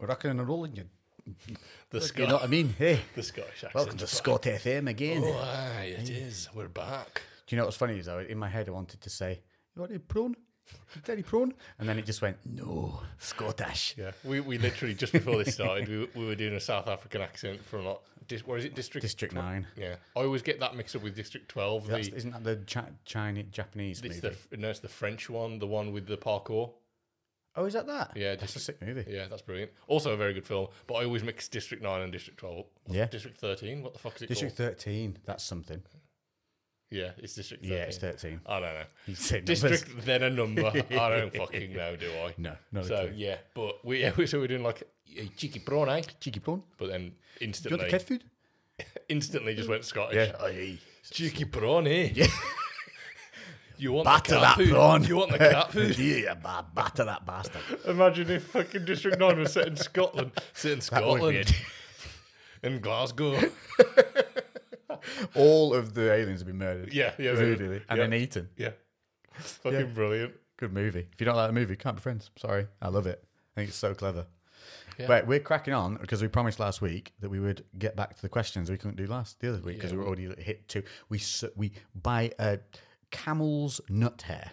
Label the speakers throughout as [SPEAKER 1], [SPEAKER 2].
[SPEAKER 1] We're rocking and rolling, you.
[SPEAKER 2] The
[SPEAKER 1] You know what I
[SPEAKER 2] Scott,
[SPEAKER 1] mean? Hey,
[SPEAKER 2] the Scottish accent.
[SPEAKER 1] welcome to Scott FM again.
[SPEAKER 2] Oh, aye, it is. We're back.
[SPEAKER 1] Do you know what's funny is I, in my head I wanted to say, "You want any prawn? You want any prawn?" And then it just went, "No, Scottish."
[SPEAKER 2] Yeah, we, we literally just before this started, we, we were doing a South African accent from like, dis, where is it, District?
[SPEAKER 1] District
[SPEAKER 2] tw-
[SPEAKER 1] Nine.
[SPEAKER 2] Yeah, I always get that mixed up with District Twelve.
[SPEAKER 1] That's,
[SPEAKER 2] the,
[SPEAKER 1] isn't that the chi- Chinese Japanese
[SPEAKER 2] it's
[SPEAKER 1] movie?
[SPEAKER 2] the f- no, it's the French one, the one with the parkour.
[SPEAKER 1] oh, is that that?
[SPEAKER 2] Yeah,
[SPEAKER 1] that's
[SPEAKER 2] just-
[SPEAKER 1] a sick movie.
[SPEAKER 2] Yeah, that's brilliant. Also a very good film, but I always mix District Nine and District Twelve.
[SPEAKER 1] Yeah.
[SPEAKER 2] District Thirteen. What the fuck is it
[SPEAKER 1] District
[SPEAKER 2] called?
[SPEAKER 1] Thirteen. That's something.
[SPEAKER 2] yeah, it's District. 13.
[SPEAKER 1] Yeah, it's thirteen.
[SPEAKER 2] I don't know.
[SPEAKER 1] You said numbers.
[SPEAKER 2] District, then a number. I don't fucking know, do I?
[SPEAKER 1] No, not a
[SPEAKER 2] So
[SPEAKER 1] clue.
[SPEAKER 2] yeah, but we yeah, so we're doing like a cheeky prawn, eh?
[SPEAKER 1] Cheeky prawn.
[SPEAKER 2] But then
[SPEAKER 1] Do you
[SPEAKER 2] instantly,
[SPEAKER 1] want the cat food?
[SPEAKER 2] instantly just went Scottish.
[SPEAKER 1] Aye.
[SPEAKER 2] Cheeky prawn, eh? you want
[SPEAKER 1] Batter
[SPEAKER 2] the cat
[SPEAKER 1] that
[SPEAKER 2] food?
[SPEAKER 1] prawn.
[SPEAKER 2] You want the cat food?
[SPEAKER 1] yeah, ba- batter that bastard.
[SPEAKER 2] Imagine if fucking District Nine was set in Scotland, set in
[SPEAKER 1] would be
[SPEAKER 2] Scotland, in Glasgow.
[SPEAKER 1] All of the aliens have been murdered.
[SPEAKER 2] Yeah, yeah, they would.
[SPEAKER 1] brutally, and
[SPEAKER 2] Yeah.
[SPEAKER 1] then eaten.
[SPEAKER 2] Yeah, fucking brilliant.
[SPEAKER 1] Good movie. If you don't like the movie, can't be friends. Sorry, I love it. I think it's so clever.
[SPEAKER 2] Yeah.
[SPEAKER 1] But we're cracking on because we promised last week that we would get back to the questions we couldn't do last the other week because we were already hit two. We s- we by a camel's nut hair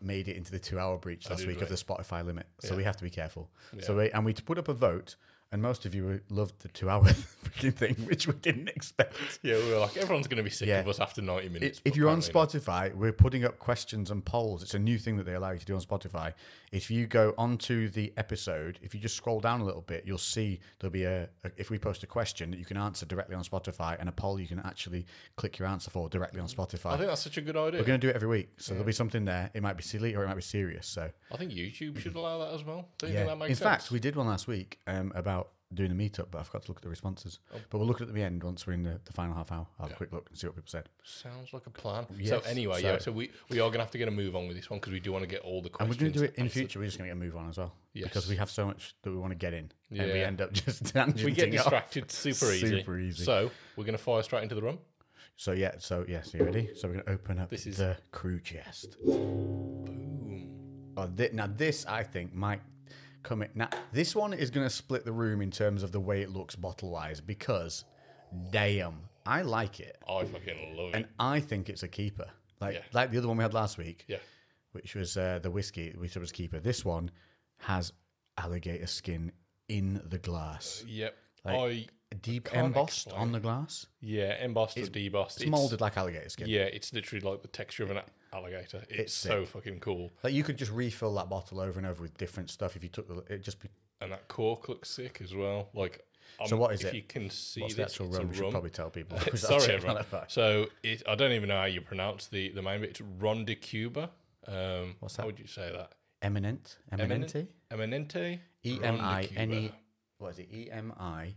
[SPEAKER 1] made it into the two hour breach last
[SPEAKER 2] did,
[SPEAKER 1] week of the
[SPEAKER 2] right.
[SPEAKER 1] Spotify limit, so we have to be careful. So we, and we put up a vote, and most of you loved the two hour freaking thing, which we didn't expect.
[SPEAKER 2] Yeah, we were like, everyone's going to be sick
[SPEAKER 1] Yeah.
[SPEAKER 2] of us after ninety minutes.
[SPEAKER 1] If
[SPEAKER 2] but
[SPEAKER 1] you're on
[SPEAKER 2] apparently
[SPEAKER 1] Spotify, we're putting up questions and polls. It's a new thing that they allow you to do on Spotify. If you go onto the episode, if you just scroll down a little bit, you'll see there'll be a, a if we post a question that you can answer directly on Spotify and a poll you can actually click your answer for directly on Spotify.
[SPEAKER 2] I think that's such a good idea.
[SPEAKER 1] we're going to do it every week, so there'll be something there. It might be silly or it might be serious. So,
[SPEAKER 2] I think YouTube should allow that as well. Do you
[SPEAKER 1] yeah.
[SPEAKER 2] think that makes
[SPEAKER 1] in
[SPEAKER 2] sense?
[SPEAKER 1] fact, we did one last week um, about doing a meetup, but I forgot to look at the responses.
[SPEAKER 2] Oh.
[SPEAKER 1] But we'll look at it at the end once we're in the, the final half hour. I'll have a quick look and see what people said.
[SPEAKER 2] Sounds like a plan. so
[SPEAKER 1] Yes,
[SPEAKER 2] anyway,
[SPEAKER 1] so-
[SPEAKER 2] yeah. So we we are gonna have to get a move on with this one because we do want to get all the
[SPEAKER 1] And
[SPEAKER 2] questions.
[SPEAKER 1] we're going to do it in
[SPEAKER 2] answered.
[SPEAKER 1] future. We're just going to get a move on as well because
[SPEAKER 2] Yes.
[SPEAKER 1] we have so much that we want to get in, and we
[SPEAKER 2] Yeah.
[SPEAKER 1] end up just
[SPEAKER 2] We get
[SPEAKER 1] tangenting off.
[SPEAKER 2] distracted super easy.
[SPEAKER 1] Super easy.
[SPEAKER 2] So we're gonna fire straight into the room.
[SPEAKER 1] So yeah, so yeah, so you ready? So we're going to open up
[SPEAKER 2] This
[SPEAKER 1] this
[SPEAKER 2] is-
[SPEAKER 1] is the crew chest. Oh, thi- now this I think might come in. Now this one is going to split the room in terms of the way it looks bottle wise because, damn, I like it
[SPEAKER 2] I fucking love it.
[SPEAKER 1] and I think it's a keeper. Like
[SPEAKER 2] Yeah.
[SPEAKER 1] like the other one we had last week,
[SPEAKER 2] yeah.
[SPEAKER 1] which was uh, the whiskey, which was keeper. This one has alligator skin in the glass.
[SPEAKER 2] Yep. I
[SPEAKER 1] deep
[SPEAKER 2] can't
[SPEAKER 1] embossed
[SPEAKER 2] explain
[SPEAKER 1] on the glass.
[SPEAKER 2] yeah, embossed or debossed.
[SPEAKER 1] It's molded like alligator skin.
[SPEAKER 2] Yeah, it's literally like the texture of an a- alligator. It's, so fucking cool.
[SPEAKER 1] Like you could just refill that bottle over and over with different stuff if you took the. It just be,
[SPEAKER 2] And that cork looks sick as well. Like um,
[SPEAKER 1] So what is
[SPEAKER 2] if
[SPEAKER 1] it?
[SPEAKER 2] you can see
[SPEAKER 1] what's the
[SPEAKER 2] this,
[SPEAKER 1] actual
[SPEAKER 2] it's a
[SPEAKER 1] rum? We should
[SPEAKER 2] rum.
[SPEAKER 1] probably tell people. 'cause that's
[SPEAKER 2] Sorry,
[SPEAKER 1] it.
[SPEAKER 2] everyone. So it, I don't even know how you pronounce the the name, but it's Ron de Cuba. Um, What's
[SPEAKER 1] that?
[SPEAKER 2] How would you say that?
[SPEAKER 1] Eminent, eminente,
[SPEAKER 2] Eminente.
[SPEAKER 1] E
[SPEAKER 2] Ron
[SPEAKER 1] M
[SPEAKER 2] de
[SPEAKER 1] I
[SPEAKER 2] Cuba.
[SPEAKER 1] N E. What is it? E M I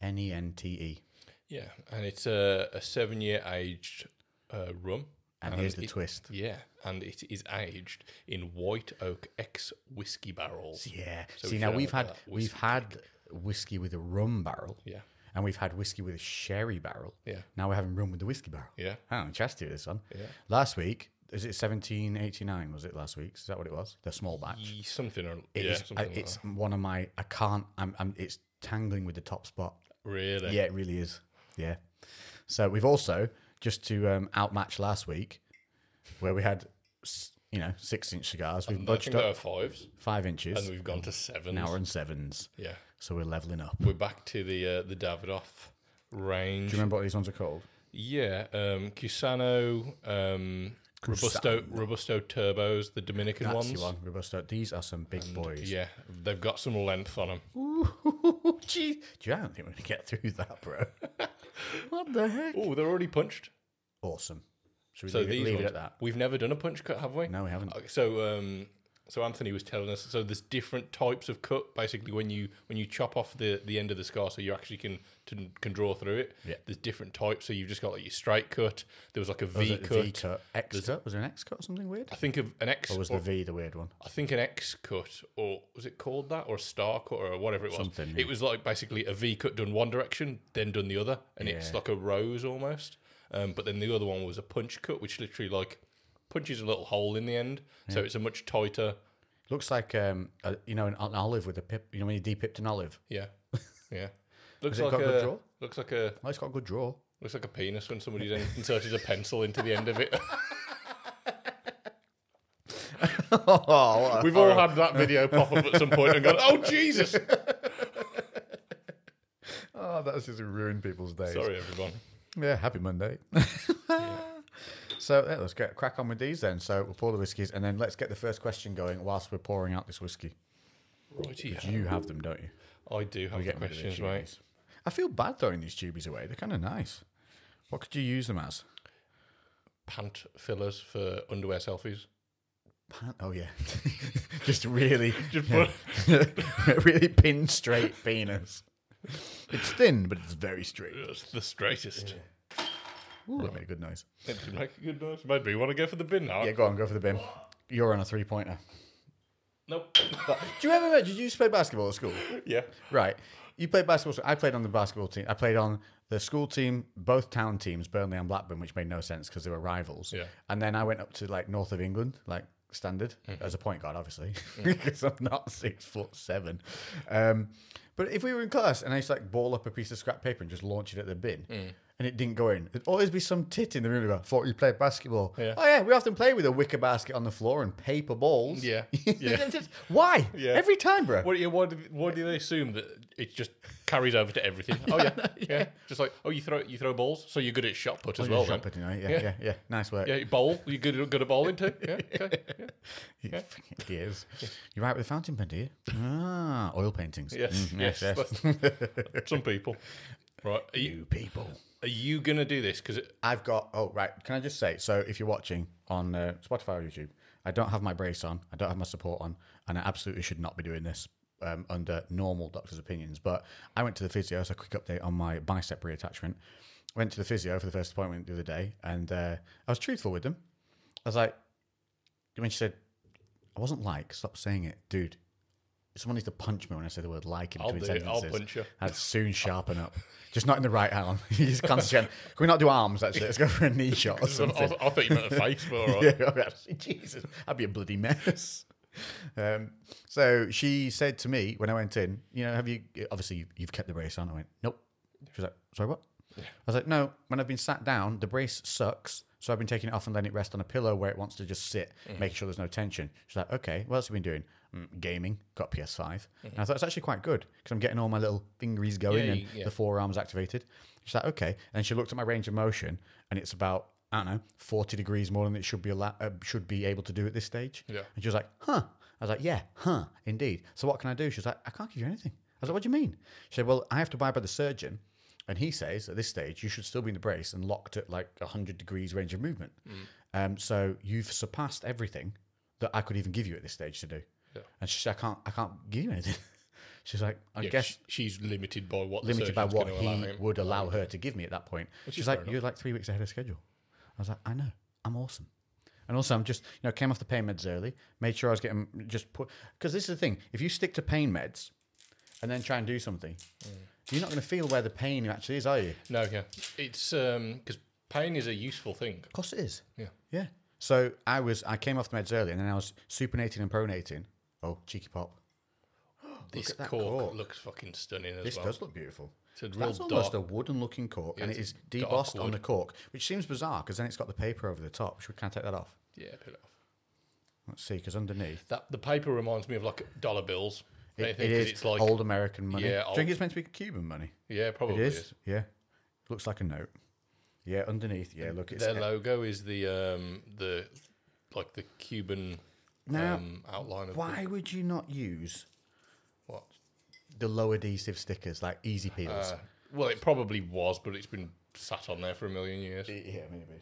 [SPEAKER 1] N E N T E.
[SPEAKER 2] Yeah, and it's a, a seven year aged uh, rum.
[SPEAKER 1] And here's the
[SPEAKER 2] it-
[SPEAKER 1] twist.
[SPEAKER 2] Yeah, and it is aged in white oak ex whiskey barrels.
[SPEAKER 1] Yeah.
[SPEAKER 2] So
[SPEAKER 1] See
[SPEAKER 2] we
[SPEAKER 1] now
[SPEAKER 2] should
[SPEAKER 1] we've
[SPEAKER 2] have
[SPEAKER 1] had
[SPEAKER 2] that
[SPEAKER 1] we've had whiskey with a rum barrel.
[SPEAKER 2] Yeah.
[SPEAKER 1] And we've had whiskey with a sherry barrel.
[SPEAKER 2] Yeah.
[SPEAKER 1] Now we're having rum with the whiskey barrel.
[SPEAKER 2] Yeah.
[SPEAKER 1] Oh, interesting this one. Yeah. Last week, is it 1789? Was it last week? Is that what it was? The small batch.
[SPEAKER 2] Ye- Something or
[SPEAKER 1] It
[SPEAKER 2] yeah,
[SPEAKER 1] is-
[SPEAKER 2] something
[SPEAKER 1] I-
[SPEAKER 2] like
[SPEAKER 1] it's one of my. I can't. I'm, I'm. It's tangling with the top spot.
[SPEAKER 2] that. Really?
[SPEAKER 1] Yeah, it really is. Yeah. So we've also just to um, outmatch last week, where we had, s- you know, six inch cigars. We've
[SPEAKER 2] I think
[SPEAKER 1] budged
[SPEAKER 2] there
[SPEAKER 1] up
[SPEAKER 2] are fives,
[SPEAKER 1] five inches.
[SPEAKER 2] and we've gone to sevens.
[SPEAKER 1] now we're in sevens.
[SPEAKER 2] Yeah,
[SPEAKER 1] So we're leveling up. Do
[SPEAKER 2] we're back to the uh, the Davidoff range.
[SPEAKER 1] you remember what these ones are called?
[SPEAKER 2] Yeah, um, Cusano, um, Robusto, Robusto turbos, the Dominican
[SPEAKER 1] That's
[SPEAKER 2] ones.
[SPEAKER 1] the one, Robusto. These are some big boys.
[SPEAKER 2] Yeah, they've got some length on them.
[SPEAKER 1] Ooh, gee. Gee, I don't think we're going to get through that, bro. what the heck?
[SPEAKER 2] Oh, they're already punched.
[SPEAKER 1] Awesome. Should we
[SPEAKER 2] So
[SPEAKER 1] leave, it,
[SPEAKER 2] these
[SPEAKER 1] leave it
[SPEAKER 2] ones,
[SPEAKER 1] at that?
[SPEAKER 2] we've never done a punch cut, have we?
[SPEAKER 1] No, we haven't.
[SPEAKER 2] Okay, So, um, so Anthony was telling us. So there's different types of cut. Basically, when you when you chop off the the end of the scar, so you actually can to, can draw through it.
[SPEAKER 1] Yeah.
[SPEAKER 2] There's different types. So you've just got like your straight cut. There was like a V
[SPEAKER 1] Was it
[SPEAKER 2] cut.
[SPEAKER 1] V cut. X cut? Was there an X cut or something weird?
[SPEAKER 2] I think of an X.
[SPEAKER 1] Or was
[SPEAKER 2] or-
[SPEAKER 1] the V the weird one?
[SPEAKER 2] I think an X cut, or was it called that, or a star cut, or whatever it was.
[SPEAKER 1] Something,
[SPEAKER 2] It was like basically a V cut done one direction, then done the other, and it's
[SPEAKER 1] Yeah.
[SPEAKER 2] like a rose almost. Um, but then the other one was a punch cut, which literally like punches a little hole in the end, so it's a much tighter
[SPEAKER 1] Looks like um, a, you know an, an olive with a pip. You know when you depipped an olive.
[SPEAKER 2] Yeah, yeah. Looks
[SPEAKER 1] it
[SPEAKER 2] like
[SPEAKER 1] got a good
[SPEAKER 2] a
[SPEAKER 1] draw?
[SPEAKER 2] looks like a
[SPEAKER 1] Oh, it's got a good draw.
[SPEAKER 2] looks like a penis when somebody's in- inserted a pencil into the end of it.
[SPEAKER 1] oh,
[SPEAKER 2] We've all had that video pop up at some point and gone, "Oh Jesus!"
[SPEAKER 1] that's Oh, just ruined people's days.
[SPEAKER 2] Sorry, everyone.
[SPEAKER 1] Yeah, happy Monday. So yeah, let's get crack on with these then. So we'll pour the whiskies and then let's get the first question going whilst we're pouring out this whiskey.
[SPEAKER 2] Righty,
[SPEAKER 1] You have them, don't you?
[SPEAKER 2] I do have the
[SPEAKER 1] Get rid of the
[SPEAKER 2] questions, mate.
[SPEAKER 1] tubies. I feel bad throwing these tubies away. They're kind of nice. What could you use them as?
[SPEAKER 2] Pant fillers for underwear selfies.
[SPEAKER 1] Pan- Oh yeah, just really,
[SPEAKER 2] Just
[SPEAKER 1] really pin straight penis. It's thin, but it's very straight.
[SPEAKER 2] That's the straightest.
[SPEAKER 1] Ooh, that made a good noise.
[SPEAKER 2] It did make a good noise. Maybe you want to go for the bin now.
[SPEAKER 1] Yeah, go on, go for the bin. You're on a three pointer.
[SPEAKER 2] Nope.
[SPEAKER 1] Do you ever? Did you used to play basketball at school?
[SPEAKER 2] yeah.
[SPEAKER 1] Right. You played basketball. So I played on the basketball team. I played on the school team, both town teams, Burnley and Blackburn, which made no sense because they were rivals.
[SPEAKER 2] Yeah.
[SPEAKER 1] And then I went up to like north of England, like standard
[SPEAKER 2] Mm-hmm.
[SPEAKER 1] as a point guard, obviously,
[SPEAKER 2] Mm.
[SPEAKER 1] because I'm not six foot seven. Um, but if we were in class and I used to like ball up a piece of scrap paper and just launch it at the bin.
[SPEAKER 2] Mm.
[SPEAKER 1] And it didn't go in. There'd always be some tit in the room who go, thought you played basketball.
[SPEAKER 2] Yeah.
[SPEAKER 1] Oh, yeah, we often play with a wicker basket on the floor and paper balls.
[SPEAKER 2] Yeah. Yeah.
[SPEAKER 1] Why?
[SPEAKER 2] Yeah.
[SPEAKER 1] Every time, bro.
[SPEAKER 2] What, yeah, why, do, why do they assume that it just carries over to everything? Oh yeah, yeah. Just like oh, you throw you throw balls, so you're good at shot put as well.
[SPEAKER 1] Shot
[SPEAKER 2] Then.
[SPEAKER 1] put, Oh, you know, yeah, yeah,
[SPEAKER 2] Yeah.
[SPEAKER 1] yeah, Nice work.
[SPEAKER 2] Yeah, you bowl. You good good at bowling too? Yeah. Okay.
[SPEAKER 1] Yeah. He is. You're right with the fountain pen, do you? Ah, oil paintings.
[SPEAKER 2] Yes.
[SPEAKER 1] Mm,
[SPEAKER 2] yes. that's- Some people. Right. Are you,
[SPEAKER 1] You people.
[SPEAKER 2] are you gonna do this? Because
[SPEAKER 1] I've got. Oh, right. Can I just say? So, if you're watching on uh, Spotify or YouTube, I don't have my brace on. I don't have my support on, and I absolutely should not be doing this um, under normal doctor's opinions. But I went to the physio. So, a quick update on my bicep reattachment. Went to the physio for the first appointment the other day, and uh, I was truthful with them. I was like, when she said, "I wasn't like," stop saying it, dude. Someone needs to punch me when I say the word "like" in
[SPEAKER 2] I'll
[SPEAKER 1] between
[SPEAKER 2] do it. I'll
[SPEAKER 1] sentences.
[SPEAKER 2] punch you.
[SPEAKER 1] I'd soon sharpen up. Just not in the right arm. You just concentrate. Can we not do arms? Actually, let's go for a knee shot or
[SPEAKER 2] I,
[SPEAKER 1] something.
[SPEAKER 2] I, I thought you meant a face, but all right.
[SPEAKER 1] Yeah, all right. Jesus, I'd be a bloody mess. Um, so she said to me when I went in, you know, have you obviously you- you've kept the brace on? I went, nope. She was like, sorry, what? I was like, no. When I've been sat down, the brace sucks, so I've been taking it off and letting it rest on a pillow where it wants to just sit,
[SPEAKER 2] Mm.
[SPEAKER 1] making sure there's no tension. She's like, okay, what else have you been doing? Mm, gaming, got PS5. And I thought it's actually quite good because I'm getting all my little fingeries going
[SPEAKER 2] Mm-hmm. Yeah,
[SPEAKER 1] and
[SPEAKER 2] you- yeah.
[SPEAKER 1] the forearms activated. She's like, okay. And she looked at my range of motion, and it's about I don't know, forty degrees more than it should be allo- uh, should be able to do at this stage.
[SPEAKER 2] Yeah.
[SPEAKER 1] And she was like, huh. I was like, yeah, huh, indeed. So what can I do? She was like, I can't give you anything. I was like, what do you mean? She said, well, I have to buy by the surgeon. And he says at this stage, you should still be in the brace and locked at like 100 degrees range of movement.
[SPEAKER 2] Mm.
[SPEAKER 1] Um, so you've surpassed everything that I could even give you at this stage to do.
[SPEAKER 2] Yeah.
[SPEAKER 1] And she said, I can't, I can't give you anything. She's like, I
[SPEAKER 2] Yeah,
[SPEAKER 1] guess
[SPEAKER 2] sh- she's limited by what the
[SPEAKER 1] limited by
[SPEAKER 2] surgeon's
[SPEAKER 1] what
[SPEAKER 2] gonna
[SPEAKER 1] he
[SPEAKER 2] allow him. Oh,
[SPEAKER 1] would allow her to give me at that point. She's
[SPEAKER 2] is
[SPEAKER 1] like,
[SPEAKER 2] fair enough.
[SPEAKER 1] "You're like three weeks ahead of schedule." I was like, "I know, I'm awesome." And also, I'm just you know came off the pain meds early, made sure I was getting just put because this is the thing: if you stick to pain meds and then try and do something,
[SPEAKER 2] Mm.
[SPEAKER 1] you're not going to feel where the pain actually is, are you? Of
[SPEAKER 2] No, yeah, it's um because pain is a useful thing.
[SPEAKER 1] course, it is.
[SPEAKER 2] Yeah.
[SPEAKER 1] Yeah. So I was I came off the meds early, and then I was supinating and pronating. Oh, cheeky pop! Oh,
[SPEAKER 2] This
[SPEAKER 1] at that
[SPEAKER 2] cork,
[SPEAKER 1] cork.
[SPEAKER 2] looks fucking stunning as
[SPEAKER 1] This
[SPEAKER 2] well.
[SPEAKER 1] does look beautiful.
[SPEAKER 2] It's a real
[SPEAKER 1] That's almost
[SPEAKER 2] dark-
[SPEAKER 1] a wooden-looking cork, and it
[SPEAKER 2] it's
[SPEAKER 1] is
[SPEAKER 2] dark
[SPEAKER 1] debossed on
[SPEAKER 2] wood.
[SPEAKER 1] the cork, which seems bizarre because then it's got the paper over the top. Should we can I take that off?
[SPEAKER 2] Yeah, peel it off.
[SPEAKER 1] Let's see, because underneath
[SPEAKER 2] That the paper reminds me of like dollar bills.
[SPEAKER 1] it,
[SPEAKER 2] Anything,
[SPEAKER 1] it
[SPEAKER 2] 'cause
[SPEAKER 1] is
[SPEAKER 2] It's like
[SPEAKER 1] old American money.
[SPEAKER 2] Yeah,
[SPEAKER 1] Do you think it's meant to be Cuban money?
[SPEAKER 2] yeah,
[SPEAKER 1] It
[SPEAKER 2] probably
[SPEAKER 1] is.
[SPEAKER 2] is.
[SPEAKER 1] Yeah, looks like a note. Yeah, underneath. Yeah, look, it's
[SPEAKER 2] Their logo is the um the like the Cuban
[SPEAKER 1] Now,
[SPEAKER 2] um, outline of
[SPEAKER 1] why would you not use
[SPEAKER 2] The, what?
[SPEAKER 1] the low adhesive stickers like Easy Peels?
[SPEAKER 2] Uh, well, it probably was, but it's been sat on there for a million years.
[SPEAKER 1] yeah, maybe.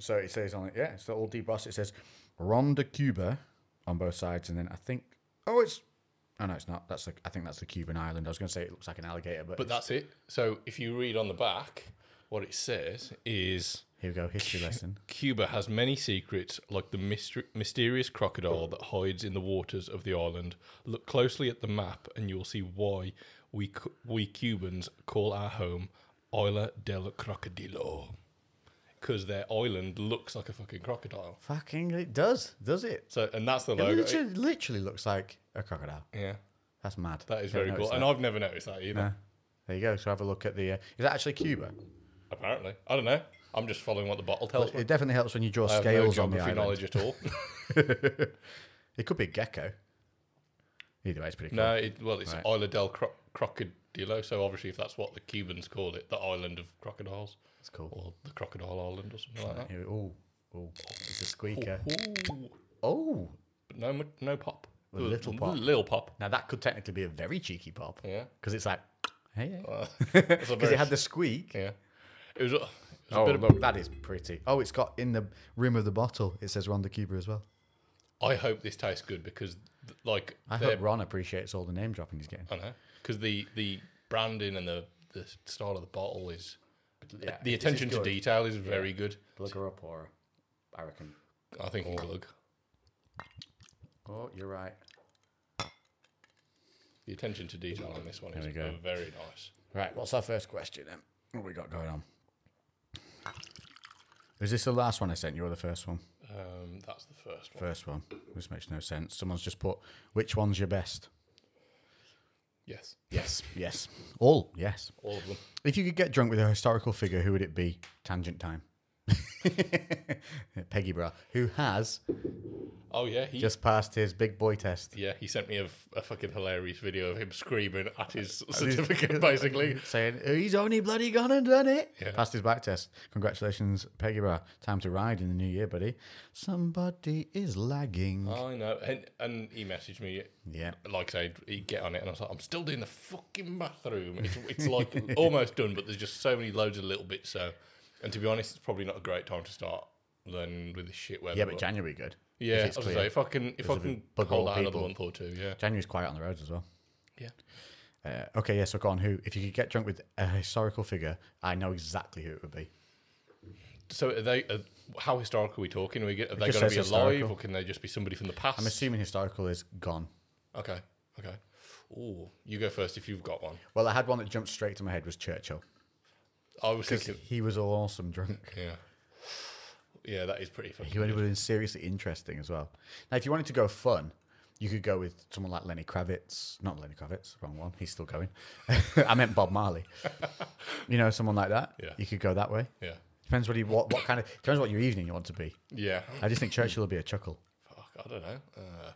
[SPEAKER 1] So it says on it. Yeah, it's all debossed. It says Ron de Cuba on both sides, and then I think oh, it's oh no, it's not. That's a, I think that's the Cuban island. I was going to say it looks like an alligator, but,
[SPEAKER 2] But that's it. So if you read on the back, what it says is.
[SPEAKER 1] here we go. History lesson.
[SPEAKER 2] Cuba has many secrets, like the myster- mysterious crocodile that hides in the waters of the island. Look closely at the map, and you'll see why we cu- we Cubans call our home Isla del Crocodilo. because their island looks like a fucking crocodile.
[SPEAKER 1] Fucking, it does, does it?
[SPEAKER 2] So, and that's the
[SPEAKER 1] It
[SPEAKER 2] logo.
[SPEAKER 1] literally, literally looks like a crocodile.
[SPEAKER 2] yeah,
[SPEAKER 1] That's mad.
[SPEAKER 2] that is
[SPEAKER 1] Never
[SPEAKER 2] very cool.
[SPEAKER 1] noticed
[SPEAKER 2] And
[SPEAKER 1] that.
[SPEAKER 2] I've never noticed that either.
[SPEAKER 1] Yeah. There you go. So have a look at the. Uh, is that actually Cuba?
[SPEAKER 2] Apparently, I don't know. I'm just following what the bottle tells me.
[SPEAKER 1] It definitely helps when you draw
[SPEAKER 2] I have no
[SPEAKER 1] scales on the
[SPEAKER 2] geography
[SPEAKER 1] island.
[SPEAKER 2] knowledge at all.
[SPEAKER 1] It could be a gecko. Either way, it's pretty cool.
[SPEAKER 2] no, it, well, it's
[SPEAKER 1] Right.
[SPEAKER 2] Isla del Cro- Crocodilo. So obviously, if that's what the Cubans call it, the island of crocodiles,
[SPEAKER 1] It's cool.
[SPEAKER 2] or the Crocodile Island, or something like that.
[SPEAKER 1] Here, oh, oh, it's a squeaker.
[SPEAKER 2] Ooh,
[SPEAKER 1] Oh,
[SPEAKER 2] but no, mu- no pop.
[SPEAKER 1] A little pop.
[SPEAKER 2] Little pop.
[SPEAKER 1] now that could technically be a very cheeky pop
[SPEAKER 2] Yeah.
[SPEAKER 1] because it's like, hey,
[SPEAKER 2] That's a
[SPEAKER 1] because
[SPEAKER 2] very-
[SPEAKER 1] it had the squeak.
[SPEAKER 2] Yeah. It was. A, it was a
[SPEAKER 1] Oh,
[SPEAKER 2] bit of a
[SPEAKER 1] look, that is pretty. Oh, it's got in the rim of the bottle. It says Ronda Cuba as well.
[SPEAKER 2] I hope this tastes good because, th- like,
[SPEAKER 1] I
[SPEAKER 2] they're-
[SPEAKER 1] hope Ron appreciates all the name dropping he's getting.
[SPEAKER 2] I know because the the branding and the the style of the bottle is uh,
[SPEAKER 1] Yeah,
[SPEAKER 2] the
[SPEAKER 1] if this is
[SPEAKER 2] attention to
[SPEAKER 1] good,
[SPEAKER 2] detail is very good.
[SPEAKER 1] Plug her up, or I reckon.
[SPEAKER 2] I think glug.
[SPEAKER 1] Oh, you're right.
[SPEAKER 2] The attention to detail on this one is
[SPEAKER 1] we go.
[SPEAKER 2] uh, very nice.
[SPEAKER 1] Right, what's our first question then? What we got going on? Is this the last one I sent you or the first one?
[SPEAKER 2] Um, that's the first one.
[SPEAKER 1] First one. This makes no sense. Someone's just put, which one's your best?
[SPEAKER 2] Yes,
[SPEAKER 1] Yes, yes. All, yes.
[SPEAKER 2] all of them.
[SPEAKER 1] If you could get drunk with a historical figure, who would it be? Tangent time. Peggy Bra, who has
[SPEAKER 2] Oh yeah, he
[SPEAKER 1] just passed his big boy test.
[SPEAKER 2] yeah he sent me a, f- a fucking hilarious video of him screaming at his certificate basically.
[SPEAKER 1] Saying, he's only bloody gone and done it. Passed his back test. Congratulations, Peggy Bra. Time to ride in the new year, buddy. Somebody is lagging.
[SPEAKER 2] I know, and and he messaged me
[SPEAKER 1] Yeah.
[SPEAKER 2] like I said, he'd get on it, and I was like, I'm still doing the fucking bathroom. It's, it's like almost done, but there's just so many loads of little bits. So, and to be honest, it's probably not a great time to start learning with this shit weather.
[SPEAKER 1] Yeah, but January good.
[SPEAKER 2] yeah,
[SPEAKER 1] If
[SPEAKER 2] I
[SPEAKER 1] it's
[SPEAKER 2] was gonna
[SPEAKER 1] clear.
[SPEAKER 2] say, if I can, if I
[SPEAKER 1] There's a
[SPEAKER 2] can
[SPEAKER 1] bug
[SPEAKER 2] hold
[SPEAKER 1] all
[SPEAKER 2] out another
[SPEAKER 1] people.
[SPEAKER 2] month or two, yeah,
[SPEAKER 1] January's quiet on the roads as well.
[SPEAKER 2] yeah.
[SPEAKER 1] Uh, okay, yeah, so go on. Who, if you could get drunk with a historical figure, I know exactly who it would be.
[SPEAKER 2] So, are they? Are, how historical are we talking? Are we get, are they
[SPEAKER 1] just
[SPEAKER 2] going to be alive,
[SPEAKER 1] says historical.
[SPEAKER 2] or can they just be somebody from the past?
[SPEAKER 1] I'm assuming historical is gone.
[SPEAKER 2] okay, okay. Oh, you go first if you've got one.
[SPEAKER 1] Well, I had one that jumped straight to my head was Churchill.
[SPEAKER 2] I was thinking,
[SPEAKER 1] He was awesome drunk.
[SPEAKER 2] yeah, yeah, that is pretty funny.
[SPEAKER 1] He would have been seriously interesting as well. Now, if you wanted to go fun, you could go with someone like Lenny Kravitz. Not Lenny Kravitz, wrong one. He's still going. I meant Bob Marley. you know, someone like that.
[SPEAKER 2] Yeah.
[SPEAKER 1] You could go that way.
[SPEAKER 2] Yeah,
[SPEAKER 1] Depends what you what, what kind of depends what your evening you want to be.
[SPEAKER 2] yeah.
[SPEAKER 1] I just think Churchill would be a chuckle.
[SPEAKER 2] Fuck, I don't know. Uh,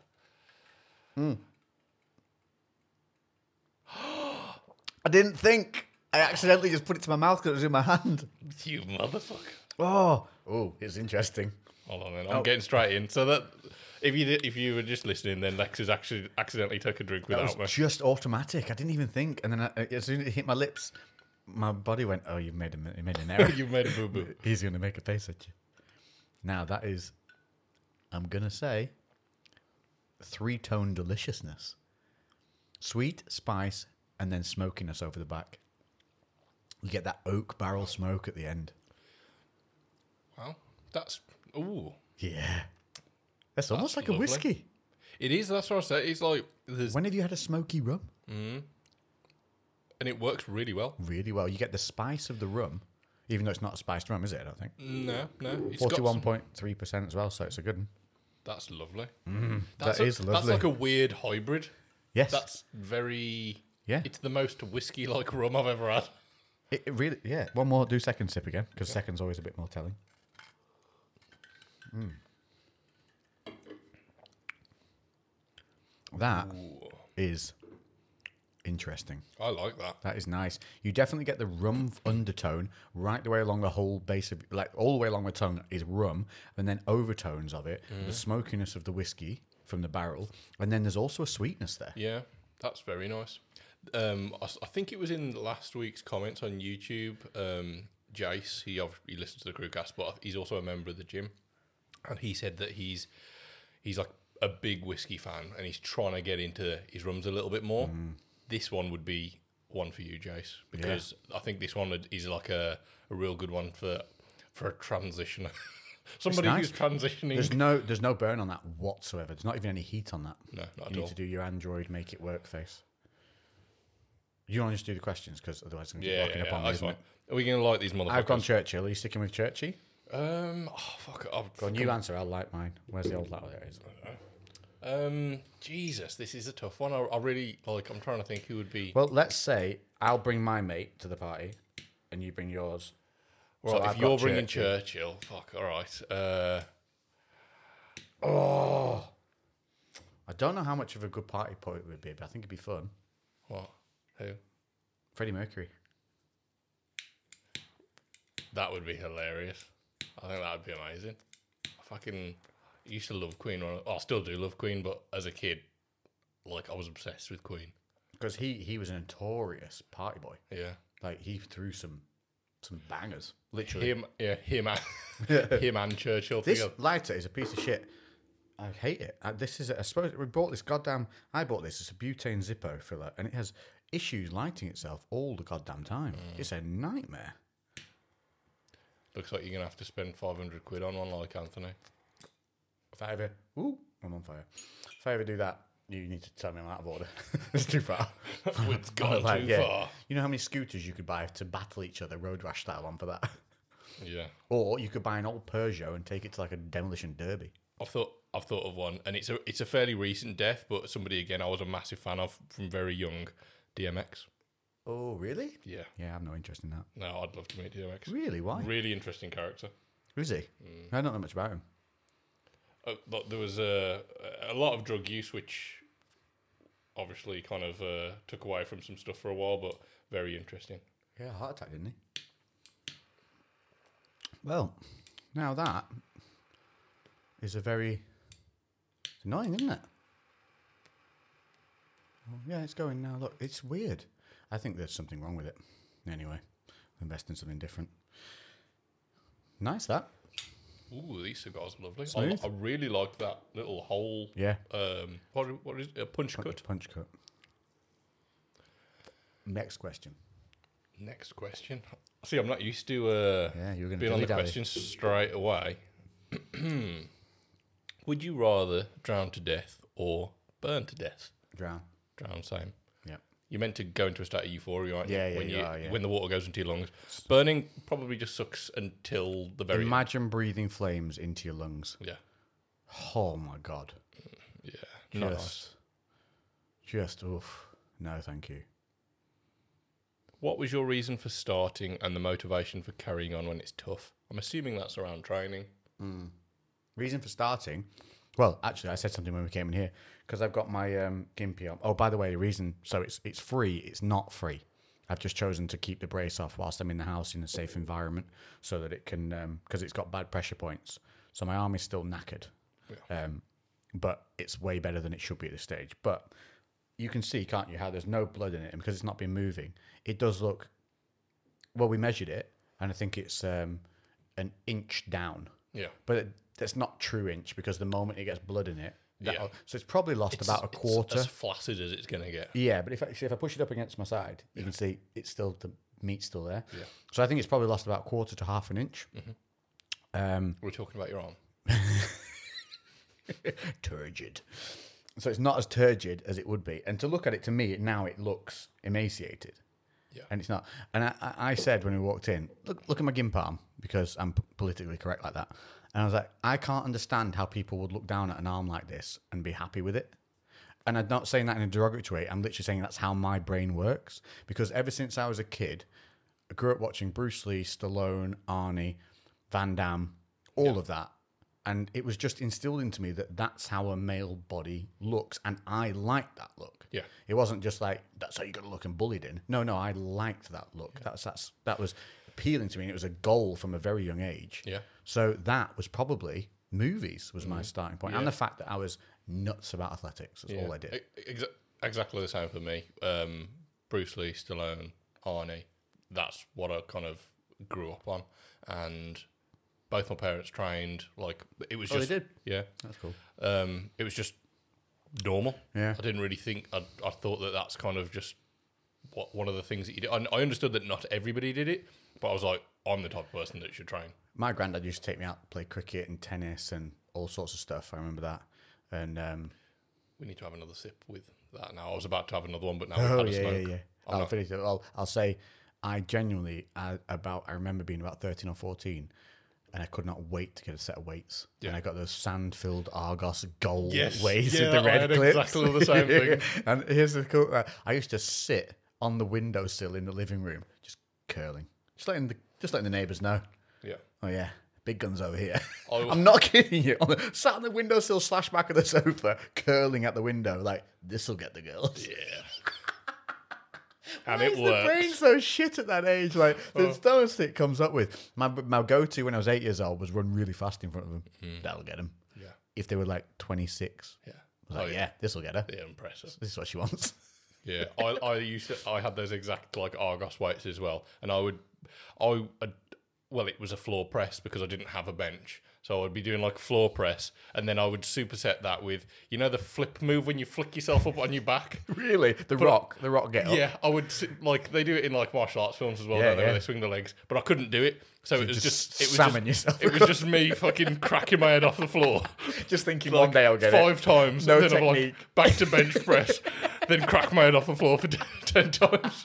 [SPEAKER 1] I didn't think. I accidentally just put it to my mouth because it was in my hand.
[SPEAKER 2] You motherfucker.
[SPEAKER 1] Oh, oh, it's interesting.
[SPEAKER 2] Hold on, then.
[SPEAKER 1] Oh.
[SPEAKER 2] I'm getting straight in. So that if you did, if you were just listening, then Lex has actually accidentally took a drink
[SPEAKER 1] It
[SPEAKER 2] without me.
[SPEAKER 1] was just automatic. I didn't even think, and then I, as soon as it hit my lips, my body went, "Oh, you've made a mi- you made an error.
[SPEAKER 2] You've made a boo boo.
[SPEAKER 1] He's going to make a face at you." Now that is, I'm going to say, three tone deliciousness, sweet, spice, and then smokiness over the back. You get that oak barrel smoke at the end.
[SPEAKER 2] Well, that's ooh.
[SPEAKER 1] Yeah, that's almost like
[SPEAKER 2] lovely.
[SPEAKER 1] a whiskey.
[SPEAKER 2] It is. That's what I said. It's like there's
[SPEAKER 1] When have you had a smoky rum?
[SPEAKER 2] and it works really well.
[SPEAKER 1] Really well. You get the spice of the rum, even though it's not a spiced rum, is it? I don't think.
[SPEAKER 2] No, no. It's got
[SPEAKER 1] Forty-one
[SPEAKER 2] some-
[SPEAKER 1] point three percent as well, so it's a good one.
[SPEAKER 2] That's lovely.
[SPEAKER 1] Mm. That
[SPEAKER 2] That's a-
[SPEAKER 1] is
[SPEAKER 2] That's
[SPEAKER 1] lovely.
[SPEAKER 2] like a weird hybrid.
[SPEAKER 1] Yes,
[SPEAKER 2] That's very.
[SPEAKER 1] Yeah.
[SPEAKER 2] It's the most whiskey like rum I've ever had.
[SPEAKER 1] it, it really. Yeah, one more. Do second sip again because second's always a bit more telling. Hmm. Mm. That is
[SPEAKER 2] Ooh,
[SPEAKER 1] interesting.
[SPEAKER 2] I like that.
[SPEAKER 1] That is nice. You definitely get the rum undertone right the way along the whole base of, like all the way along the tongue is rum, and then overtones of it,
[SPEAKER 2] Mm.
[SPEAKER 1] the smokiness of the whiskey from the barrel, and then there's also a sweetness there.
[SPEAKER 2] Yeah, that's very nice. Um, I, s- I think it was in last week's comments on YouTube. Um, Jace, he obviously listens to the crewcast, but he's also a member of the gym, and he said that he's he's like a big whiskey fan, and he's trying to get into his rums a little bit more.
[SPEAKER 1] Mm.
[SPEAKER 2] This one would be one for you, Jace, because I think this one would- is like a, a real good one for for a transitioner, somebody who's transitioning.
[SPEAKER 1] There's no there's no burn on that whatsoever. There's not even any heat on that.
[SPEAKER 2] no, not
[SPEAKER 1] you
[SPEAKER 2] at
[SPEAKER 1] need
[SPEAKER 2] all.
[SPEAKER 1] to do your Android make it work face. You want to just do the questions because otherwise I'm going to
[SPEAKER 2] Yeah,
[SPEAKER 1] keep
[SPEAKER 2] yeah,
[SPEAKER 1] locking up
[SPEAKER 2] yeah,
[SPEAKER 1] on me,
[SPEAKER 2] that's
[SPEAKER 1] isn't
[SPEAKER 2] fine.
[SPEAKER 1] it?
[SPEAKER 2] Are we going to like these motherfuckers?
[SPEAKER 1] I've gone Churchill. Are you sticking with Churchy?
[SPEAKER 2] Um, oh, fuck. I've
[SPEAKER 1] Go on, you answer. I'll like mine. Where's the old ladder? There it is.
[SPEAKER 2] Um, Jesus, this is a tough one. I, I really like. I'm trying to think who would be.
[SPEAKER 1] Well, let's say I'll bring my mate to the party, and you bring yours.
[SPEAKER 2] Well, if
[SPEAKER 1] I've got
[SPEAKER 2] you're bringing
[SPEAKER 1] Churchill.
[SPEAKER 2] Churchill, fuck. All right. Uh,
[SPEAKER 1] Oh, I don't know how much of a good party poet it would be, but I think it'd be fun.
[SPEAKER 2] what? Who?
[SPEAKER 1] Freddie Mercury.
[SPEAKER 2] That would be hilarious. I think that would be amazing. I fucking used to love Queen. When I, oh, I still do love Queen, but as a kid, like I was obsessed with Queen.
[SPEAKER 1] because he he was a notorious party boy.
[SPEAKER 2] Yeah.
[SPEAKER 1] Like he threw some some bangers, literally.
[SPEAKER 2] Him, yeah, him and him and Churchill
[SPEAKER 1] this
[SPEAKER 2] together.
[SPEAKER 1] lighter is a piece of shit. I hate it. Uh, this is a, I suppose we bought this goddamn. I bought this. It's a butane Zippo filler, and it has issues lighting itself all the goddamn time. It's a nightmare.
[SPEAKER 2] Looks like you're gonna have to spend five hundred quid on one, like Anthony.
[SPEAKER 1] If I ever, ooh, I'm on fire. If I ever do that, you need to tell me I'm out of order. it's too far.
[SPEAKER 2] It's gone
[SPEAKER 1] Like,
[SPEAKER 2] too
[SPEAKER 1] yeah.
[SPEAKER 2] far.
[SPEAKER 1] You know how many scooters you could buy to battle each other, road rash style, on for that.
[SPEAKER 2] Yeah.
[SPEAKER 1] Or you could buy an old Peugeot and take it to like a demolition derby.
[SPEAKER 2] I've thought I've thought of one, and it's a it's a fairly recent death, but somebody again I was a massive fan of from very young, DMX.
[SPEAKER 1] Oh, really?
[SPEAKER 2] Yeah,
[SPEAKER 1] Yeah, I have no interest in that.
[SPEAKER 2] no, I'd love to meet DMX.
[SPEAKER 1] Really? Why?
[SPEAKER 2] Really interesting character.
[SPEAKER 1] Who is he?
[SPEAKER 2] Mm.
[SPEAKER 1] I don't know much about him.
[SPEAKER 2] Uh, but there was a a lot of drug use, which obviously kind of uh, took away from some stuff for a while, but very interesting.
[SPEAKER 1] Yeah, heart attack, didn't he? Well, now that is a very it's annoying, isn't it? Oh, yeah, it's going now. Look, it's weird. I think there's something wrong with it. Anyway, invest in something different. Nice that.
[SPEAKER 2] Ooh, these cigars are lovely.
[SPEAKER 1] Smooth.
[SPEAKER 2] I, I really like that little hole.
[SPEAKER 1] Yeah.
[SPEAKER 2] Um, what what is it? a punch cut?
[SPEAKER 1] Punch cut. Next question.
[SPEAKER 2] Next question. See, I'm not used to uh,
[SPEAKER 1] Yeah, you were gonna
[SPEAKER 2] being on the
[SPEAKER 1] dilly-dally.
[SPEAKER 2] questions straight away. Would you rather drown to death or burn to death?
[SPEAKER 1] Drown.
[SPEAKER 2] Drown, same.
[SPEAKER 1] Yeah.
[SPEAKER 2] You're meant to go into a state of euphoria, aren't
[SPEAKER 1] Yeah,
[SPEAKER 2] you?
[SPEAKER 1] yeah,
[SPEAKER 2] when
[SPEAKER 1] you are, yeah.
[SPEAKER 2] when the water goes into your lungs. Burning probably just sucks until the very
[SPEAKER 1] Imagine breathing flames into your lungs.
[SPEAKER 2] yeah,
[SPEAKER 1] Oh my god.
[SPEAKER 2] yeah.
[SPEAKER 1] Just,
[SPEAKER 2] Not nice.
[SPEAKER 1] just oof. No, thank you.
[SPEAKER 2] What was your reason for starting and the motivation for carrying on when it's tough? I'm assuming that's around training.
[SPEAKER 1] Reason for starting? Well, actually, I said something when we came in here because I've got my um, gimpy on. Oh, by the way, the reason so it's it's free. It's not free. I've just chosen to keep the brace off whilst I'm in the house in a safe environment so that it can because it's got bad pressure points. So my arm is still knackered, um, but it's way better than it should be at this stage. But you can see, can't you, how there's no blood in it and because it's not been moving. It does look well. We measured it, and I think it's um, an inch down
[SPEAKER 2] Yeah.
[SPEAKER 1] but it, that's not true inch because the moment it gets blood in it, that
[SPEAKER 2] Yeah.
[SPEAKER 1] so it's probably lost about a
[SPEAKER 2] It's
[SPEAKER 1] quarter.
[SPEAKER 2] as flaccid as it's gonna get.
[SPEAKER 1] yeah, but if actually if I push it up against my side, you can see it's still the meat's still there.
[SPEAKER 2] Yeah. Mm-hmm.
[SPEAKER 1] So I think it's probably lost about a quarter to half an inch. Um,
[SPEAKER 2] We're talking about your arm.
[SPEAKER 1] turgid. So it's not as turgid as it would be. And to look at it, to me, it- now it looks emaciated.
[SPEAKER 2] Yeah.
[SPEAKER 1] And it's not. And I, I I said when we walked in, look, look at my gimp arm because I'm p- politically correct like that. And I was like, I can't understand how people would look down at an arm like this and be happy with it. And I'm not saying that in a derogatory way. I'm literally saying that's how my brain works. Because ever since I was a kid, I grew up watching Bruce Lee, Stallone, Arnie, Van Damme, all of that. And it was just instilled into me that that's how a male body looks. And I liked that look.
[SPEAKER 2] Yeah.
[SPEAKER 1] It wasn't just like, that's how you got to look and bullied in. No, no, I liked that look. That's, that's, that was appealing to me. And it was a goal from a very young age.
[SPEAKER 2] Yeah.
[SPEAKER 1] So that was probably movies was my starting point, and the fact that I was nuts about athletics. That's all I did.
[SPEAKER 2] E- exa- exactly the same for me. Um, Bruce Lee, Stallone, Arnie. That's what I kind of grew up on, and both my parents trained. Like it was
[SPEAKER 1] Oh, they
[SPEAKER 2] just
[SPEAKER 1] did?
[SPEAKER 2] yeah.
[SPEAKER 1] That's cool.
[SPEAKER 2] Um, it was just normal.
[SPEAKER 1] Yeah.
[SPEAKER 2] I didn't really think. I, I thought that that's kind of just what one of the things that you do. I, I understood that not everybody did it, but I was like, I'm the type of person that should train.
[SPEAKER 1] My granddad used to take me out to play cricket and tennis and all sorts of stuff. I remember that. And um,
[SPEAKER 2] We need to have another sip with that now. I was about to have another one, but now we've
[SPEAKER 1] oh
[SPEAKER 2] had a
[SPEAKER 1] yeah,
[SPEAKER 2] smoke.
[SPEAKER 1] yeah, yeah. I'll finish it. I'll, I'll say I genuinely I, about I remember being about thirteen or fourteen, and I could not wait to get a set of weights.
[SPEAKER 2] Yeah.
[SPEAKER 1] And I got those sand filled Argos gold
[SPEAKER 2] Yes.
[SPEAKER 1] weights with
[SPEAKER 2] Yeah,
[SPEAKER 1] the
[SPEAKER 2] I
[SPEAKER 1] red
[SPEAKER 2] had
[SPEAKER 1] clips.
[SPEAKER 2] exactly the same thing.
[SPEAKER 1] and here's the cool uh, I used to sit on the windowsill in the living room, just curling. Just letting the just letting the neighbours know.
[SPEAKER 2] Yeah.
[SPEAKER 1] Oh yeah. Big guns over here.
[SPEAKER 2] Oh.
[SPEAKER 1] I'm not kidding you. On the, sat on the windowsill slash back of the sofa, curling at the window, like, this'll get the girls.
[SPEAKER 2] Yeah. and
[SPEAKER 1] Why
[SPEAKER 2] it Oh.
[SPEAKER 1] is the brain
[SPEAKER 2] worked.
[SPEAKER 1] so shit at that age? Like the dumbest it comes up with. My my go to when I was eight years old was run really fast in front of them. That'll get them.
[SPEAKER 2] Mm. Yeah.
[SPEAKER 1] If they were like twenty six,
[SPEAKER 2] Yeah.
[SPEAKER 1] I was like, yeah, this will get her.
[SPEAKER 2] Yeah, impressive.
[SPEAKER 1] This is what she wants.
[SPEAKER 2] Yeah, I, I used to, I had those exact like Argos weights as well, and I would, I, I'd- well, it was a floor press because I didn't have a bench, so I'd be doing like a floor press, and then I would superset that with you know the flip move when you flick yourself up on your back.
[SPEAKER 1] really, the rock, the rock get up.
[SPEAKER 2] Yeah, I would s- like they do it in like martial arts films as well,
[SPEAKER 1] Yeah,
[SPEAKER 2] don't they,
[SPEAKER 1] yeah.
[SPEAKER 2] where they swing the legs, but I couldn't do it, so, it was
[SPEAKER 1] just
[SPEAKER 2] just, it was
[SPEAKER 1] salmon
[SPEAKER 2] just,
[SPEAKER 1] yourself
[SPEAKER 2] It was just me fucking cracking my head off the floor.
[SPEAKER 1] Just thinking one day I'll get
[SPEAKER 2] five
[SPEAKER 1] it.
[SPEAKER 2] times.
[SPEAKER 1] No
[SPEAKER 2] and then I'm like,
[SPEAKER 1] technique.
[SPEAKER 2] back to bench press, then crack my head off the floor for ten, times.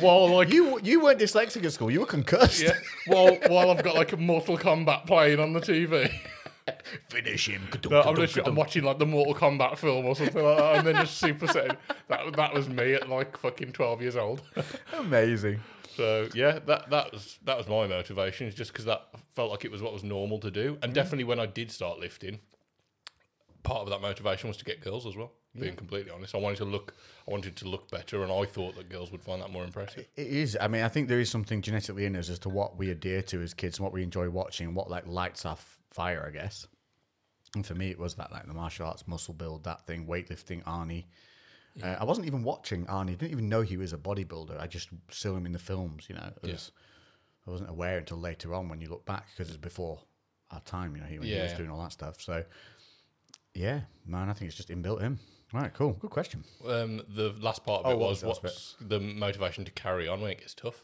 [SPEAKER 2] while like
[SPEAKER 1] You you weren't dyslexic at school. You were concussed.
[SPEAKER 2] yeah, while while I've got like a Mortal Kombat playing on the TV.
[SPEAKER 1] Finish him.
[SPEAKER 2] No, I'm literally I'm watching like the Mortal Kombat film or something like that, and then just super setting. That that was me at like fucking twelve years old.
[SPEAKER 1] Amazing.
[SPEAKER 2] So yeah, that that was that was my motivation. Is just because that felt like it was what was normal to do,
[SPEAKER 1] Mm-hmm.
[SPEAKER 2] and definitely when I did start lifting, part of that motivation was to get girls as well. Being completely honest, I wanted to look, I wanted to look better, and I thought that girls would find that more impressive.
[SPEAKER 1] It is. I mean, I think there is something genetically in us as to what we adhere to as kids and what we enjoy watching and what like lights our f- fire, I guess. And for me, it was that like the martial arts, muscle build, that thing, weightlifting, Arnie. Uh, I wasn't even watching Arnie. Didn't even know he was a bodybuilder. I just saw him in the films. You know, it was, I wasn't aware until later on when you look back because it's before our time. You know, he, when he was
[SPEAKER 2] Yeah.
[SPEAKER 1] doing all that stuff. So, yeah, man, I think it's just inbuilt in. All right, cool. Good question.
[SPEAKER 2] Um, the last part of it
[SPEAKER 1] Oh, what
[SPEAKER 2] was
[SPEAKER 1] was the
[SPEAKER 2] what's the motivation to carry on when it gets tough.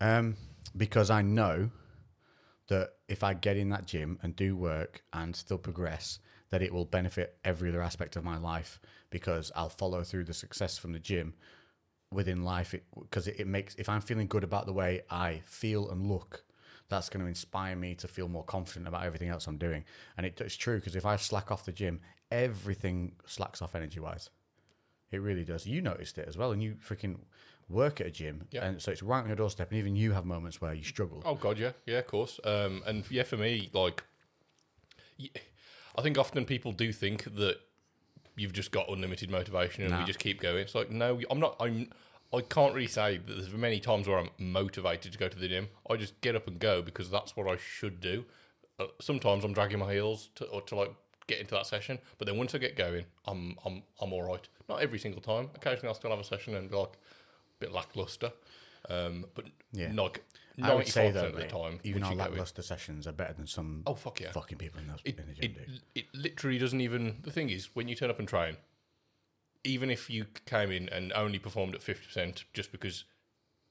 [SPEAKER 1] Um, because I know that if I get in that gym and do work and still progress, that it will benefit every other aspect of my life because I'll follow through the success from the gym within life because it, it makes if I'm feeling good about the way I feel and look, that's going to inspire me to feel more confident about everything else I'm doing. And it, it's true because if I slack off the gym, everything slacks off energy wise. It really does. You noticed it as well, and you freaking work at a gym,
[SPEAKER 2] Yeah.
[SPEAKER 1] and so it's right on your doorstep. And even you have moments where you struggle.
[SPEAKER 2] Oh god, yeah, yeah, of course. Um, and yeah, for me, like, y- I think often people do think that you've just got unlimited motivation and we just keep going. It's like, no, I'm not. I'm. I can't really say that there's many times where I'm motivated to go to the gym. I just get up and go because that's what I should do. Uh, sometimes I'm dragging my heels to or to like get into that session, but then once I get going, I'm I'm I'm all right. Not every single time. Occasionally, I'll still have a session and be like a bit lackluster. Um, but
[SPEAKER 1] Yeah.
[SPEAKER 2] like
[SPEAKER 1] I would say
[SPEAKER 2] 95%
[SPEAKER 1] though,
[SPEAKER 2] of the
[SPEAKER 1] mate,
[SPEAKER 2] time,
[SPEAKER 1] even
[SPEAKER 2] which
[SPEAKER 1] our
[SPEAKER 2] you go with-
[SPEAKER 1] lackluster sessions are better than some
[SPEAKER 2] Oh fuck yeah!
[SPEAKER 1] fucking people in, those,
[SPEAKER 2] It,
[SPEAKER 1] in the gym
[SPEAKER 2] it,
[SPEAKER 1] do.
[SPEAKER 2] it literally doesn't even. The thing is, when you turn up and train, even if you came in and only performed at fifty percent, just because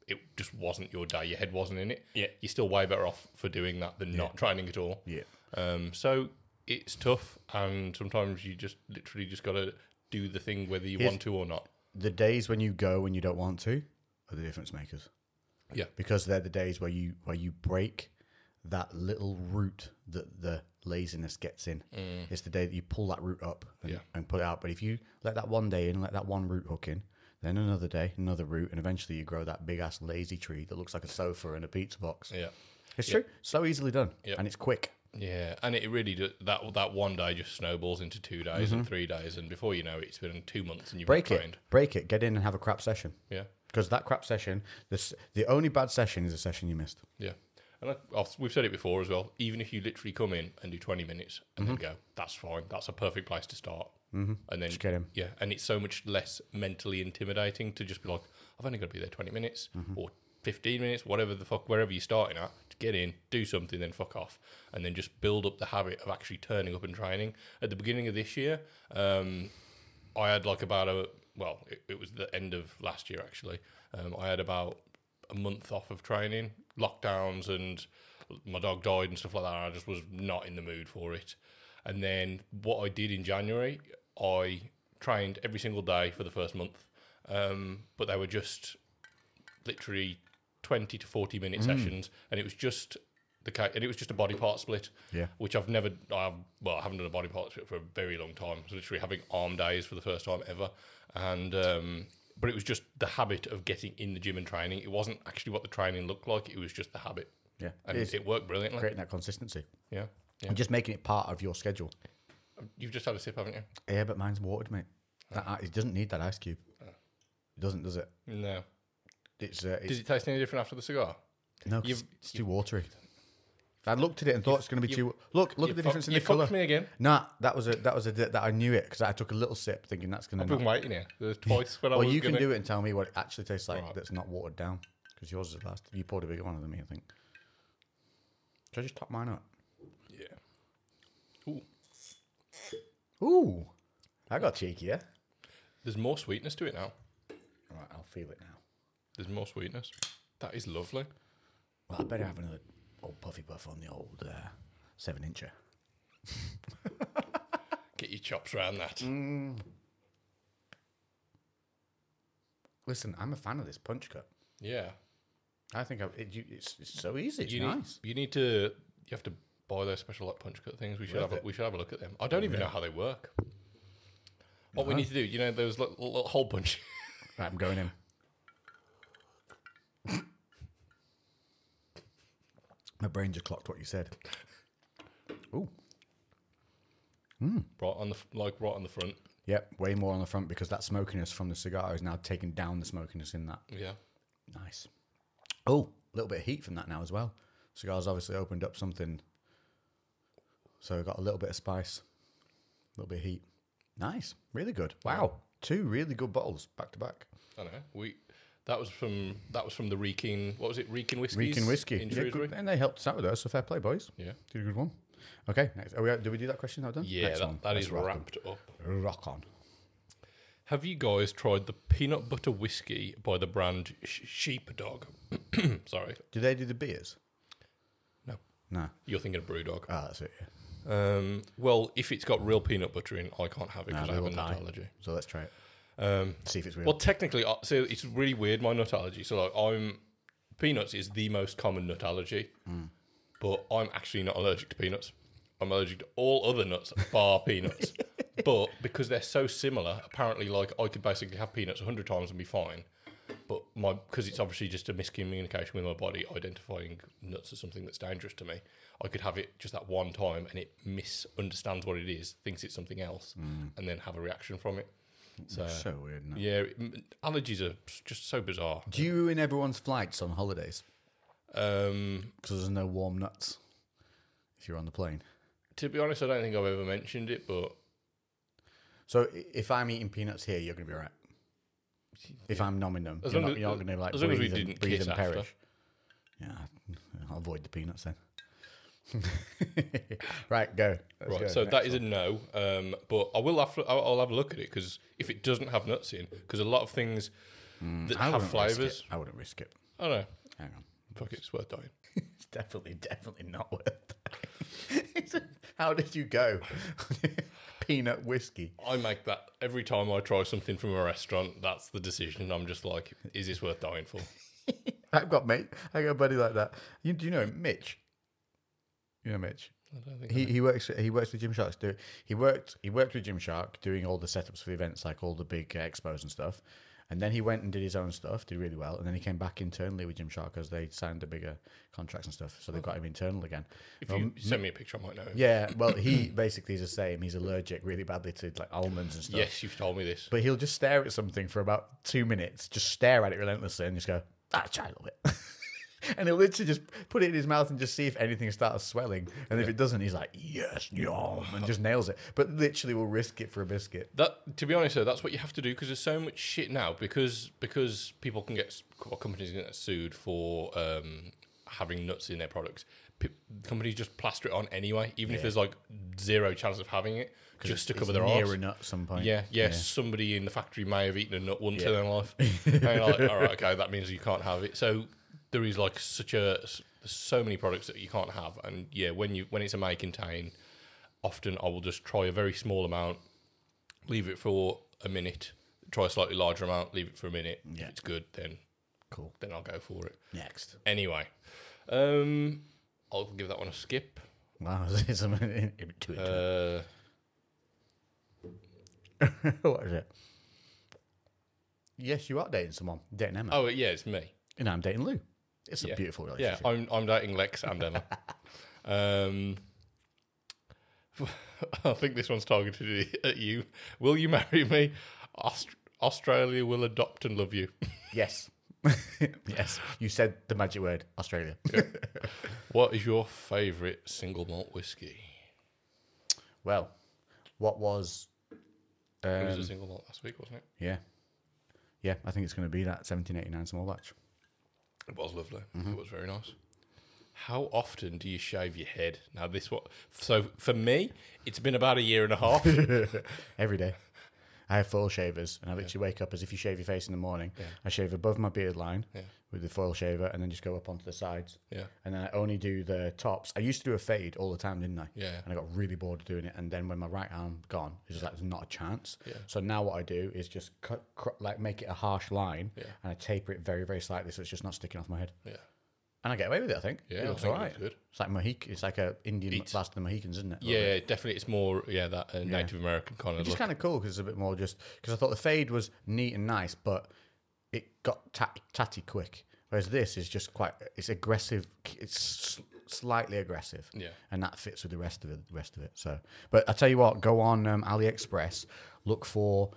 [SPEAKER 2] it just wasn't your day, your head wasn't in it.
[SPEAKER 1] Yeah.
[SPEAKER 2] you're still way better off for doing that than not training at all.
[SPEAKER 1] Yeah.
[SPEAKER 2] Um, so it's tough, and sometimes you just literally just got to do the thing whether you want to or not.
[SPEAKER 1] The days when you go and you don't want to are the difference makers.
[SPEAKER 2] Yeah.
[SPEAKER 1] because they're the days where you where you break that little root that the laziness gets in. It's the day that you pull that root up and,
[SPEAKER 2] Mm. Yeah.
[SPEAKER 1] and put it out. But if you let that one day in, let that one root hook in, then another day, another root, and eventually you grow that big ass lazy tree that looks like a sofa and a pizza box.
[SPEAKER 2] Yeah.
[SPEAKER 1] It's true. So easily done, and it's quick.
[SPEAKER 2] Yeah, and it really do, that that one day just snowballs into two days and three days, and before you know it, it's been two months and you've
[SPEAKER 1] Break
[SPEAKER 2] trained.
[SPEAKER 1] it, break it. Get in and have a crap session.
[SPEAKER 2] Yeah,
[SPEAKER 1] Because that crap session, this, the only bad session is a session you missed.
[SPEAKER 2] yeah. And I, I've, we've said it before as well. Even if you literally come in and do twenty minutes and
[SPEAKER 1] Mm-hmm.
[SPEAKER 2] then go, that's fine. That's a perfect place to start. Mm-hmm. And then
[SPEAKER 1] get in.
[SPEAKER 2] Yeah, and it's so much less mentally intimidating to just be like, I've only got to be there twenty minutes
[SPEAKER 1] Mm-hmm.
[SPEAKER 2] or fifteen minutes, whatever the fuck, wherever you're starting at, to get in, do something, then fuck off, and then just build up the habit of actually turning up and training. At the beginning of this year, um, I had like about a well, it, it was the end of last year actually. Um, I had about a month off of training, lockdowns, and my dog died and stuff like that. I just was not in the mood for it. And then what I did in January, I trained every single day for the first month, um, but they were
[SPEAKER 1] Mm.
[SPEAKER 2] just literally 20 to 40 minute sessions and it was just the the case, and it was just a body part split.
[SPEAKER 1] Yeah.
[SPEAKER 2] Which I've never, I've well, I haven't done a body part split for a very long time. I was literally having arm days for the first time ever, and um, but it was just the habit of getting in the gym and training. It wasn't actually what the training looked like. It was just the habit,
[SPEAKER 1] Yeah,
[SPEAKER 2] and
[SPEAKER 1] it's
[SPEAKER 2] it, worked brilliantly.
[SPEAKER 1] creating that consistency
[SPEAKER 2] Yeah. Yeah.
[SPEAKER 1] and just making it part of your schedule.
[SPEAKER 2] You've just had a sip, haven't you?
[SPEAKER 1] Yeah, but mine's watered, mate. That, i- it doesn't need that ice cube. It doesn't, does it?
[SPEAKER 2] No.
[SPEAKER 1] It's, uh,
[SPEAKER 2] Does
[SPEAKER 1] it's
[SPEAKER 2] it taste any different after the cigar?
[SPEAKER 1] no, 'cause
[SPEAKER 2] you've-
[SPEAKER 1] it's too watery. I looked at it and thought it's going to be too. Look, look
[SPEAKER 2] You
[SPEAKER 1] at the
[SPEAKER 2] fuck-
[SPEAKER 1] difference in
[SPEAKER 2] you
[SPEAKER 1] the color.
[SPEAKER 2] fucked me again.
[SPEAKER 1] Nah, that was a that was a di- that I knew it because I took a little sip thinking that's going
[SPEAKER 2] I've
[SPEAKER 1] to.
[SPEAKER 2] been waiting here. There was twice when I
[SPEAKER 1] Well,
[SPEAKER 2] was
[SPEAKER 1] you
[SPEAKER 2] gonna,
[SPEAKER 1] can do it and tell me what it actually tastes like
[SPEAKER 2] Right.
[SPEAKER 1] that's not watered down because yours is the last. You poured a bigger one than me, I think. Should I just top mine up?
[SPEAKER 2] Yeah. Ooh,
[SPEAKER 1] Ooh, I got cheeky, yeah.
[SPEAKER 2] there's more sweetness to it now.
[SPEAKER 1] Right, I'll feel it now.
[SPEAKER 2] There's more sweetness. That is lovely.
[SPEAKER 1] Well, I better have another old puffy puff on the old uh, seven incher.
[SPEAKER 2] Get your chops round that.
[SPEAKER 1] Mm. Listen, I'm a fan of this punch cup.
[SPEAKER 2] Yeah.
[SPEAKER 1] I think I, it, you, it's, it's so easy. It's
[SPEAKER 2] You need
[SPEAKER 1] nice.
[SPEAKER 2] you need to you have to buy those special like punch cut things. We should have a, we should have a look at them. I don't even know how they work. What we need to do, you know, those little, little hole punch.
[SPEAKER 1] Right, I'm going in. My brain just clocked what you said. Ooh,
[SPEAKER 2] right on the f- like right on the front.
[SPEAKER 1] yep, way more on the front because that smokiness from the cigar is now taking down the smokiness in that.
[SPEAKER 2] Yeah.
[SPEAKER 1] Nice. Oh, a little bit of heat from that now as well. Cigar's obviously opened up something. So we got a little bit of spice, a little bit of heat. Nice. Really good. Wow. Two really good bottles back to back.
[SPEAKER 2] I know. We that was from that was from the Reekin what was it? Reekin whiskey.
[SPEAKER 1] Reeking whiskey.
[SPEAKER 2] in
[SPEAKER 1] Yeah, good.
[SPEAKER 2] Shrewsbury.
[SPEAKER 1] And they helped us out with those, so fair play, boys.
[SPEAKER 2] Yeah.
[SPEAKER 1] Did a good one. Okay, next. Are we, do we do that question now done?
[SPEAKER 2] Yeah,
[SPEAKER 1] next
[SPEAKER 2] that, that
[SPEAKER 1] Let's
[SPEAKER 2] is
[SPEAKER 1] rock
[SPEAKER 2] wrapped up.
[SPEAKER 1] on. Rock on.
[SPEAKER 2] Have you guys tried the peanut butter whiskey by the brand Sh- Sheepdog? Sorry,
[SPEAKER 1] Do they do the beers?
[SPEAKER 2] no.
[SPEAKER 1] No.
[SPEAKER 2] You're thinking of Brewdog.
[SPEAKER 1] Ah, that's it. Yeah.
[SPEAKER 2] Um, well, if it's got real peanut butter in, I can't have it because I have
[SPEAKER 1] they
[SPEAKER 2] a
[SPEAKER 1] will
[SPEAKER 2] nut
[SPEAKER 1] die.
[SPEAKER 2] allergy.
[SPEAKER 1] So let's try it.
[SPEAKER 2] Um,
[SPEAKER 1] See if it's real.
[SPEAKER 2] well, technically, I- so it's really weird my nut allergy. So like, I'm peanuts is the most common nut allergy, but I'm actually not allergic to peanuts. I'm allergic to all other nuts bar peanuts. But because they're so similar, apparently, like I could basically have peanuts hundred times and be fine. But my because it's obviously just a miscommunication with my body identifying nuts as something that's dangerous to me. I could have it just that one time and it misunderstands what it is, thinks it's something else, and then have a reaction from it. So
[SPEAKER 1] so weird. isn't it?
[SPEAKER 2] yeah, m- allergies are just so bizarre.
[SPEAKER 1] Do you ruin everyone's flights on holidays?
[SPEAKER 2] Um,
[SPEAKER 1] Because there's no warm nuts if you're on the plane.
[SPEAKER 2] to be honest, I don't think I've ever mentioned it, but
[SPEAKER 1] So i- if I'm eating peanuts here, you're going to be all right. If I'm nomming them,
[SPEAKER 2] As
[SPEAKER 1] you're
[SPEAKER 2] long
[SPEAKER 1] not,
[SPEAKER 2] as-
[SPEAKER 1] you're not going to like
[SPEAKER 2] as long as we
[SPEAKER 1] breathe, and,
[SPEAKER 2] didn't
[SPEAKER 1] breathe
[SPEAKER 2] kiss
[SPEAKER 1] and
[SPEAKER 2] after.
[SPEAKER 1] perish. Yeah, I'll avoid the peanuts then. right, go. Let's go.
[SPEAKER 2] right. So
[SPEAKER 1] Next.
[SPEAKER 2] that is a no. Um, but I will have I'll, I'll have a look at it because if it doesn't have nuts in, because a lot of things that
[SPEAKER 1] Hmm, I
[SPEAKER 2] have
[SPEAKER 1] wouldn't risk
[SPEAKER 2] flavors,
[SPEAKER 1] it. I wouldn't risk it.
[SPEAKER 2] I don't know.
[SPEAKER 1] Hang on.
[SPEAKER 2] Fuck it, it's worth dying.
[SPEAKER 1] It's definitely, definitely not worth it. How did you go? Peanut whiskey.
[SPEAKER 2] I make that every time I try something from a restaurant. That's the decision. I'm just like, is this worth dying for?
[SPEAKER 1] I've got mate. I got a buddy like that. You, do you know him? Mitch? You know Mitch?
[SPEAKER 2] I don't think.
[SPEAKER 1] He, he works he works with Gymshark. Do he worked he worked with Gymshark doing all the setups for the events, like all the big uh, expos and stuff. And then he went and did his own stuff, did really well. And then he came back internally with Gymshark as they signed the bigger contracts and stuff. So they got him internal again.
[SPEAKER 2] If you send me a picture, I might know. Him.
[SPEAKER 1] Um, Yeah, well, he basically is the same. He's allergic really badly to like almonds and stuff.
[SPEAKER 2] Yes, you've told me this.
[SPEAKER 1] But he'll just stare at something for about two minutes, just stare at it relentlessly, and just go, "Ah, try a little bit." and he'll literally just put it in his mouth and just see if anything starts swelling. And if it doesn't, he's like, "Yes, yum," and just nails it. But literally, will risk it for a biscuit.
[SPEAKER 2] That, to be honest, though, that's what you have to do because there's so much shit now. Because because people can get s- or companies can get sued for um, having nuts in their products. P- companies just plaster it on anyway, even if there's like zero chance of having it, just to
[SPEAKER 1] It's
[SPEAKER 2] cover their
[SPEAKER 1] near
[SPEAKER 2] arse.
[SPEAKER 1] a nut at some point.
[SPEAKER 2] Yeah, yeah, Somebody in the factory may have eaten a nut once in their life. and you're like, all right, okay, that means you can't have it. So there is like such a s- so many products that you can't have, and yeah, when you when it's a may contain, often I will just try a very small amount, leave it for a minute, try a slightly larger amount, leave it for a minute.
[SPEAKER 1] Yeah.
[SPEAKER 2] If it's good, then
[SPEAKER 1] Cool.
[SPEAKER 2] then I'll go for it.
[SPEAKER 1] Next.
[SPEAKER 2] Anyway, um, I'll give that one a skip.
[SPEAKER 1] Wow, it's a minute. Two, two.
[SPEAKER 2] Uh,
[SPEAKER 1] what is it? Yes, you are dating someone. Dating Emma.
[SPEAKER 2] oh yeah, it's me.
[SPEAKER 1] And I'm dating Lou. It's a
[SPEAKER 2] Yeah.
[SPEAKER 1] beautiful
[SPEAKER 2] Yeah,
[SPEAKER 1] relationship.
[SPEAKER 2] I'm I'm dating Lex and Emma. um, I think this one's targeted at you. Will you marry me? Aust- Australia will adopt and love you.
[SPEAKER 1] Yes. yes. You said the magic word, Australia.
[SPEAKER 2] What is your favourite single malt whiskey?
[SPEAKER 1] well, what was.
[SPEAKER 2] it was
[SPEAKER 1] Um,
[SPEAKER 2] a single malt last week, wasn't it?
[SPEAKER 1] yeah. Yeah, I think it's going to be that 1789 small batch.
[SPEAKER 2] It was lovely. It was very nice. Mm-hmm. How often do you shave your head? Now this what? So for me, it's been about a year and a half.
[SPEAKER 1] Every day. I have foil shavers, and I literally wake up as if you shave your face in the morning. I shave above my beard line
[SPEAKER 2] Yeah.
[SPEAKER 1] with the foil shaver and then just go up onto the sides.
[SPEAKER 2] yeah,
[SPEAKER 1] And then I only do the tops. I used to do a fade all the time, didn't I?
[SPEAKER 2] Yeah.
[SPEAKER 1] And I got really bored of doing it. And then when my right arm gone, it's just like there's not a chance.
[SPEAKER 2] Yeah.
[SPEAKER 1] So now what I do is just cut, cr- like make it a harsh line,
[SPEAKER 2] Yeah.
[SPEAKER 1] and I taper it very, very slightly so it's just not sticking off my head.
[SPEAKER 2] yeah,
[SPEAKER 1] And I get away with it. I think.
[SPEAKER 2] yeah.
[SPEAKER 1] It
[SPEAKER 2] I
[SPEAKER 1] looks
[SPEAKER 2] think
[SPEAKER 1] all right.
[SPEAKER 2] Good.
[SPEAKER 1] It's like Mohican. It's like a Indian last of the Mohicans, isn't it? A little
[SPEAKER 2] Yeah,
[SPEAKER 1] bit.
[SPEAKER 2] definitely. It's more yeah that uh, Native American kind of
[SPEAKER 1] Which is
[SPEAKER 2] look.
[SPEAKER 1] kind of cool because it's a bit more just because I thought the fade was neat and nice, but it got tat- tatty quick. Whereas this is just quite it's aggressive. It's sl- slightly aggressive.
[SPEAKER 2] Yeah.
[SPEAKER 1] and that fits with the rest of it. The rest of it. So, but I tell you what, go on um, AliExpress, look for,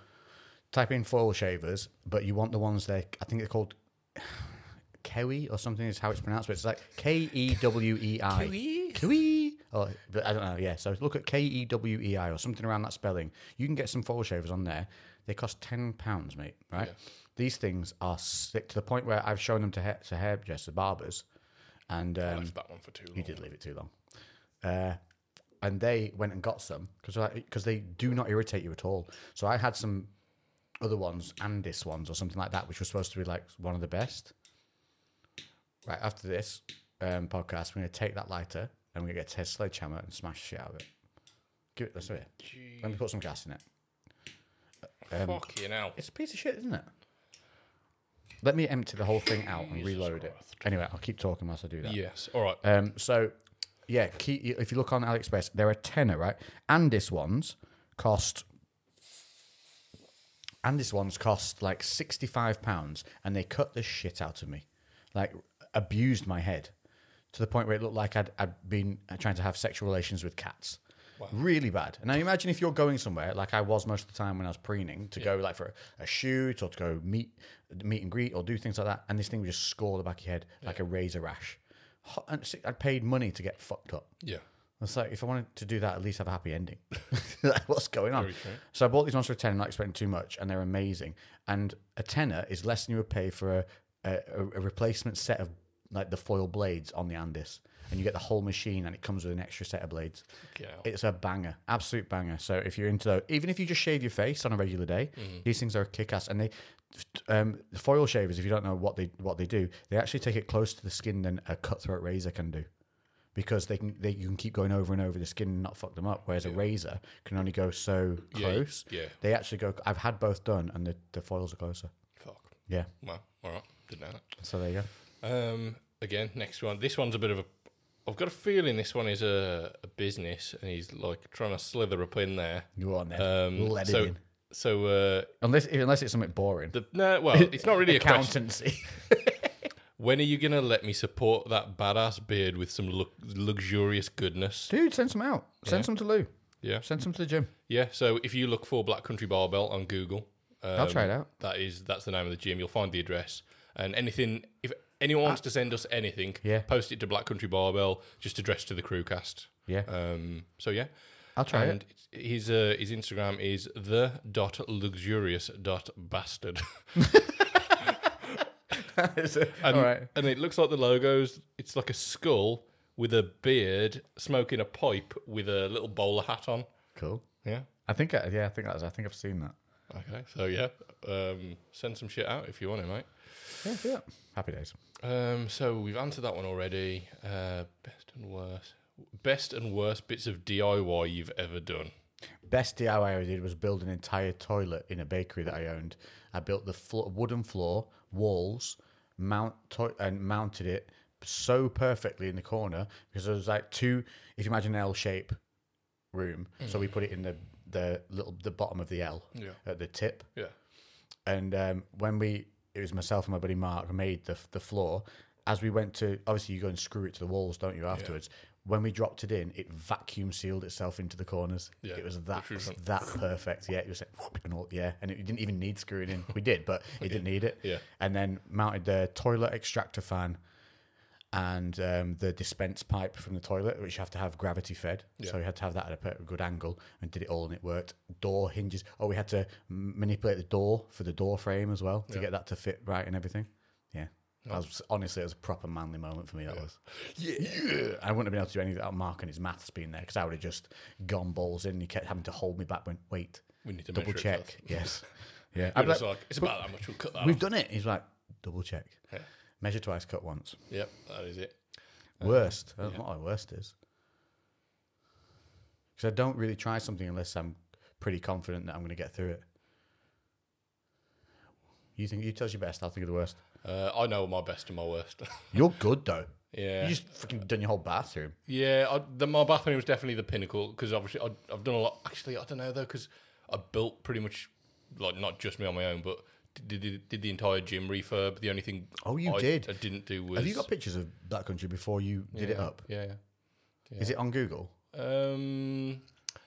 [SPEAKER 1] type in foil shavers, but you want the ones they I think they're called. Kewi or something is how it's pronounced, but it's like K E W E I.
[SPEAKER 2] Kiwi?
[SPEAKER 1] Kiwi. Oh, but I don't know. Yeah. So look at K E W E I or something around that spelling. You can get some foil shavers on there. They cost ten pounds, mate. Right. These things are sick to the point where I've shown them to hair, to hairdressers, barbers, and
[SPEAKER 2] I
[SPEAKER 1] um,
[SPEAKER 2] left that one for too long.
[SPEAKER 1] you did leave it too long. Uh, and they went and got some because because they do not irritate you at all. So I had some other ones and this ones or something like that, which was supposed to be like one of the best. Right after this um, podcast, we're gonna take that lighter and we're gonna get a test sledgehammer and smash the shit out of it. Give it. Let's do it. Let me put some gas in it. Um,
[SPEAKER 2] Fucking hell.
[SPEAKER 1] It's a piece of shit, isn't it? Let me empty the whole thing out and reload it. Anyway, I'll keep talking whilst I do that.
[SPEAKER 2] Yes. All right.
[SPEAKER 1] Um, so, yeah, key, if you look on AliExpress, there are tenner, right? Andis ones cost. Andis ones cost like sixty-five pounds, and they cut the shit out of me, like abused my head to the point where it looked like I'd, I'd been trying to have sexual relations with cats. Really bad. And now imagine if you're going somewhere like I was most of the time when I was preening to go like for a, a shoot or to go meet meet and greet or do things like that, and this thing would just score the back of your head like a razor rash. Ho- And si- I paid money to get fucked up.
[SPEAKER 2] yeah.
[SPEAKER 1] It's like if I wanted to do that, at least have a happy ending. like, what's going on? So I bought these ones for a tenner, not expecting too much, and they're amazing. And a tenner is less than you would pay for a, a, a replacement set of like the foil blades on the Andis, and you get the whole machine, and it comes with an extra set of blades.
[SPEAKER 2] Fucking hell.
[SPEAKER 1] It's a banger, absolute banger. So if you're into those, even if you just shave your face on a regular day,
[SPEAKER 2] Mm-hmm.
[SPEAKER 1] these things are kick ass. And they, um, foil shavers, if you don't know what they what they do, they actually take it close to the skin than a cutthroat razor can do, because they can they you can keep going over and over the skin and not fuck them up. Whereas a razor can only go so
[SPEAKER 2] Yeah, you-
[SPEAKER 1] close.
[SPEAKER 2] Yeah.
[SPEAKER 1] They actually go. I've had both done, and the, the foils are closer.
[SPEAKER 2] Fuck.
[SPEAKER 1] Yeah.
[SPEAKER 2] Well, all right. Didn't know
[SPEAKER 1] So there you go.
[SPEAKER 2] that. Um, again, next one. This one's a bit of a. I've got a feeling this one is a, a business, and he's like trying to slither up in there.
[SPEAKER 1] You on there?
[SPEAKER 2] Um,
[SPEAKER 1] Let it
[SPEAKER 2] so,
[SPEAKER 1] in.
[SPEAKER 2] so uh,
[SPEAKER 1] Uh, Unless unless it's something boring.
[SPEAKER 2] the no, well, it's not really a question.
[SPEAKER 1] Accountancy.
[SPEAKER 2] When are you gonna let me support that badass beard with some lu- luxurious goodness?
[SPEAKER 1] Dude, send some out. Send some to Lou.
[SPEAKER 2] Yeah,
[SPEAKER 1] Send some to the gym.
[SPEAKER 2] yeah. So if you look for Black Country Barbell on Google, um,
[SPEAKER 1] I'll try it out.
[SPEAKER 2] That is that's the name of the gym. You'll find the address and anything. If anyone wants to send us anything,
[SPEAKER 1] Yeah.
[SPEAKER 2] post it to Black Country Barbell. Just address to the crewcast.
[SPEAKER 1] Yeah.
[SPEAKER 2] Um. So yeah,
[SPEAKER 1] I'll try it.
[SPEAKER 2] and it's- his uh, his Instagram is the dot luxurious dot bastard. And,
[SPEAKER 1] All right.
[SPEAKER 2] and it looks like the logos. It's like a skull with a beard, smoking a pipe with a little bowler hat on.
[SPEAKER 1] Cool.
[SPEAKER 2] Yeah.
[SPEAKER 1] I think I, yeah, I think that's I think I've seen that.
[SPEAKER 2] Okay. So yeah, um, send some shit out if you want it, mate.
[SPEAKER 1] Yeah, yeah. Happy days.
[SPEAKER 2] Um, so we've answered that one already. Uh, best and worst, best and worst bits of DIY you've ever done.
[SPEAKER 1] Best DIY I did was build an entire toilet in a bakery that I owned. I built the flo- wooden floor, walls, mount to- and mounted it, so perfectly in the corner because there's like two. If you imagine an L shape room, so we put it in the the little the bottom of the L
[SPEAKER 2] Yeah.
[SPEAKER 1] at the tip,
[SPEAKER 2] Yeah.
[SPEAKER 1] and um, when we, it was myself and my buddy Mark who made the the floor. As we went to, obviously you go and screw it to the walls, don't you? Afterwards, when we dropped it in, it vacuum sealed itself into the corners.
[SPEAKER 2] Yeah,
[SPEAKER 1] it was that
[SPEAKER 2] which was fun.
[SPEAKER 1] that perfect. Yeah, it was like whoop, and all, yeah, and it didn't even need screwing in. We did, but it didn't need it.
[SPEAKER 2] Yeah.
[SPEAKER 1] and then mounted the toilet extractor fan and um, the dispense pipe from the toilet, which you have to have gravity fed. So we had to have that at a per- good angle and did it all, and it worked. Door hinges. Oh, we had to m- manipulate the door for the door frame as well to get that to fit right and everything. Yeah. That was, honestly, it was a proper manly moment for me. That was.
[SPEAKER 2] Oh. Yeah.
[SPEAKER 1] I wouldn't have been able to do anything without Mark and his maths being there because I would have just gone balls in. He kept having to hold me back. Went wait,
[SPEAKER 2] We need to
[SPEAKER 1] double
[SPEAKER 2] make sure
[SPEAKER 1] check. Yes, yeah.
[SPEAKER 2] It
[SPEAKER 1] I'd be
[SPEAKER 2] it's,
[SPEAKER 1] like,
[SPEAKER 2] like, it's about that much. We'll cut that.
[SPEAKER 1] We've
[SPEAKER 2] off.
[SPEAKER 1] done it. He's like double check.
[SPEAKER 2] Yeah.
[SPEAKER 1] Measure twice, cut once.
[SPEAKER 2] Yep, that is it. Uh-huh.
[SPEAKER 1] Worst. That's not what worst is. Because I don't really try something unless I'm pretty confident that I'm going to get through it. You think you tell us your best. I'll think of the worst.
[SPEAKER 2] Uh, I know my best and my worst.
[SPEAKER 1] You're good though.
[SPEAKER 2] yeah,
[SPEAKER 1] You just fucking done your whole bathroom.
[SPEAKER 2] yeah. I, the my bathroom was definitely the pinnacle because obviously I, I've done a lot. Actually, I don't know though because I built pretty much like not just me on my own, but did, did, did the entire gym refurb. The only thing
[SPEAKER 1] Oh, you
[SPEAKER 2] I,
[SPEAKER 1] did.
[SPEAKER 2] I didn't do was
[SPEAKER 1] Have you got pictures of that country before you did it up?
[SPEAKER 2] yeah. yeah.
[SPEAKER 1] Is it on Google?
[SPEAKER 2] Um,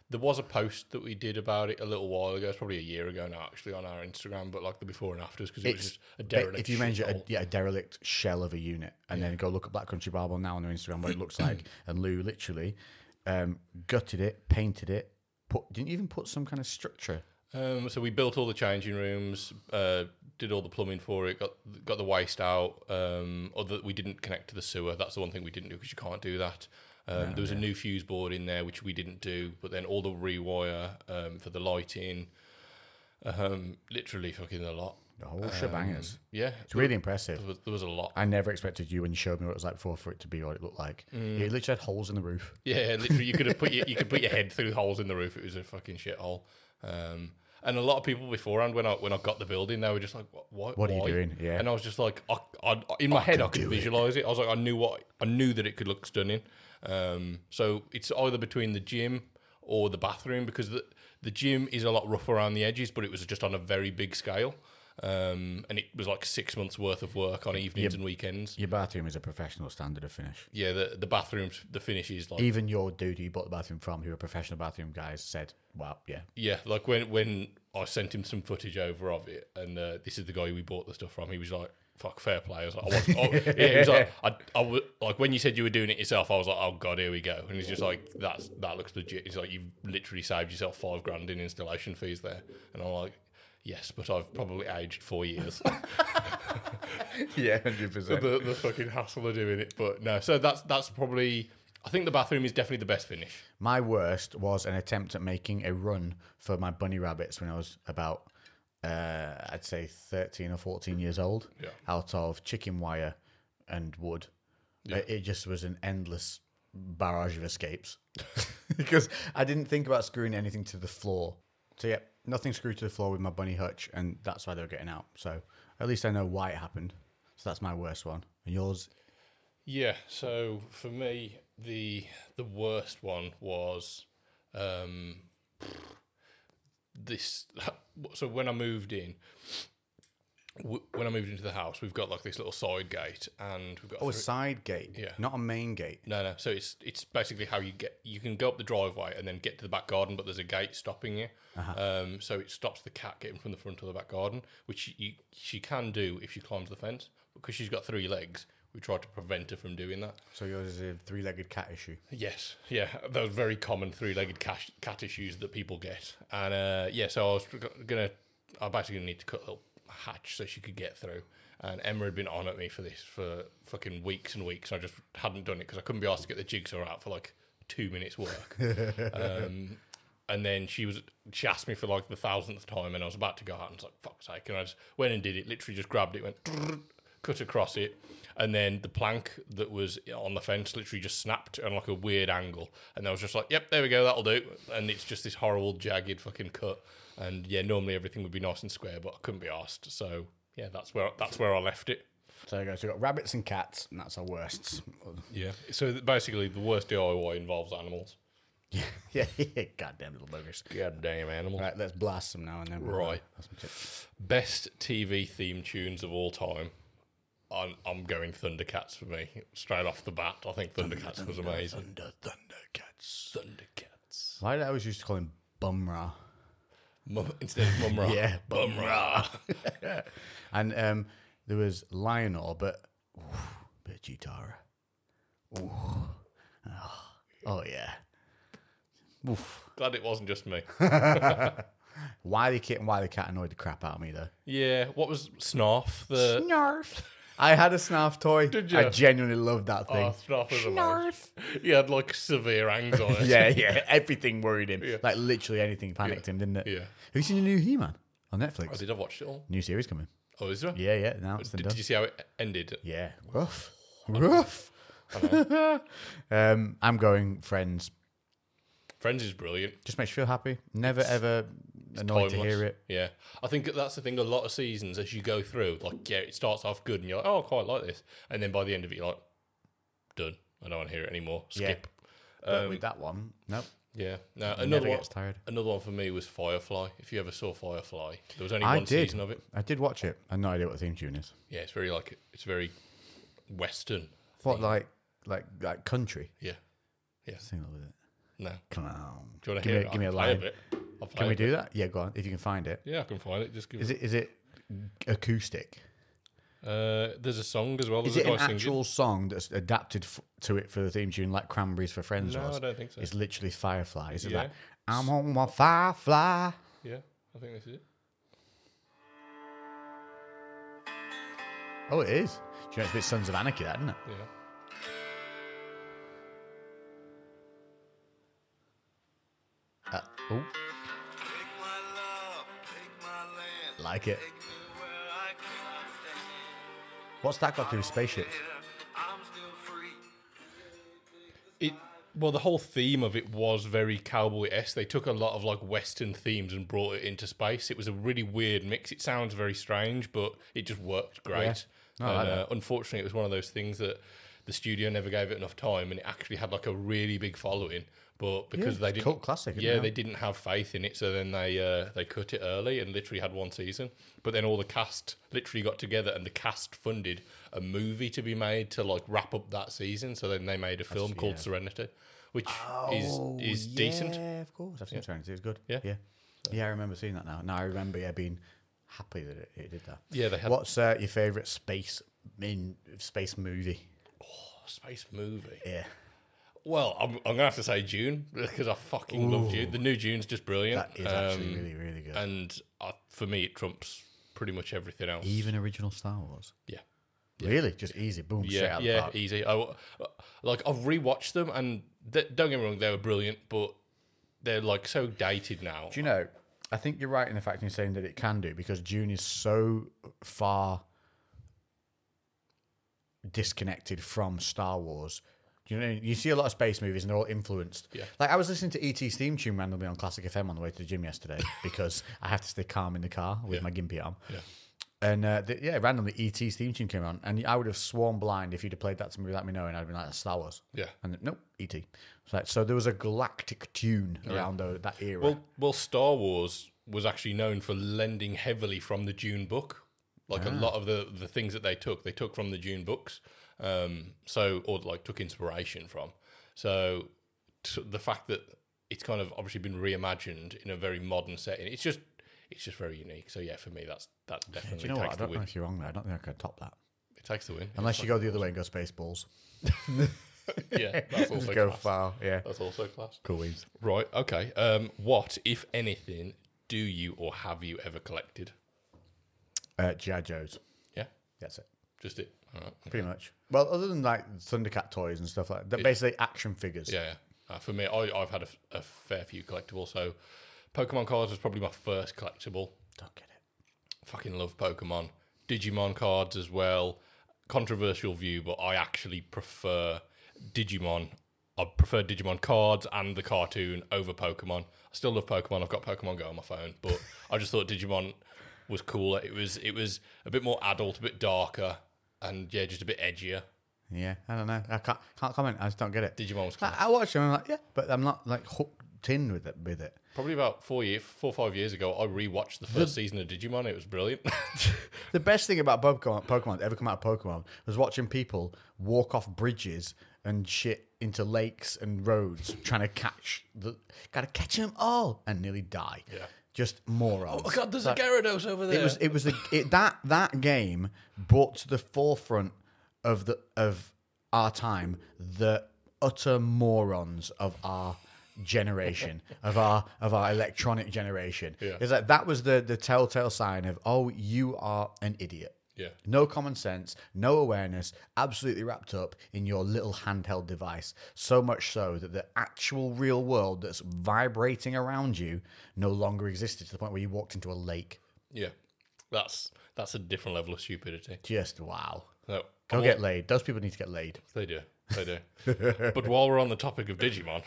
[SPEAKER 2] there was a post that we did about it a little while ago. It's probably a year ago now, actually, on our Instagram. But like the before and afters, because it was just a derelict.
[SPEAKER 1] if you measure a,
[SPEAKER 2] shithole.
[SPEAKER 1] yeah, a derelict shell of a unit and then go look at Black Country Barbell now on their Instagram what it looks like, and Lou literally um, gutted it, painted it, put didn't even put some kind of structure.
[SPEAKER 2] um, so we built all the changing rooms, uh, did all the plumbing for it, got got the waste out. Um, other we didn't connect to the sewer. That's the one thing we didn't do because you can't do that. Um, there was a new fuse board in there which we didn't do, but then all the rewire um, for the lighting, um, literally fucking a lot.
[SPEAKER 1] The whole shebangers.
[SPEAKER 2] Yeah,
[SPEAKER 1] It's really impressive.
[SPEAKER 2] there was, there was a lot.
[SPEAKER 1] I never expected you when you showed me what it was like before for it to be what it looked like. It literally had holes in the roof.
[SPEAKER 2] Yeah, literally, you could have put your, you could put your head through holes in the roof. It was a fucking shithole. Um, and a lot of people beforehand, when I when I got the building, they were just like, "What? Why,
[SPEAKER 1] What are you
[SPEAKER 2] why?"
[SPEAKER 1] doing? Yeah.
[SPEAKER 2] And I was just like, I, I, in my head, I could visualize it. I was like, I knew what I knew that it could look stunning. Um, so it's either between the gym or the bathroom because the the gym is a lot rough around the edges, but it was just on a very big scale. Um, and it was like six months worth of work on evenings and weekends.
[SPEAKER 1] Your bathroom is a professional standard of finish.
[SPEAKER 2] Yeah, the the bathrooms, the finish is like
[SPEAKER 1] Even your dude who you bought the bathroom from, who are professional bathroom guys, said, "Wow, yeah,
[SPEAKER 2] Yeah, like when when I sent him some footage over of it, and uh, this is the guy we bought the stuff from. He was like, "Fuck, fair play." I was like, I wasn't, oh, "Yeah." He was like, I, I was, like when you said you were doing it yourself, I was like, "Oh god, here we go." And he's just like, "That's that looks legit." He's like, "You've literally saved yourself five grand in installation fees there," and I'm like. Yes, but I've probably aged four years.
[SPEAKER 1] yeah, hundred percent."
[SPEAKER 2] the, the fucking hassle of doing it, but no. So that's that's probably. I think the bathroom is definitely the best finish.
[SPEAKER 1] My worst was an attempt at making a run for my bunny rabbits when I was about, uh, I'd say, 13 or 14 years old,
[SPEAKER 2] Yeah.
[SPEAKER 1] out of chicken wire and wood. It, it just was an endless barrage of escapes because I didn't think about screwing anything to the floor. So, yeah, nothing screwed to the floor with my bunny hutch, and that's why they were getting out. So, at least I know why it happened. So, that's my worst one. And yours?
[SPEAKER 2] Yeah, so for me, the the worst one was um, this. So when I moved in, w- when I moved into the house, we've got like this little side gate, and we've got
[SPEAKER 1] Oh, a
[SPEAKER 2] three-
[SPEAKER 1] side gate,
[SPEAKER 2] Yeah.
[SPEAKER 1] not a main gate.
[SPEAKER 2] no, no. So it's it's basically how you get you can go up the driveway and then get to the back garden, but there's a gate stopping you. Um, so it stops the cat getting from the front of the back garden, which you, she can do if she climbs the fence because she's got three legs. We tried to prevent her from doing that.
[SPEAKER 1] So, yours is a three legged cat issue.
[SPEAKER 2] Yes, yeah, those very common three-legged cat, cat issues that people get, and uh, yeah, so I was gonna, I basically need to cut a little hatch so she could get through, and Emma had been on at me for this for fucking weeks and weeks, and I just hadn't done it because I couldn't be asked to get the jigsaw out for like two minutes work, um, and then she was she asked me for like the thousandth time, and I was about to go out, and I was like, "Fuck's sake!" And I just went and did it. Literally just grabbed it, went cut across it, and then the plank that was on the fence literally just snapped on like a weird angle, and I was just like, "Yep, there we go, that'll do." And it's just this horrible jagged fucking cut, and yeah, normally everything would be nice and square, but I couldn't be asked, so yeah, that's where that's where I left it.
[SPEAKER 1] So there you go. So we've got rabbits and cats, and that's our worsts.
[SPEAKER 2] Yeah. So th- basically, the worst DIY involves animals.
[SPEAKER 1] yeah, yeah, goddamn little buggers.
[SPEAKER 2] Goddamn animals.
[SPEAKER 1] Right, let's blast some now and then.
[SPEAKER 2] Right.
[SPEAKER 1] That's some tips.
[SPEAKER 2] Best TV theme tunes of all time. I'm, I'm going Thundercats for me straight off the bat. I think Thundercats was amazing.
[SPEAKER 1] Thunder, Thundercats.
[SPEAKER 2] Thundercats.
[SPEAKER 1] Why did I always used to call him Bumrah?
[SPEAKER 2] Mum, instead of Mumra.
[SPEAKER 1] Yeah,
[SPEAKER 2] Mumra.
[SPEAKER 1] And um, there was Lionel, but oof, bit of Chitara. Ooh. Oh, oh, yeah. Oof.
[SPEAKER 2] Glad it wasn't just me.
[SPEAKER 1] Wily Kit and Wily Cat annoyed the crap out of me though.
[SPEAKER 2] Yeah. What was Snarf?
[SPEAKER 1] Uh,
[SPEAKER 2] The
[SPEAKER 1] Snarf. I had a snarf toy.
[SPEAKER 2] Did
[SPEAKER 1] I
[SPEAKER 2] ya?
[SPEAKER 1] genuinely loved that thing.
[SPEAKER 2] oh, Snarf was amazing. He had like severe anxiety.
[SPEAKER 1] yeah, yeah. Everything worried him.
[SPEAKER 2] Yeah.
[SPEAKER 1] Like literally anything panicked him, didn't it?
[SPEAKER 2] Yeah.
[SPEAKER 1] Have you seen the new He Man on Netflix?
[SPEAKER 2] I did. I've watched it all.
[SPEAKER 1] New series coming.
[SPEAKER 2] Oh, is there?
[SPEAKER 1] Yeah, yeah. Now it's been
[SPEAKER 2] Did,
[SPEAKER 1] done.
[SPEAKER 2] did you see how it ended?
[SPEAKER 1] Yeah, rough, rough. um, I'm going friends.
[SPEAKER 2] Friends is brilliant.
[SPEAKER 1] Just makes you feel happy. Never ever annoyed to
[SPEAKER 2] Timeless.
[SPEAKER 1] hear it.
[SPEAKER 2] Yeah, I think that's the thing. A lot of seasons, as you go through, like yeah, it starts off good, and you're like, oh, I quite like this, and then by the end of it, you're like, done. I don't want to hear it anymore.
[SPEAKER 1] Yeah.
[SPEAKER 2] Skip. Um,
[SPEAKER 1] But with that one, nope.
[SPEAKER 2] Yeah. No,
[SPEAKER 1] Never
[SPEAKER 2] another one.
[SPEAKER 1] gets tired.
[SPEAKER 2] Another one for me was Firefly. If you ever saw Firefly, there was only
[SPEAKER 1] I
[SPEAKER 2] one
[SPEAKER 1] did.
[SPEAKER 2] season of it.
[SPEAKER 1] I did watch it. I had no idea what the theme tune is.
[SPEAKER 2] Yeah, it's very like it's very Western.
[SPEAKER 1] What like like like country?
[SPEAKER 2] Yeah.
[SPEAKER 1] Sing along with it.
[SPEAKER 2] No.
[SPEAKER 1] Come on.
[SPEAKER 2] Do you want to
[SPEAKER 1] Give
[SPEAKER 2] hear
[SPEAKER 1] me-
[SPEAKER 2] it?
[SPEAKER 1] give me a
[SPEAKER 2] I'll play
[SPEAKER 1] line.
[SPEAKER 2] bit. I'll play
[SPEAKER 1] Can we
[SPEAKER 2] a bit.
[SPEAKER 1] do that? Yeah, go on. If you can find it.
[SPEAKER 2] Yeah, I can find it. Just give
[SPEAKER 1] Is
[SPEAKER 2] it.
[SPEAKER 1] it is it acoustic?
[SPEAKER 2] Uh, there's a song as well.
[SPEAKER 1] Is
[SPEAKER 2] There's
[SPEAKER 1] it
[SPEAKER 2] a
[SPEAKER 1] an
[SPEAKER 2] guy singing.
[SPEAKER 1] actual song that's adapted f- to it for the theme tune, like Cranberries for Friends
[SPEAKER 2] No,
[SPEAKER 1] was?
[SPEAKER 2] I don't think so.
[SPEAKER 1] It's literally Firefly. Is it
[SPEAKER 2] Yeah.
[SPEAKER 1] like I'm on my firefly?
[SPEAKER 2] Yeah, I think this is it.
[SPEAKER 1] Oh, it is. Do you know it's a bit Sons of Anarchy, that isn't it?
[SPEAKER 2] Yeah.
[SPEAKER 1] Uh, oh,
[SPEAKER 3] Take my love, take my land,
[SPEAKER 1] like it.
[SPEAKER 3] take me where I cannot stand.
[SPEAKER 1] What's that got to do with spaceships?
[SPEAKER 3] Here, I'm still free.
[SPEAKER 2] it well the whole theme of it was very cowboy-esque they took a lot of like western themes and brought it into space it was a really weird mix it sounds very strange but it just worked great
[SPEAKER 1] No, I like
[SPEAKER 2] and, uh, unfortunately it was one of those things that the studio never gave it enough time and it actually had like a really big following but because
[SPEAKER 1] Yeah,
[SPEAKER 2] they
[SPEAKER 1] it's a
[SPEAKER 2] didn't
[SPEAKER 1] cult classic, isn't
[SPEAKER 2] yeah
[SPEAKER 1] it?
[SPEAKER 2] they didn't have faith in it so then they uh, they cut it early and literally had one season but then all the cast literally got together and the cast funded a movie to be made to like wrap up that season so then they made a film called
[SPEAKER 1] yeah. Oh,
[SPEAKER 2] Serenity, which is is decent.
[SPEAKER 1] Yeah, of course. I've seen yeah. It was good.
[SPEAKER 2] Yeah.
[SPEAKER 1] yeah, yeah. I remember seeing that now. Now I remember yeah being happy that it, it did that.
[SPEAKER 2] Yeah, they had
[SPEAKER 1] What's uh, your favourite space in space movie?
[SPEAKER 2] a space movie.
[SPEAKER 1] Yeah,
[SPEAKER 2] Well, I'm, I'm gonna have to say June because I fucking love June. The new June's just brilliant,
[SPEAKER 1] that is actually
[SPEAKER 2] Um,
[SPEAKER 1] really really good.
[SPEAKER 2] and I, for me, it trumps pretty much everything else.
[SPEAKER 1] Even original Star Wars.
[SPEAKER 2] yeah.
[SPEAKER 1] Really, just easy, boom, straight
[SPEAKER 2] Yeah,
[SPEAKER 1] out
[SPEAKER 2] yeah,
[SPEAKER 1] the park.
[SPEAKER 2] easy. I w- like I've rewatched them, and th- don't get me wrong, they were brilliant, but they're like so dated now.
[SPEAKER 1] Do you know? I think you're right in the fact in saying that it can do because June is so far disconnected from Star Wars. Do You know, you see a lot of space movies and they're all influenced.
[SPEAKER 2] Yeah.
[SPEAKER 1] Like I was listening to ET's theme tune randomly on Classic FM on the way to the gym yesterday because I have to stay calm in the car with my gimpy arm.
[SPEAKER 2] Yeah.
[SPEAKER 1] And uh, the, yeah, randomly ET's theme tune came on, and I would have sworn blind if you'd have played that to me without me knowing. I'd have been like, "That's Star Wars."
[SPEAKER 2] Yeah.
[SPEAKER 1] And nope, E ET. So, so there was a galactic tune around tho- that era.
[SPEAKER 2] Well, well, Star Wars was actually known for lending heavily from the Dune book. Like a lot of the the things that they took, they took from the Dune books. Um, so or like took inspiration from. So t- the fact that it's kind of obviously been reimagined in a very modern setting, it's just it's just very unique. So yeah, for me, that's that definitely
[SPEAKER 1] Do you know
[SPEAKER 2] takes
[SPEAKER 1] what? I
[SPEAKER 2] the
[SPEAKER 1] don't know
[SPEAKER 2] win.
[SPEAKER 1] if you're wrong there. I don't think I could top that.
[SPEAKER 2] It takes the win.
[SPEAKER 1] Unless you go the other way and go Spaceballs.
[SPEAKER 2] yeah, that's also
[SPEAKER 1] Just go
[SPEAKER 2] class.
[SPEAKER 1] far. Yeah.
[SPEAKER 2] That's also class.
[SPEAKER 1] Cool wins.
[SPEAKER 2] Right. Okay. Um, what, if anything, do you or have you ever collected?
[SPEAKER 1] Uh, G.I. Joe's.
[SPEAKER 2] Yeah,
[SPEAKER 1] That's it.
[SPEAKER 2] just it. All right.
[SPEAKER 1] Pretty much. Well, other than like Thundercat toys and stuff like that, they're basically action figures.
[SPEAKER 2] Yeah, yeah. Uh, for me, I, I've had a, f- a fair few collectibles. So, Pokemon cards was probably my first collectible.
[SPEAKER 1] Don't get it.
[SPEAKER 2] Fucking love Pokemon. Digimon cards as well. Controversial view, but I actually prefer Digimon. I prefer Digimon cards and the cartoon over Pokemon. I still love Pokemon. I've got Pokemon Go on my phone, but I just thought Digimon was cooler. It was it was a bit more adult, a bit darker. and yeah, just a bit edgier.
[SPEAKER 1] Yeah, I don't know. I can't can't comment. I just don't get it.
[SPEAKER 2] Digimon was
[SPEAKER 1] I, I watched them. I'm like, yeah, but I'm not like hooked in with it. With it,
[SPEAKER 2] Probably about four year, four or five years ago, I rewatched the first season of Digimon. It was brilliant.
[SPEAKER 1] the best thing about Pokemon, Pokemon that ever come out of Pokemon was watching people walk off bridges and shit into lakes and roads, trying to catch the, gotta catch them all, and nearly die.
[SPEAKER 2] Yeah.
[SPEAKER 1] just morons.
[SPEAKER 2] oh God, there's a Gyarados over there.
[SPEAKER 1] It was it was the it, that that game brought to the forefront of the of our time the utter morons of our generation of our of our electronic generation.
[SPEAKER 2] Yeah.
[SPEAKER 1] It's like that was the the telltale sign of oh you are an idiot.
[SPEAKER 2] yeah,
[SPEAKER 1] No common sense, no awareness, absolutely wrapped up in your little handheld device. So much so that the actual real world that's vibrating around you no longer existed to the point where you walked into a lake.
[SPEAKER 2] yeah. That's that's a different level of stupidity.
[SPEAKER 1] Just wow.
[SPEAKER 2] No,
[SPEAKER 1] Go
[SPEAKER 2] I
[SPEAKER 1] get laid. Those people need to get laid.
[SPEAKER 2] wa- They do. They do. but while we're on the topic of Digimon,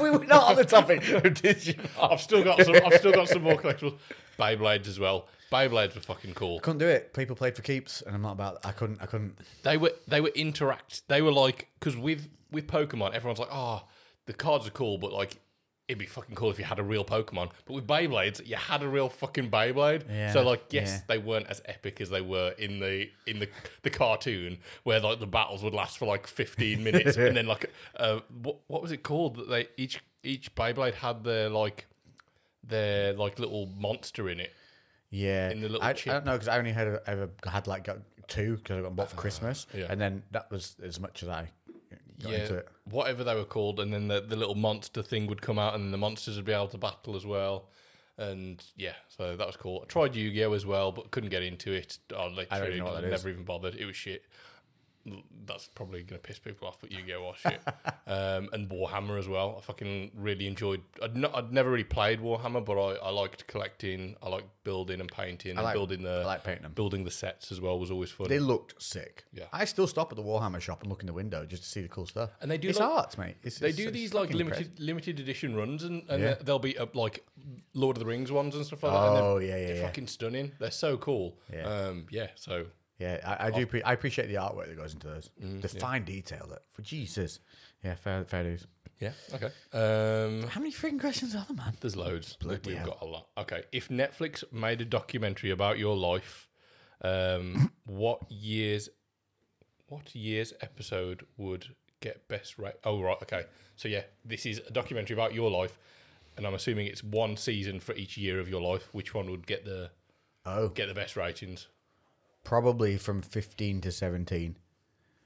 [SPEAKER 1] we were not on the topic. Did you?
[SPEAKER 2] I've still got some. I've still got some more collectibles. Beyblades as well. Beyblades were fucking cool.
[SPEAKER 1] Couldn't do it. People played for keeps, and I'm not about. I couldn't. I couldn't.
[SPEAKER 2] They were they were interact. They were like because with with Pokemon, everyone's like, oh, the cards are cool, but like it'd be fucking cool if you had a real Pokemon. But with Beyblades, you had a real fucking Beyblade.
[SPEAKER 1] Yeah,
[SPEAKER 2] so like, yes,
[SPEAKER 1] yeah.
[SPEAKER 2] they weren't as epic as they were in the in the the cartoon where like the battles would last for like fifteen minutes, and then like uh, what what was it called that they each each Beyblade had their like their like little monster in it.
[SPEAKER 1] Yeah.
[SPEAKER 2] In the little
[SPEAKER 1] I, I
[SPEAKER 2] chip.
[SPEAKER 1] don't know because I only had ever had like got two because I got bought for Christmas,
[SPEAKER 2] Uh, yeah.
[SPEAKER 1] and then that was as much as I got into it.
[SPEAKER 2] whatever they were called, and then the, the little monster thing would come out, and the monsters would be able to battle as well. And yeah, so that was cool. I tried Yu Gi Oh as well, but couldn't get into it. I
[SPEAKER 1] don't
[SPEAKER 2] literally
[SPEAKER 1] even know what that
[SPEAKER 2] never
[SPEAKER 1] is.
[SPEAKER 2] even bothered. It was shit. That's probably gonna piss people off, but Yu Gi Oh was shit. um, and Warhammer as well. I fucking really enjoyed. I'd not, I'd never really played Warhammer, but I, I liked collecting. I liked building and painting. and
[SPEAKER 1] like-
[SPEAKER 2] building the
[SPEAKER 1] I like painting 'em.
[SPEAKER 2] Building the sets as well was always fun.
[SPEAKER 1] They looked sick.
[SPEAKER 2] Yeah.
[SPEAKER 1] I still stop at the Warhammer shop and look in the window just to see the cool stuff.
[SPEAKER 2] And they do
[SPEAKER 1] It's
[SPEAKER 2] like-
[SPEAKER 1] art, mate. It's,
[SPEAKER 2] they
[SPEAKER 1] it's-
[SPEAKER 2] do
[SPEAKER 1] it's
[SPEAKER 2] these like
[SPEAKER 1] fucking
[SPEAKER 2] limited
[SPEAKER 1] impressive.
[SPEAKER 2] limited edition runs and, and
[SPEAKER 1] Yeah.
[SPEAKER 2] they'll- they'll be up like Lord of the Rings ones and stuff like that. and they're-
[SPEAKER 1] Oh yeah, yeah,
[SPEAKER 2] they're
[SPEAKER 1] yeah.
[SPEAKER 2] fucking stunning. They're so cool.
[SPEAKER 1] Yeah.
[SPEAKER 2] Um, yeah. So
[SPEAKER 1] yeah, I, I do. Pre- I appreciate the artwork that goes into those.
[SPEAKER 2] Mm-hmm.
[SPEAKER 1] the fine detail that for Jesus. Yeah, fair, fair dues.
[SPEAKER 2] yeah. Okay. Um,
[SPEAKER 1] How many freaking questions are there, man?
[SPEAKER 2] there's loads. We-
[SPEAKER 1] Bloody
[SPEAKER 2] We've
[SPEAKER 1] hell.
[SPEAKER 2] got a lot. Okay. If Netflix made a documentary about your life, um, what years, what years episode would get best rate? Oh right. Okay. So yeah, this is a documentary about your life, and I'm assuming it's one season for each year of your life. Which one would get the
[SPEAKER 1] Oh,
[SPEAKER 2] get the best ratings?
[SPEAKER 1] probably from 15 to 17,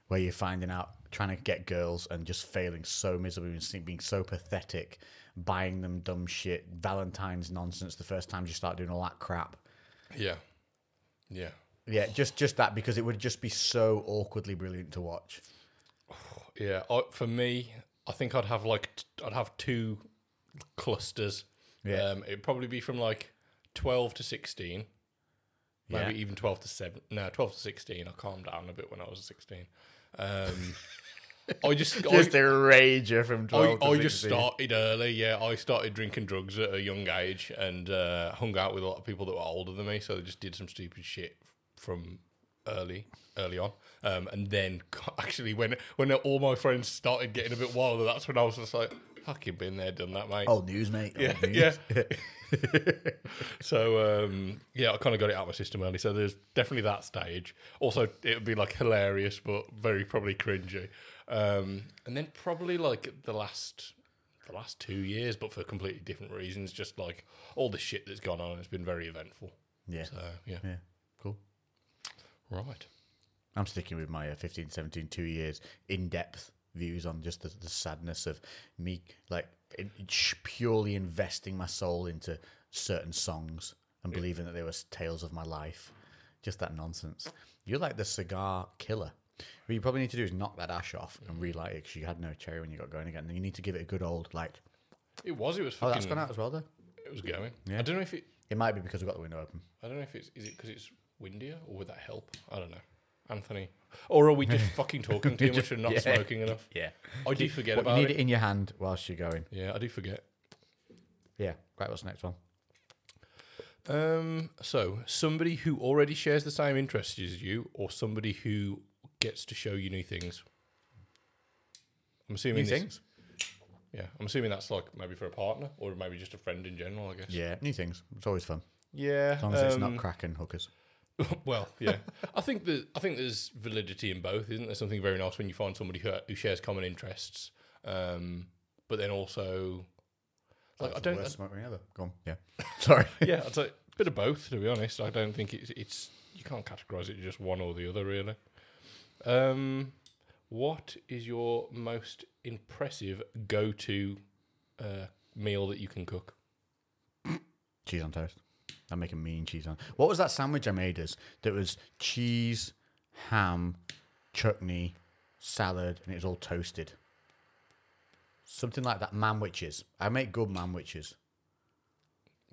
[SPEAKER 1] where you're finding out, trying to get girls and just failing so miserably and se- being so pathetic, buying them dumb shit, Valentine's nonsense the first time you start doing all that crap.
[SPEAKER 2] Yeah. Yeah.
[SPEAKER 1] Yeah, just just that because it would just be so awkwardly brilliant to watch.
[SPEAKER 2] Yeah. I, for me, I think I'd have like, t- I'd have two clusters.
[SPEAKER 1] Yeah.
[SPEAKER 2] Um, it'd probably be from like 12 to 16,
[SPEAKER 1] Yeah.
[SPEAKER 2] maybe even 12 to 7. No, 12 to 16. I calmed down a bit when I was 16. Um, I just,
[SPEAKER 1] Just
[SPEAKER 2] I,
[SPEAKER 1] a rager from
[SPEAKER 2] I,
[SPEAKER 1] 12 to
[SPEAKER 2] I just
[SPEAKER 1] 16.
[SPEAKER 2] started early. Yeah. I started drinking drugs at a young age and uh, hung out with a lot of people that were older than me. So they just did some stupid shit from early early on um, and then co- actually when when all my friends started getting a bit wilder that's when i was just like fucking been there done that mate
[SPEAKER 1] Old news, mate. Old news.
[SPEAKER 2] yeah so um, yeah i kind of got it out of my system early so there's definitely that stage also it would be like hilarious but very probably cringy um, and then probably like the last the last two years but for completely different reasons just like all the shit that's gone on it's been very eventful
[SPEAKER 1] Yeah.
[SPEAKER 2] so yeah
[SPEAKER 1] Yeah. Cool.
[SPEAKER 2] right
[SPEAKER 1] I'm sticking with my uh, 15, 17, two years in depth views on just the, the sadness of me, like in, sh- purely investing my soul into certain songs and believing that they were s- tales of my life. Just that nonsense. You're like the cigar killer. What you probably need to do is knock that ash off
[SPEAKER 2] Mm-hmm.
[SPEAKER 1] and relight it because you had no cherry when you got going again. Then you need to give it a good old, like,
[SPEAKER 2] it was it was fucking
[SPEAKER 1] oh, that's gone out as well, though.
[SPEAKER 2] It was going. I don't know if it.
[SPEAKER 1] It might be because we've got the window open.
[SPEAKER 2] I don't know if it's. Is it because it's windier, or would that help? I don't know, Anthony. Or are we just fucking talking too much and not
[SPEAKER 1] yeah.
[SPEAKER 2] smoking enough?
[SPEAKER 1] Yeah.
[SPEAKER 2] I do forget
[SPEAKER 1] But you
[SPEAKER 2] about
[SPEAKER 1] need
[SPEAKER 2] it.
[SPEAKER 1] it in your hand whilst you're going.
[SPEAKER 2] Yeah, I do forget.
[SPEAKER 1] Yeah. Right, what's the next one?
[SPEAKER 2] Um, so somebody who already shares the same interests as you, or somebody who gets to show you new things. I'm
[SPEAKER 1] New
[SPEAKER 2] assuming this-
[SPEAKER 1] things.
[SPEAKER 2] Yeah, I'm assuming that's like maybe for a partner or maybe just a friend in general. I guess.
[SPEAKER 1] Yeah, new things. It's always fun.
[SPEAKER 2] Yeah.
[SPEAKER 1] As long as it's not
[SPEAKER 2] um,
[SPEAKER 1] cracking hookers.
[SPEAKER 2] well, yeah. I think that I think there's validity in both, isn't there? Something very nice when you find somebody who, who shares common interests, um, but then also, like, I
[SPEAKER 1] It's the
[SPEAKER 2] don't.
[SPEAKER 1] worst smoke ring ever. Go on. Yeah. Sorry.
[SPEAKER 2] yeah, I'd say a bit of both. To be honest, I don't think it's it's you can't categorize it just one or the other really. Um, what is your most impressive go-to uh, meal that you can cook?
[SPEAKER 1] cheese on toast. I'm making mean cheese on. What was that sandwich I made us? That was cheese, ham, chutney, salad, and it was all toasted. Something like that. Man witches. I make good man witches.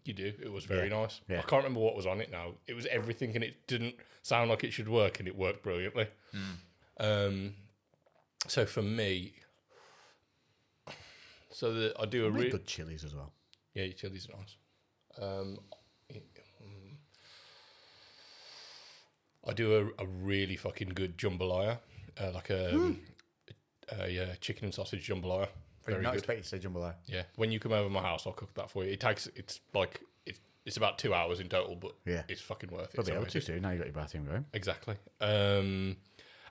[SPEAKER 2] You do. It was very
[SPEAKER 1] Yeah.
[SPEAKER 2] nice.
[SPEAKER 1] Yeah.
[SPEAKER 2] I can't remember what was on it now. It was everything, and it didn't sound like it should work, and it worked brilliantly.
[SPEAKER 1] Hmm.
[SPEAKER 2] Um, so for me, so the, I do a
[SPEAKER 1] I make
[SPEAKER 2] really
[SPEAKER 1] good chilies as well.
[SPEAKER 2] Yeah, your chilies are nice. Um, it- mm. I do a, a really fucking good jambalaya, uh, like a,
[SPEAKER 1] Hmm.
[SPEAKER 2] a, uh, chicken and sausage jambalaya.
[SPEAKER 1] I did
[SPEAKER 2] Very
[SPEAKER 1] not
[SPEAKER 2] good.
[SPEAKER 1] expect you to say jambalaya.
[SPEAKER 2] Yeah, when you come over my house, I'll cook that for you. It takes it's like it's it's about two hours in total, but
[SPEAKER 1] Yeah.
[SPEAKER 2] it's fucking worth it.
[SPEAKER 1] Probably
[SPEAKER 2] So
[SPEAKER 1] able
[SPEAKER 2] it
[SPEAKER 1] to
[SPEAKER 2] is-
[SPEAKER 1] soon. Now you've got your bathroom going.
[SPEAKER 2] Exactly. Um,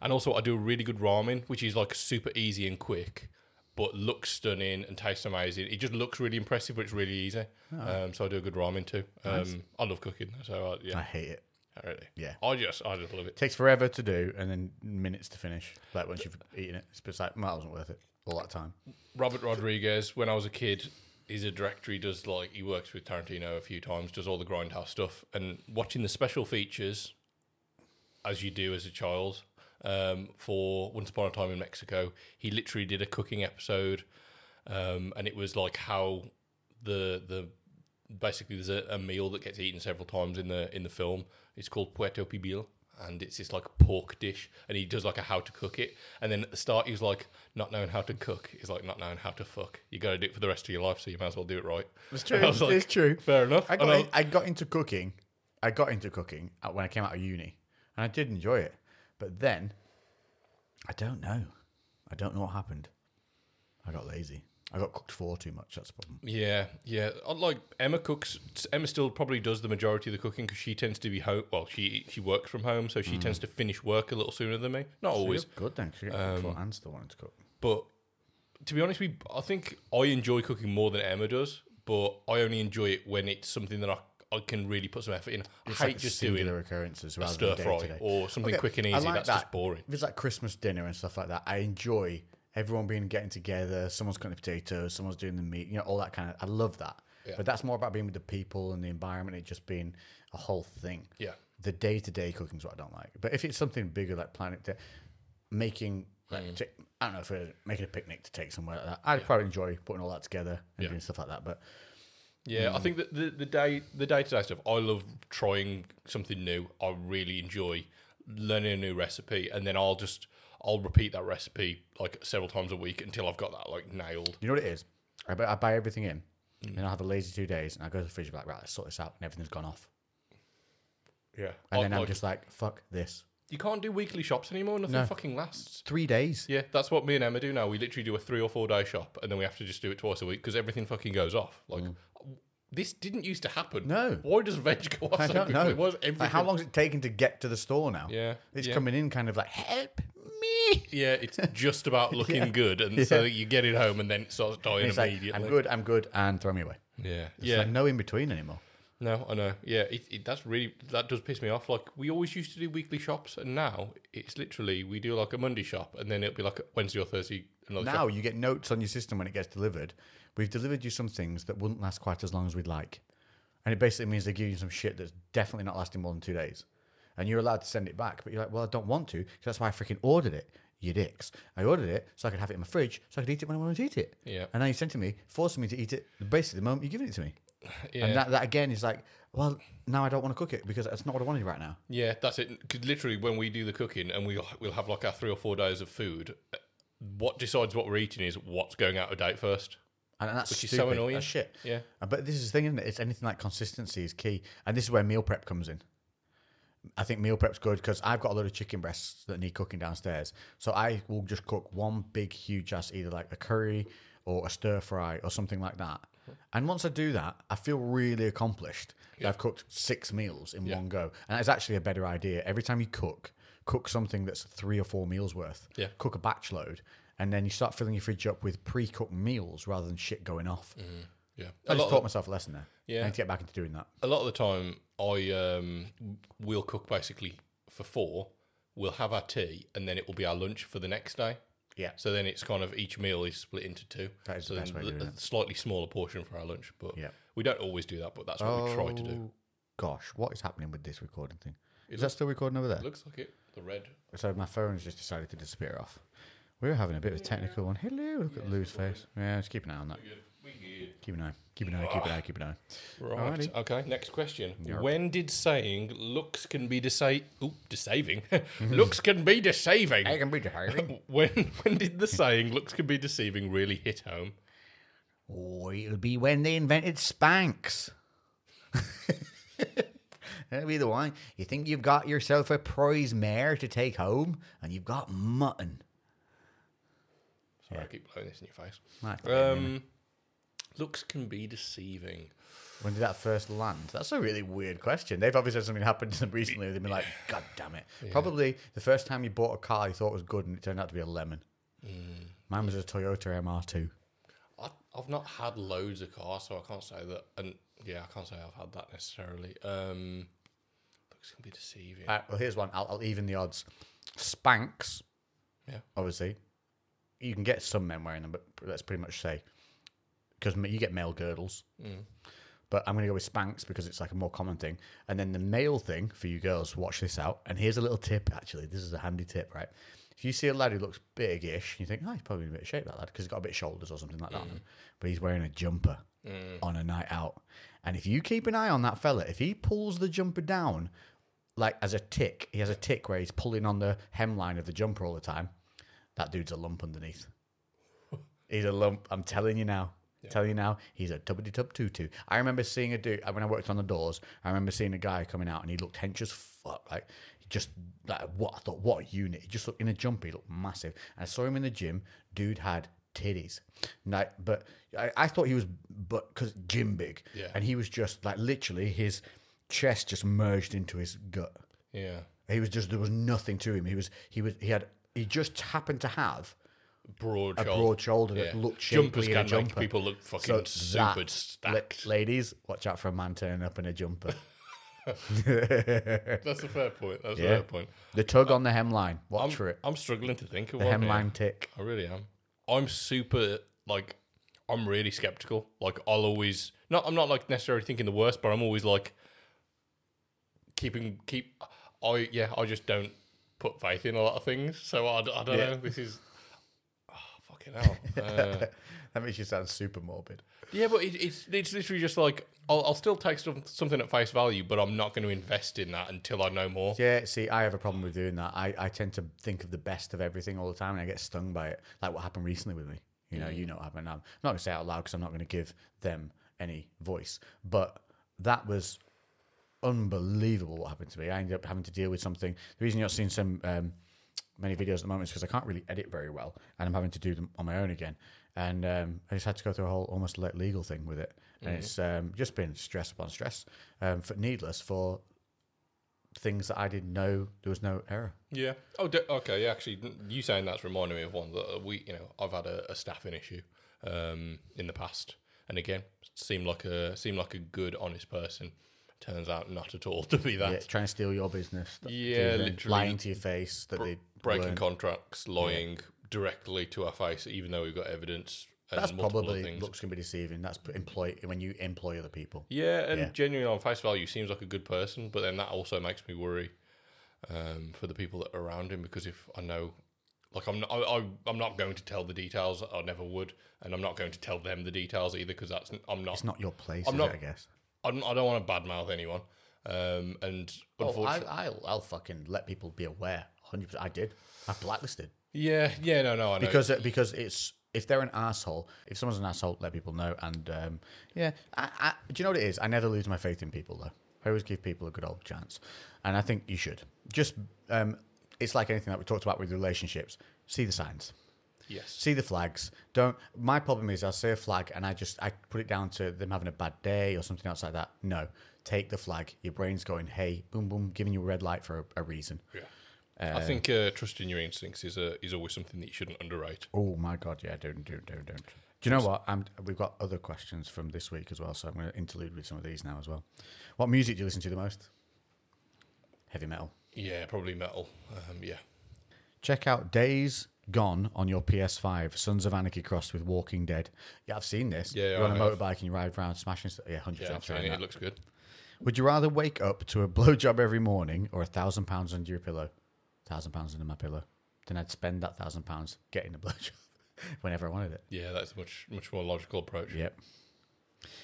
[SPEAKER 2] and also, I do a really good ramen, which is like super easy and quick, but looks stunning and tastes amazing. It just looks really impressive, but it's really easy. Um, so I do a good ramen too. Um, I love cooking, so I,
[SPEAKER 1] I
[SPEAKER 2] yeah,
[SPEAKER 1] hate it.
[SPEAKER 2] I really,
[SPEAKER 1] Yeah.
[SPEAKER 2] I just, I just love it.
[SPEAKER 1] Takes forever to do and then minutes to finish. Like once you've eaten it, it's just like, well, that wasn't worth it. All that time.
[SPEAKER 2] Robert Rodriguez, when I was a kid, he's a director. He does like he works with Tarantino a few times, does all the grindhouse stuff, and watching the special features, as you do as a child, um, for Once Upon a Time in Mexico, he literally did a cooking episode, um, and it was like how the the basically there's a, a meal that gets eaten several times in the in the film. It's called Puerto Pibil. And it's this like pork dish, and he does like a how to cook it. And then at the start, he's like, not knowing how to cook is like not knowing how to fuck. You got to do it for the rest of your life, so you might as well do it right.
[SPEAKER 1] It's true.
[SPEAKER 2] And I was like,
[SPEAKER 1] it's true.
[SPEAKER 2] Fair enough.
[SPEAKER 1] I
[SPEAKER 2] And
[SPEAKER 1] got,
[SPEAKER 2] I-
[SPEAKER 1] in, I got into cooking. I got into cooking at- when I came out of uni, and I did enjoy it. But then, I don't know. I don't know what happened. I got lazy. I got cooked for too much. That's the problem.
[SPEAKER 2] Yeah, yeah. Uh, Like Emma cooks. Emma still probably does the majority of the cooking because she tends to be home. Well, she she works from home, so she
[SPEAKER 1] Mm.
[SPEAKER 2] tends to finish work a little sooner than me. Not always,
[SPEAKER 1] You're good then. 'cause you got cooked for and still wanted to cook.
[SPEAKER 2] but to be honest, we I think I enjoy cooking more than Emma does. But I only enjoy it when it's something that I I can really put some effort in. I
[SPEAKER 1] It's
[SPEAKER 2] hate
[SPEAKER 1] like
[SPEAKER 2] just doing
[SPEAKER 1] singular occurrences rather
[SPEAKER 2] stir
[SPEAKER 1] than day
[SPEAKER 2] fry
[SPEAKER 1] to day.
[SPEAKER 2] or something
[SPEAKER 1] Okay,
[SPEAKER 2] quick and
[SPEAKER 1] I
[SPEAKER 2] easy.
[SPEAKER 1] like
[SPEAKER 2] that's
[SPEAKER 1] that.
[SPEAKER 2] just boring.
[SPEAKER 1] If it's like Christmas dinner and stuff like that, I enjoy everyone being getting together. Someone's cutting the potatoes, someone's doing the meat, you know, all that kind of. I love that. But that's more about being with the people and the environment. It just being a whole thing.
[SPEAKER 2] Yeah.
[SPEAKER 1] The day to day cooking's what I don't like. But if it's something bigger like Planet Day, making. Like,
[SPEAKER 2] Mm.
[SPEAKER 1] ta- I don't know if we're making a picnic to take somewhere like that. I'd probably enjoy putting all that together and doing stuff like that. But
[SPEAKER 2] Yeah, I think that the, the day the day to day stuff. I love trying something new. I really enjoy learning a new recipe, and then I'll just I'll repeat that recipe like several times a week until I've got that like nailed.
[SPEAKER 1] You know what it is? I buy, I buy everything in,
[SPEAKER 2] Mm.
[SPEAKER 1] and I'll have a lazy two days, and I go to the fridge and be like, right, let's sort this out, and everything's gone off.
[SPEAKER 2] Yeah,
[SPEAKER 1] And then I'm just like, fuck this.
[SPEAKER 2] you can't do weekly shops anymore. Nothing fucking lasts.
[SPEAKER 1] Three days.
[SPEAKER 2] Yeah, that's what me and Emma do now. We literally do a three or four day shop, and then we have to just do it twice a week because everything fucking goes off. Like this didn't used to happen.
[SPEAKER 1] Mm. No.
[SPEAKER 2] why does veg go off?
[SPEAKER 1] I
[SPEAKER 2] so
[SPEAKER 1] don't
[SPEAKER 2] quickly?
[SPEAKER 1] know.
[SPEAKER 2] Why is
[SPEAKER 1] Like, how
[SPEAKER 2] everything-
[SPEAKER 1] long's it taking to get to the store now?
[SPEAKER 2] Yeah,
[SPEAKER 1] It's
[SPEAKER 2] yeah.
[SPEAKER 1] coming in kind of like, help me.
[SPEAKER 2] Yeah, it's just about looking good, and so that you get it home, and then it starts dying
[SPEAKER 1] It's like,
[SPEAKER 2] immediately.
[SPEAKER 1] I'm good, I'm good, and throw me away.
[SPEAKER 2] Yeah,
[SPEAKER 1] It's
[SPEAKER 2] yeah.
[SPEAKER 1] like no in between anymore.
[SPEAKER 2] no, I know. Yeah, it, it, that's really that does piss me off. Like we always used to do weekly shops, and now it's literally we do like a Monday shop, and then it'll be like a Wednesday or Thursday another shop.
[SPEAKER 1] Now you get notes on your system when it gets delivered. We've delivered you some things that wouldn't last quite as long as we'd like. And it basically means they give you some shit that's definitely not lasting more than two days. And you're allowed to send it back, but you're like, well, I don't want to. 'cause that's why I freaking ordered it, you dicks. I ordered it so I could have it in my fridge so I could eat it when I wanted to eat it.
[SPEAKER 2] Yeah.
[SPEAKER 1] And now you sent it to me, forcing me to eat it basically the moment you're giving it to me.
[SPEAKER 2] Yeah.
[SPEAKER 1] And that, that again is like, well, now I don't want to cook it because that's not what I wanted right now.
[SPEAKER 2] Yeah, that's it. 'Cause literally, when we do the cooking and we'll, we'll have uh, like our three or four days of food, what decides what we're eating is what's going out of date first.
[SPEAKER 1] And that's
[SPEAKER 2] Which is so
[SPEAKER 1] stupid.
[SPEAKER 2] annoying.
[SPEAKER 1] That's shit.
[SPEAKER 2] Yeah.
[SPEAKER 1] Uh, But this is the thing, isn't it? It's anything like consistency is key. And this is where meal prep comes in. I think meal prep's good because I've got a load of chicken breasts that need cooking downstairs. So I will just cook one big, huge ass, either like a curry or a stir fry or something like that. And once I do that, I feel really accomplished. that I've cooked six meals in one go. And that's actually a better idea. Every time you cook, cook something that's three or four meals worth.
[SPEAKER 2] Yeah.
[SPEAKER 1] Cook a batch load. And then you start filling your fridge up with pre cooked meals rather than shit going off.
[SPEAKER 2] Yeah.
[SPEAKER 1] I
[SPEAKER 2] Mm-hmm. A lot,
[SPEAKER 1] just
[SPEAKER 2] of,
[SPEAKER 1] taught myself a lesson there.
[SPEAKER 2] Yeah.
[SPEAKER 1] I need to get back into doing that.
[SPEAKER 2] a lot of the time, I um, will cook basically for four. We'll have our tea, and then it will be our lunch for the next day.
[SPEAKER 1] Yeah.
[SPEAKER 2] So then it's kind of each meal is split into two.
[SPEAKER 1] That is
[SPEAKER 2] so
[SPEAKER 1] the best
[SPEAKER 2] then
[SPEAKER 1] way of
[SPEAKER 2] a-
[SPEAKER 1] doing
[SPEAKER 2] a slightly smaller portion for our lunch, but
[SPEAKER 1] Yeah.
[SPEAKER 2] we don't always do that. But that's what we try to do.
[SPEAKER 1] Oh, Gosh, what is happening with this recording thing? Is that still recording over there?
[SPEAKER 2] Looks like it. The red.
[SPEAKER 1] So my phone's just decided to disappear off. We were having a bit of a technical one. Hello, look at Lou's face. Yeah, just keep an eye on that. Keep an eye. Keep an eye. Keep an eye. Keep an eye.
[SPEAKER 2] Right.
[SPEAKER 1] Alrighty.
[SPEAKER 2] Okay. Next question. When did saying "looks can be desa- oop, deceiving" looks can be deceiving?
[SPEAKER 1] can be tiring.
[SPEAKER 2] When when did the saying "looks can be deceiving" really hit home?
[SPEAKER 1] Oh, it'll be when they invented Spanx. That'll be the one. You think you've got yourself a prize mare to take home, and you've got mutton.
[SPEAKER 2] Sorry, I keep blowing this in your face.
[SPEAKER 1] Right.
[SPEAKER 2] Um, looks can be deceiving.
[SPEAKER 1] When did that first land? That's a really weird question. They've obviously had something happen to them recently. They've been like, God damn it. Probably the first time you bought a car you thought was good and it turned out to be a lemon. Mine was a Toyota MR2.
[SPEAKER 2] I, I've not had loads of cars, so I can't say that. And yeah, I can't say I've had that necessarily. Um, looks can be deceiving.
[SPEAKER 1] All right, Uh, well, here's one. I'll, I'll even the odds. Spanx,
[SPEAKER 2] Yeah.
[SPEAKER 1] obviously. You can get some men wearing them, but let's pretty much say because you get male girdles. But I'm going to go with Spanx because it's like a more common thing. And then the male thing for you girls, watch this out. And here's a little tip, actually. This is a handy tip, right? If you see a lad who looks big-ish, you think, oh, he's probably in a bit of shape, that lad, because he's got a bit of shoulders or something like that on him. But he's wearing a jumper on a night out. And if you keep an eye on that fella, if he pulls the jumper down, like as a tick, he has a tick where he's pulling on the hemline of the jumper all the time, that dude's a lump underneath. He's a lump. I'm telling you now. Telling you now, he's a tubbity tub tutu. I remember seeing a dude when I worked on the doors. I remember seeing a guy coming out, and he looked hench as fuck. Like he just like what I thought, what a unit. He just looked in a jumper. He looked massive. And I saw him in the gym. Dude had titties. Like, but I, I thought he was, but because gym big,
[SPEAKER 2] Yeah.
[SPEAKER 1] and he was just like literally his chest just merged into his gut.
[SPEAKER 2] yeah,
[SPEAKER 1] He was just there was nothing to him. He was he was he had he just happened to have
[SPEAKER 2] broad
[SPEAKER 1] a
[SPEAKER 2] shoulder.
[SPEAKER 1] broad shoulder
[SPEAKER 2] Oh, Yeah.
[SPEAKER 1] that looked
[SPEAKER 2] Jumpers
[SPEAKER 1] shapely in a
[SPEAKER 2] can make
[SPEAKER 1] jumper.
[SPEAKER 2] people look fucking super
[SPEAKER 1] that-
[SPEAKER 2] stacked.
[SPEAKER 1] la- ladies, watch out for a man turning up in a jumper.
[SPEAKER 2] That's a fair point. That's
[SPEAKER 1] Yeah.
[SPEAKER 2] a fair point.
[SPEAKER 1] The tug on the hemline, watch
[SPEAKER 2] I'm,
[SPEAKER 1] for it.
[SPEAKER 2] I'm struggling to think of
[SPEAKER 1] The
[SPEAKER 2] one. here.
[SPEAKER 1] hemline tick.
[SPEAKER 2] I really am. I'm super like I'm really skeptical. Like I'll always not I'm not like necessarily thinking the worst, but I'm always like keeping keep I yeah, I just don't put faith in a lot of things. So I, d- I don't
[SPEAKER 1] Yeah.
[SPEAKER 2] know. This is oh, fucking hell. Uh,
[SPEAKER 1] That makes you sound super morbid.
[SPEAKER 2] yeah, but it, it's it's literally just like I'll, I'll still take stuff, something at face value, but I'm not going to invest in that until I know more.
[SPEAKER 1] Yeah, see, I have a problem with doing that. I, I tend to think of the best of everything all the time and I get stung by it. Like what happened recently with me. You know, you know what happened. I'm I'm not going to say it out loud because I'm not going to give them any voice. But that was unbelievable what happened to me. I ended up having to deal with something. The reason you're not seeing some um, many videos at the moment is because I can't really edit very well, and I'm having to do them on my own again. And um, I just had to go through a whole almost le- legal thing with it, and it's um, just been stress upon stress, um, for needless for things that I didn't know there was no error.
[SPEAKER 2] Yeah. Oh, d okay. Yeah, actually, n- you saying that's reminding me of one that uh, we, you know, I've had a, a staffing issue um, in the past, and again, seemed like a seemed like a good, honest person. Turns out not at all to be that.
[SPEAKER 1] Yeah, trying to steal your business, th-
[SPEAKER 2] Yeah,
[SPEAKER 1] doing-
[SPEAKER 2] literally.
[SPEAKER 1] lying to your face that they
[SPEAKER 2] Breaking
[SPEAKER 1] weren't.
[SPEAKER 2] contracts, lying directly to our face, even though we've got evidence. And
[SPEAKER 1] That's
[SPEAKER 2] multiple
[SPEAKER 1] probably
[SPEAKER 2] things.
[SPEAKER 1] looks can be deceiving. That's p- employ when you employ other people.
[SPEAKER 2] Yeah, and
[SPEAKER 1] Yeah.
[SPEAKER 2] genuine on face value seems like a good person, but then that also makes me worry um, for the people that are around him because if I know, like I'm not, I, I, I'm not going to tell the details. I never would, and I'm not going to tell them the details either because that's I'm not,
[SPEAKER 1] It's not your place,
[SPEAKER 2] I'm
[SPEAKER 1] is
[SPEAKER 2] not-
[SPEAKER 1] it, I guess.
[SPEAKER 2] I'm, I don't want to badmouth anyone. Um, and
[SPEAKER 1] Oh, I,
[SPEAKER 2] unfortunately,
[SPEAKER 1] I'll, I'll fucking let people be aware. Hundred percent. I did. I blacklisted
[SPEAKER 2] yeah, yeah, no, no, I know.
[SPEAKER 1] uh, because because it's if they're an asshole, if someone's an asshole, let people know. And um, yeah, I, I, do you know what it is? I never lose my faith in people though. I always give people a good old chance, and I think you should. Just um, it's like anything that we talked about with relationships. See the signs
[SPEAKER 2] Yes.
[SPEAKER 1] see the flags. Don't. My problem is I see a flag and I just I put it down to them having a bad day or something else like that. No, take the flag. Your brain's going, hey, boom, boom, giving you a red light for a, a reason.
[SPEAKER 2] Yeah. I think uh, trusting your instincts is a, is always something that you shouldn't underrate.
[SPEAKER 1] Oh my god, yeah, don't, don't, don't, don't. Do you know what? I'm, we've got other questions from this week as well, so I'm going to interlude with some of these now as well. What music do you listen to the most? Heavy metal.
[SPEAKER 2] Yeah, probably metal. Um, yeah.
[SPEAKER 1] Check out Days Gone on your PS5, Sons of Anarchy crossed with Walking Dead. Yeah, I've seen this.
[SPEAKER 2] Yeah,
[SPEAKER 1] You're on a
[SPEAKER 2] I have.
[SPEAKER 1] motorbike and you ride around smashing stuff. Yeah, 100%
[SPEAKER 2] Yeah, I'm
[SPEAKER 1] trying
[SPEAKER 2] saying
[SPEAKER 1] that.
[SPEAKER 2] it, it looks good.
[SPEAKER 1] Would you rather wake up to a blowjob every morning or a thousand pounds under your pillow? Thousand pounds under my pillow. Then I'd spend that thousand pounds getting a blowjob whenever I wanted it.
[SPEAKER 2] Yeah, that's a much much more logical approach.
[SPEAKER 1] Yep.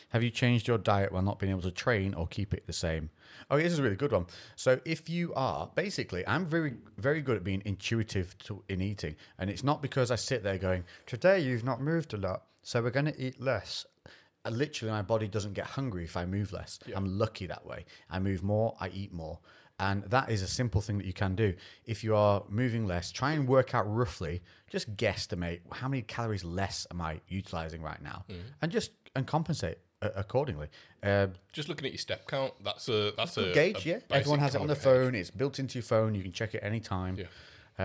[SPEAKER 1] Have you changed your diet while not being able to train or keep it the same? Oh, this is a really good one. So, if you are basically, I'm very, very good at being intuitive to, in eating, and it's not because I sit there going, "Today you've not moved a lot, so we're going to eat less." Uh, Literally, my body doesn't get hungry if I move less. I'm lucky that way. I move more, I eat more, and that is a simple thing that you can do. If you are moving less, try and work out roughly, just guesstimate how many calories less am I utilizing right now, and just and compensate uh, accordingly. Um,
[SPEAKER 2] Just looking at your step count, that's a that's a
[SPEAKER 1] gauge,
[SPEAKER 2] a
[SPEAKER 1] yeah.
[SPEAKER 2] basic
[SPEAKER 1] Everyone has it
[SPEAKER 2] kind
[SPEAKER 1] on
[SPEAKER 2] of
[SPEAKER 1] their
[SPEAKER 2] gauge.
[SPEAKER 1] phone. It's built into your phone. You can check it anytime.
[SPEAKER 2] Yeah.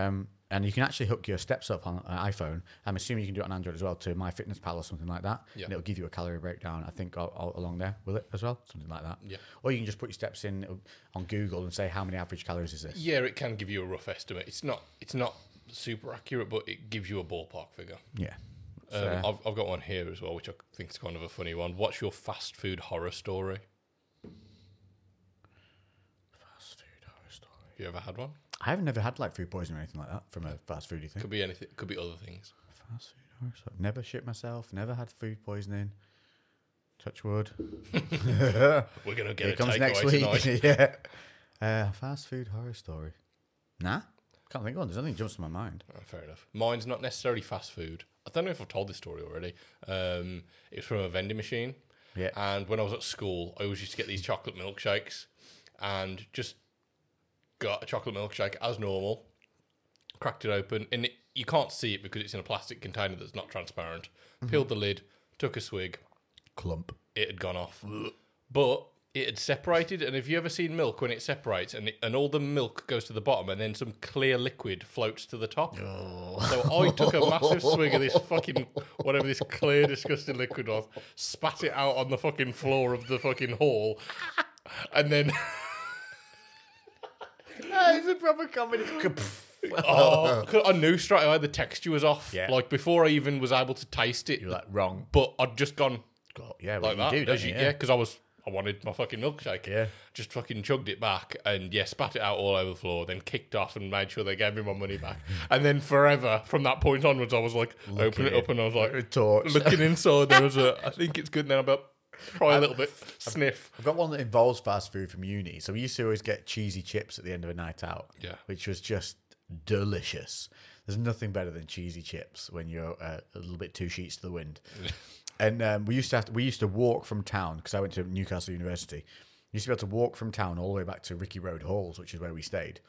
[SPEAKER 1] Um, and you can actually hook your steps up on an iPhone. I'm assuming you can do it on Android as well to MyFitnessPal or something like that.
[SPEAKER 2] Yeah.
[SPEAKER 1] And it'll give you a calorie breakdown, I think, all, all along there, will it as well? Something like that.
[SPEAKER 2] Yeah.
[SPEAKER 1] Or you can just put your steps in uh, on Google and say, how many average calories is this?
[SPEAKER 2] Yeah, it can give you a rough estimate. It's not it's not super accurate, but it gives you a ballpark figure.
[SPEAKER 1] Yeah. uh,
[SPEAKER 2] Um, I've, I've got one here as well, which I think is kind of a funny one. What's your fast food horror story?
[SPEAKER 1] Fast food horror story.
[SPEAKER 2] Have you ever had one?
[SPEAKER 1] I've never had like food poisoning or anything like that from a fast foodie thing.
[SPEAKER 2] Could be anything. Could be other things.
[SPEAKER 1] Fast food horror story. Never shit myself. Never had food poisoning. Touch wood.
[SPEAKER 2] We're gonna get
[SPEAKER 1] Here
[SPEAKER 2] a
[SPEAKER 1] comes
[SPEAKER 2] takeaway
[SPEAKER 1] next
[SPEAKER 2] tonight.
[SPEAKER 1] week. yeah. Uh, fast food horror story. Nah. Can't think of one. There's nothing jumps to my mind.
[SPEAKER 2] Oh, fair enough. Mine's not necessarily fast food. I don't know if I've told this story already. Um, it was from a vending machine.
[SPEAKER 1] Yeah.
[SPEAKER 2] And when I was at school, I always used to get these chocolate milkshakes and just got a chocolate milkshake as normal, cracked it open, and it, you can't see it because it's in a plastic container that's not transparent. Peeled the lid, took a swig,
[SPEAKER 1] Clump.
[SPEAKER 2] it had gone off. But it had separated, and have you ever seen milk when it separates and it, and all the milk goes to the bottom, and then some clear liquid floats to the top?
[SPEAKER 1] Oh.
[SPEAKER 2] So I took a massive swig of this fucking whatever this clear disgusting liquid was, spat it out on the fucking floor of the fucking hall, and then
[SPEAKER 1] it's a proper comedy.
[SPEAKER 2] oh, I knew straight away the texture was off.
[SPEAKER 1] Yeah.
[SPEAKER 2] Like before I even was able to taste it,
[SPEAKER 1] You're like wrong.
[SPEAKER 2] but I'd just gone.
[SPEAKER 1] God, yeah,
[SPEAKER 2] like
[SPEAKER 1] what
[SPEAKER 2] that.
[SPEAKER 1] you do, don't
[SPEAKER 2] as
[SPEAKER 1] you?
[SPEAKER 2] you- yeah, because I was I wanted my fucking milkshake.
[SPEAKER 1] Yeah.
[SPEAKER 2] just fucking chugged it back and yeah, spat it out all over the floor. Then kicked off and made sure they gave me my money back. and then forever from that point onwards, I was like, open it
[SPEAKER 1] in.
[SPEAKER 2] up, and I was like,
[SPEAKER 1] A torch.
[SPEAKER 2] looking inside. There was a, I think it's good. And then I'm about try a little bit, sniff.
[SPEAKER 1] I've got one that involves fast food from uni. So we used to always get cheesy chips at the end of a night out.
[SPEAKER 2] Yeah.
[SPEAKER 1] Which was just delicious. There's nothing better than cheesy chips when you're uh, a little bit two sheets to the wind. and um, we used to have to, we used to walk from town because I went to Newcastle University. You used to be able to walk from town all the way back to Ricky Road Halls, which is where we stayed.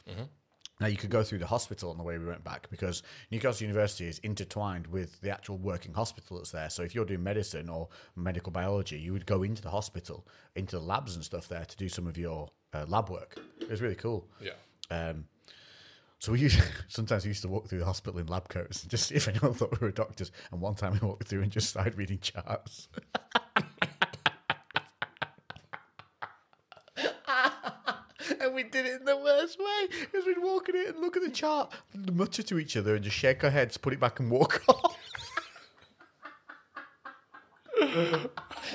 [SPEAKER 1] Now you could go through the hospital on the way we went back because Newcastle University is intertwined with the actual working hospital that's there. So if you're doing medicine or medical biology, you would go into the hospital, into the labs and stuff there to do some of your uh, lab work. It was really cool.
[SPEAKER 2] Yeah.
[SPEAKER 1] Um, so we used, sometimes we used to walk through the hospital in lab coats and just see if anyone thought we were doctors. And one time we walked through and just started reading charts. and we did it in the worst way because we'd walk in it and look at the chart, mutter to each other, and just shake our heads, put it back, and walk off.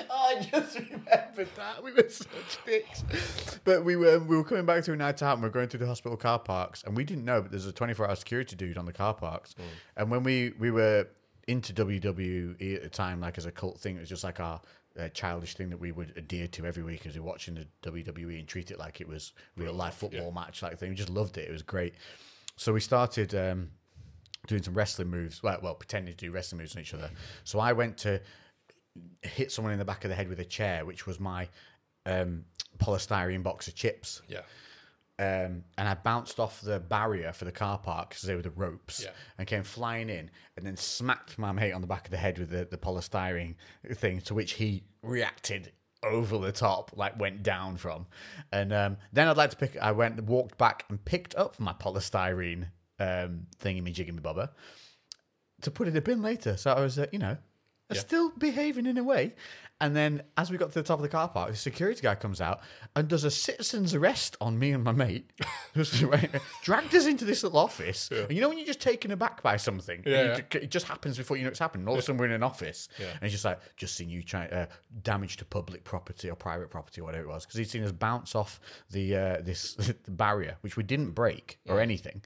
[SPEAKER 1] I just remembered that we were such dicks, but we were we were coming back through a night out and we are going through the hospital car parks, and we didn't know, but there's a 24 hour security dude on the car parks, and when we we were into WWE at the time, like as a cult thing, it was just like our uh, childish thing that we would adhere to every week as we were watching the WWE and treat it like it was real life football match like thing. We just loved it; it was great. So we started. Um, doing some wrestling moves. Well, well, pretending to do wrestling moves on each other. So I went to hit someone in the back of the head with a chair, which was my um, polystyrene box of chips
[SPEAKER 2] Yeah.
[SPEAKER 1] um, and I bounced off the barrier for the car park because they were the ropes,
[SPEAKER 2] Yeah.
[SPEAKER 1] and came flying in, and then smacked my mate on the back of the head with the, the polystyrene thing, to which he reacted over the top, like went down from, and um, then I'd like to pick. I went, walked back, and picked up my polystyrene um, thingy me jiggy me bobber to put in a bin later. So I was, uh, you know, I was still behaving in a way. And then as we got to the top of the car park, the security guy comes out and does a citizen's arrest on me and my mate, who's dragged us into this little office. And you know when you're just taken aback by something, and
[SPEAKER 2] Yeah,
[SPEAKER 1] you
[SPEAKER 2] yeah.
[SPEAKER 1] ju- it just happens before you know it's happened. And all of a sudden we're in an office, and he's just like, just seen you trying uh, damage to public property or private property or whatever it was, because he'd seen us bounce off the uh, this the barrier, which we didn't break or anything.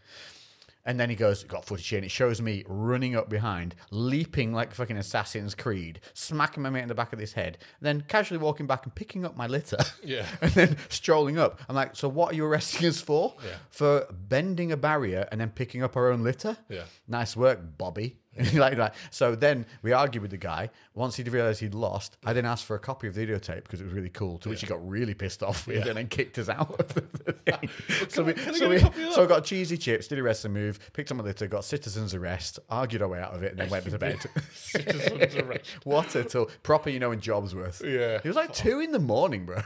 [SPEAKER 1] And then he goes, got footage here, and it shows me running up behind, leaping like fucking Assassin's Creed, smacking my mate in the back of his head, then casually walking back and picking up my litter.
[SPEAKER 2] Yeah.
[SPEAKER 1] and then strolling up. I'm like, so what are you arresting us for? For bending a barrier and then picking up our own litter?
[SPEAKER 2] Yeah.
[SPEAKER 1] Nice work, Bobby. like that. So then we argued with the guy. Once he'd realized he'd lost, I then asked for a copy of the videotape because it was really cool, to which he got really pissed off with and then kicked us out of the thing. so we,
[SPEAKER 2] can I
[SPEAKER 1] so,
[SPEAKER 2] get a
[SPEAKER 1] we,
[SPEAKER 2] copy of
[SPEAKER 1] so I got cheesy chips, did a wrestling move, picked up my litter, got citizen's arrest, argued our way out of it, and then went to bed.
[SPEAKER 2] Citizen's arrest.
[SPEAKER 1] what a till proper, you know, in Jobsworth.
[SPEAKER 2] Yeah.
[SPEAKER 1] It was like two in the morning, bro.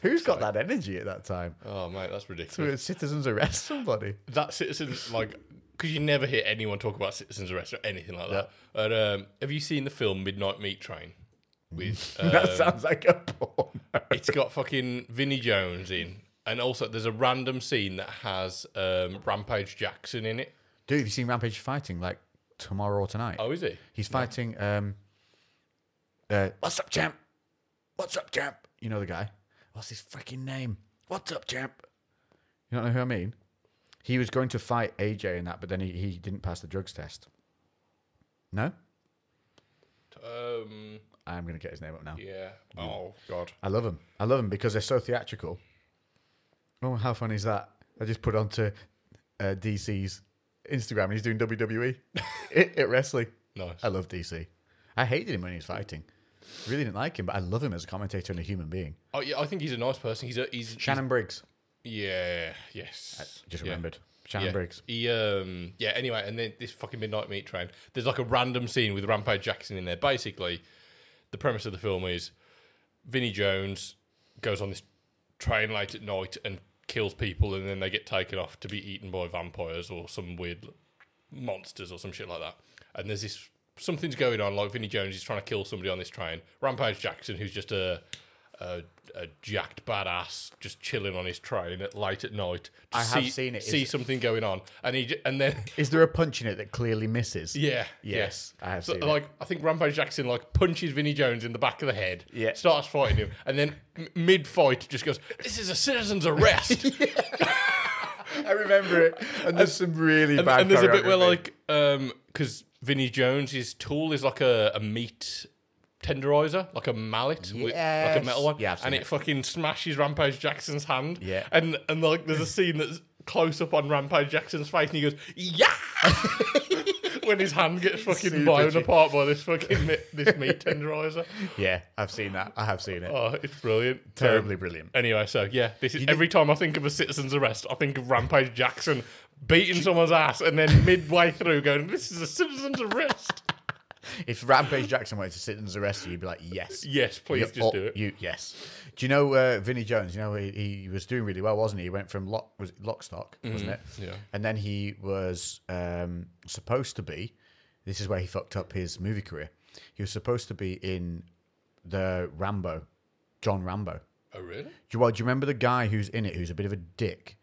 [SPEAKER 1] Who's got that energy at that time?
[SPEAKER 2] Oh mate, that's
[SPEAKER 1] To
[SPEAKER 2] ridiculous.
[SPEAKER 1] a citizens arrest somebody.
[SPEAKER 2] That citizen like because you never hear anyone talk about citizens arrest or anything like that. And um, have you seen the film Midnight Meat Train? With
[SPEAKER 1] That
[SPEAKER 2] um,
[SPEAKER 1] sounds like a porn.
[SPEAKER 2] it's got fucking Vinnie Jones in, and also there's a random scene that has um, Rampage Jackson in it.
[SPEAKER 1] Dude, have you seen Rampage fighting like tomorrow or tonight?
[SPEAKER 2] Oh, is he?
[SPEAKER 1] He's fighting. Um, uh, What's up, champ? What's up, champ? You know the guy. What's his freaking name? What's up, champ? You don't know who I mean? He was going to fight AJ in that, but then he, he didn't pass the drugs test. No,
[SPEAKER 2] Um,
[SPEAKER 1] I'm gonna get his name up now.
[SPEAKER 2] yeah. Oh God.
[SPEAKER 1] I love them. I love them because they're so theatrical. Oh, how funny is that? I just put onto uh, DC's Instagram and he's doing WWE at at wrestling.
[SPEAKER 2] Nice.
[SPEAKER 1] I love DC. I hated him when he was fighting. Really didn't like him, but I love him as a commentator and a human being.
[SPEAKER 2] Oh yeah, I think he's a nice person. He's a he's
[SPEAKER 1] Shannon Briggs.
[SPEAKER 2] Yeah. Yes.
[SPEAKER 1] Just
[SPEAKER 2] yeah.
[SPEAKER 1] remembered. Shannon
[SPEAKER 2] yeah.
[SPEAKER 1] Briggs.
[SPEAKER 2] He um yeah. Anyway, and then this fucking midnight meat train. There's like a random scene with Rampage Jackson in there. Basically, the premise of the film is Vinnie Jones goes on this train late at night and kills people, and then they get taken off to be eaten by vampires or some weird monsters or some shit like that. And there's this something's going on. Like Vinnie Jones is trying to kill somebody on this train. Rampage Jackson, who's just a a, a jacked badass, just chilling on his train at late at night.
[SPEAKER 1] I have
[SPEAKER 2] see,
[SPEAKER 1] seen it.
[SPEAKER 2] See
[SPEAKER 1] It's-
[SPEAKER 2] something going on, and he j- and then
[SPEAKER 1] Is there a punch in it that clearly misses?
[SPEAKER 2] yeah,
[SPEAKER 1] Yes, I have
[SPEAKER 2] So,
[SPEAKER 1] seen it.
[SPEAKER 2] like I think Rampage Jackson like punches Vinnie Jones in the back of the head.
[SPEAKER 1] Yeah.
[SPEAKER 2] starts fighting him, and then m- mid fight just goes, "This is a citizen's arrest."
[SPEAKER 1] I remember it. And there's some really
[SPEAKER 2] and,
[SPEAKER 1] bad
[SPEAKER 2] and there's a bit where
[SPEAKER 1] choreography.
[SPEAKER 2] like um because Vinnie Jones his tool is like a, a meat tenderizer like a mallet with- like
[SPEAKER 1] Yes.
[SPEAKER 2] a metal one
[SPEAKER 1] Yeah, I've seen
[SPEAKER 2] and it,
[SPEAKER 1] it.
[SPEAKER 2] fucking smashes Rampage Jackson's hand
[SPEAKER 1] Yeah.
[SPEAKER 2] and and like there's a scene that's close up on Rampage Jackson's face and he goes yeah when his hand gets fucking
[SPEAKER 1] Super
[SPEAKER 2] blown
[SPEAKER 1] G.
[SPEAKER 2] apart by this fucking mi- this meat tenderizer
[SPEAKER 1] Yeah, I've seen that. I have seen it.
[SPEAKER 2] oh it's brilliant
[SPEAKER 1] Terribly
[SPEAKER 2] Um,
[SPEAKER 1] brilliant.
[SPEAKER 2] Anyway, so yeah, this is
[SPEAKER 1] did-
[SPEAKER 2] every time I think of a citizen's arrest, I think of Rampage Jackson beating someone's ass and then midway through going, "This is a citizen's arrest."
[SPEAKER 1] If Rampage Jackson went to citizen's arrest, you'd be like, yes.
[SPEAKER 2] yes, please
[SPEAKER 1] Yep,
[SPEAKER 2] just
[SPEAKER 1] or
[SPEAKER 2] do it.
[SPEAKER 1] You yes. Do you know uh, Vinnie Jones? You know he, he was doing really well, wasn't he? He went from lock was it Lockstock, wasn't it?
[SPEAKER 2] Mm-hmm. yeah.
[SPEAKER 1] And then he was um, supposed to be. This is where he fucked up his movie career. He was supposed to be in the Rambo, John Rambo.
[SPEAKER 2] oh really?
[SPEAKER 1] Do you, well, do you remember the guy who's in it who's a bit of a dick?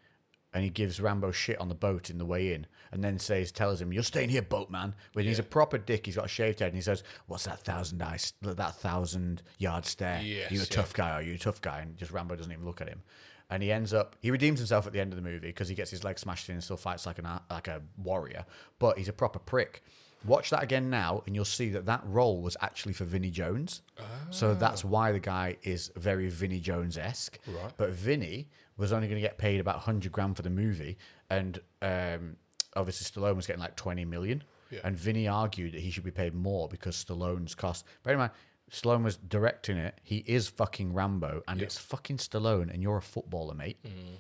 [SPEAKER 1] And he gives Rambo shit on the boat in the way in, and then says, tells him, "You're staying here, boatman." When he's a proper dick, he's got a shaved head, and he says, "What's that thousand eyes, that thousand yard stare?
[SPEAKER 2] Yes,
[SPEAKER 1] you a
[SPEAKER 2] yeah.
[SPEAKER 1] tough guy? Are you a tough guy?" And just Rambo doesn't even look at him, and he ends up he redeems himself at the end of the movie because he gets his leg smashed in and still fights like an a- like a warrior, but he's a proper prick. Watch that again now, and you'll see that that role was actually for Vinnie Jones. So that's why the guy is very Vinnie Jones esque. Right. But Vinnie was only going to get paid about 100 grand for the movie, and um, obviously Stallone was getting like 20 million.
[SPEAKER 2] Yeah.
[SPEAKER 1] And Vinny argued that he should be paid more because Stallone's cost. Bear in mind, Stallone was directing it. He is fucking Rambo and it's fucking Stallone and you're a footballer, mate.
[SPEAKER 2] Mm-hmm.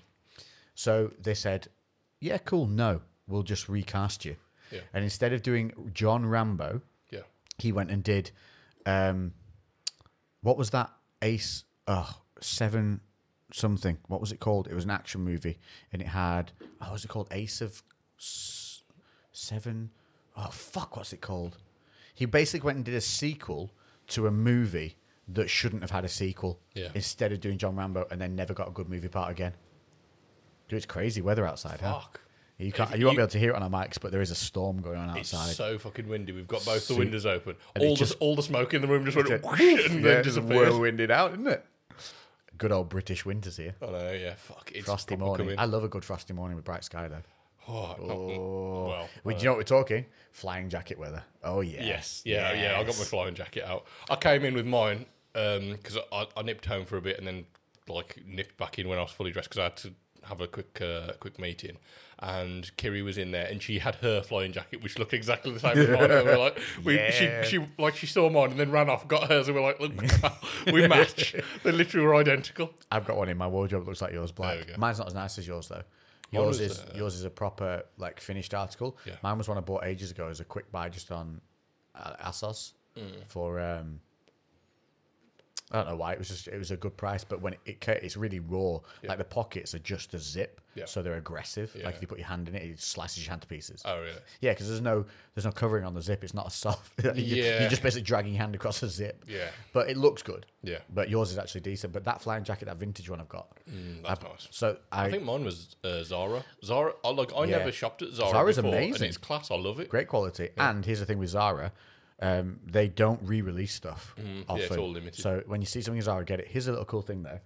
[SPEAKER 1] So they said, yeah, cool. No, we'll just recast you.
[SPEAKER 2] Yeah.
[SPEAKER 1] And instead of doing John Rambo,
[SPEAKER 2] Yeah.
[SPEAKER 1] he went and did um what was that ace oh seven something what was it called it was an action movie and it had oh was it called ace of S- seven oh fuck what's it called he basically went and did a sequel to a movie that shouldn't have had a sequel
[SPEAKER 2] Yeah.
[SPEAKER 1] instead of doing john rambo and then never got a good movie part again dude it's crazy weather outside huh?
[SPEAKER 2] Fuck.
[SPEAKER 1] you can't
[SPEAKER 2] If
[SPEAKER 1] you won't
[SPEAKER 2] you-
[SPEAKER 1] be able to hear it on our mics but there is a storm going on
[SPEAKER 2] It's
[SPEAKER 1] outside
[SPEAKER 2] so fucking windy. We've got both the
[SPEAKER 1] See-
[SPEAKER 2] windows open.
[SPEAKER 1] and it
[SPEAKER 2] All the
[SPEAKER 1] just-
[SPEAKER 2] all the smoke in the room just went
[SPEAKER 1] Yeah,
[SPEAKER 2] whoosh and
[SPEAKER 1] yeah,
[SPEAKER 2] then disappeared.
[SPEAKER 1] whirlwinded out, isn't it? Good old British winters here.
[SPEAKER 2] I know. Yeah. Fuck. It's
[SPEAKER 1] Frosty
[SPEAKER 2] proper
[SPEAKER 1] morning.
[SPEAKER 2] coming.
[SPEAKER 1] I love a good frosty morning with bright sky though.
[SPEAKER 2] Oh, I can't- well.
[SPEAKER 1] We, do you know what we're talking? Flying jacket weather. Oh yeah.
[SPEAKER 2] Uh, Yes. Yeah. Yeah. I got my flying jacket out. I came in with mine because I, I nipped home for a bit and then like nipped back in when I was fully dressed because I had to have a quick uh, quick meeting. And Kiri was in there and she had her flying jacket, which looked exactly the same as mine. And we were like, we,
[SPEAKER 1] Yeah.
[SPEAKER 2] she, she like she saw mine and then ran off, got hers, and we're like, look, we match. they literally were identical.
[SPEAKER 1] I've got one in my wardrobe. that looks like yours,
[SPEAKER 2] There
[SPEAKER 1] black.
[SPEAKER 2] we go.
[SPEAKER 1] Mine's not as nice as yours though. Yours
[SPEAKER 2] was, uh,
[SPEAKER 1] is yours is a proper like finished article.
[SPEAKER 2] Yeah.
[SPEAKER 1] Mine was one I bought ages ago as a quick buy just on uh, ASOS
[SPEAKER 2] Mm.
[SPEAKER 1] for um, I don't know why it was just it was a good price, but when it, it ca- it's really raw, like the pockets are just a zip,
[SPEAKER 2] Yeah.
[SPEAKER 1] so they're aggressive. Like
[SPEAKER 2] Yeah.
[SPEAKER 1] if you put your hand in it, it slices your hand to pieces.
[SPEAKER 2] Oh, really?
[SPEAKER 1] Yeah, because there's no there's no covering on the zip. It's not a soft. you,
[SPEAKER 2] Yeah.
[SPEAKER 1] You're just basically dragging your hand across a zip.
[SPEAKER 2] Yeah.
[SPEAKER 1] But it looks good.
[SPEAKER 2] Yeah.
[SPEAKER 1] But yours is actually decent. But that flying jacket, that vintage one I've got.
[SPEAKER 2] That's nice.
[SPEAKER 1] So I,
[SPEAKER 2] Mm. I think mine was uh, Zara. Zara, I, like I
[SPEAKER 1] Yeah.
[SPEAKER 2] never shopped at Zara
[SPEAKER 1] Zara's
[SPEAKER 2] before, and
[SPEAKER 1] amazing.
[SPEAKER 2] it's class. I love it.
[SPEAKER 1] great quality. And here's the thing with Zara, um, they don't re-release stuff often.
[SPEAKER 2] Mm, it's all limited.
[SPEAKER 1] So when you see something in Zara, get it. Here's a little cool thing though.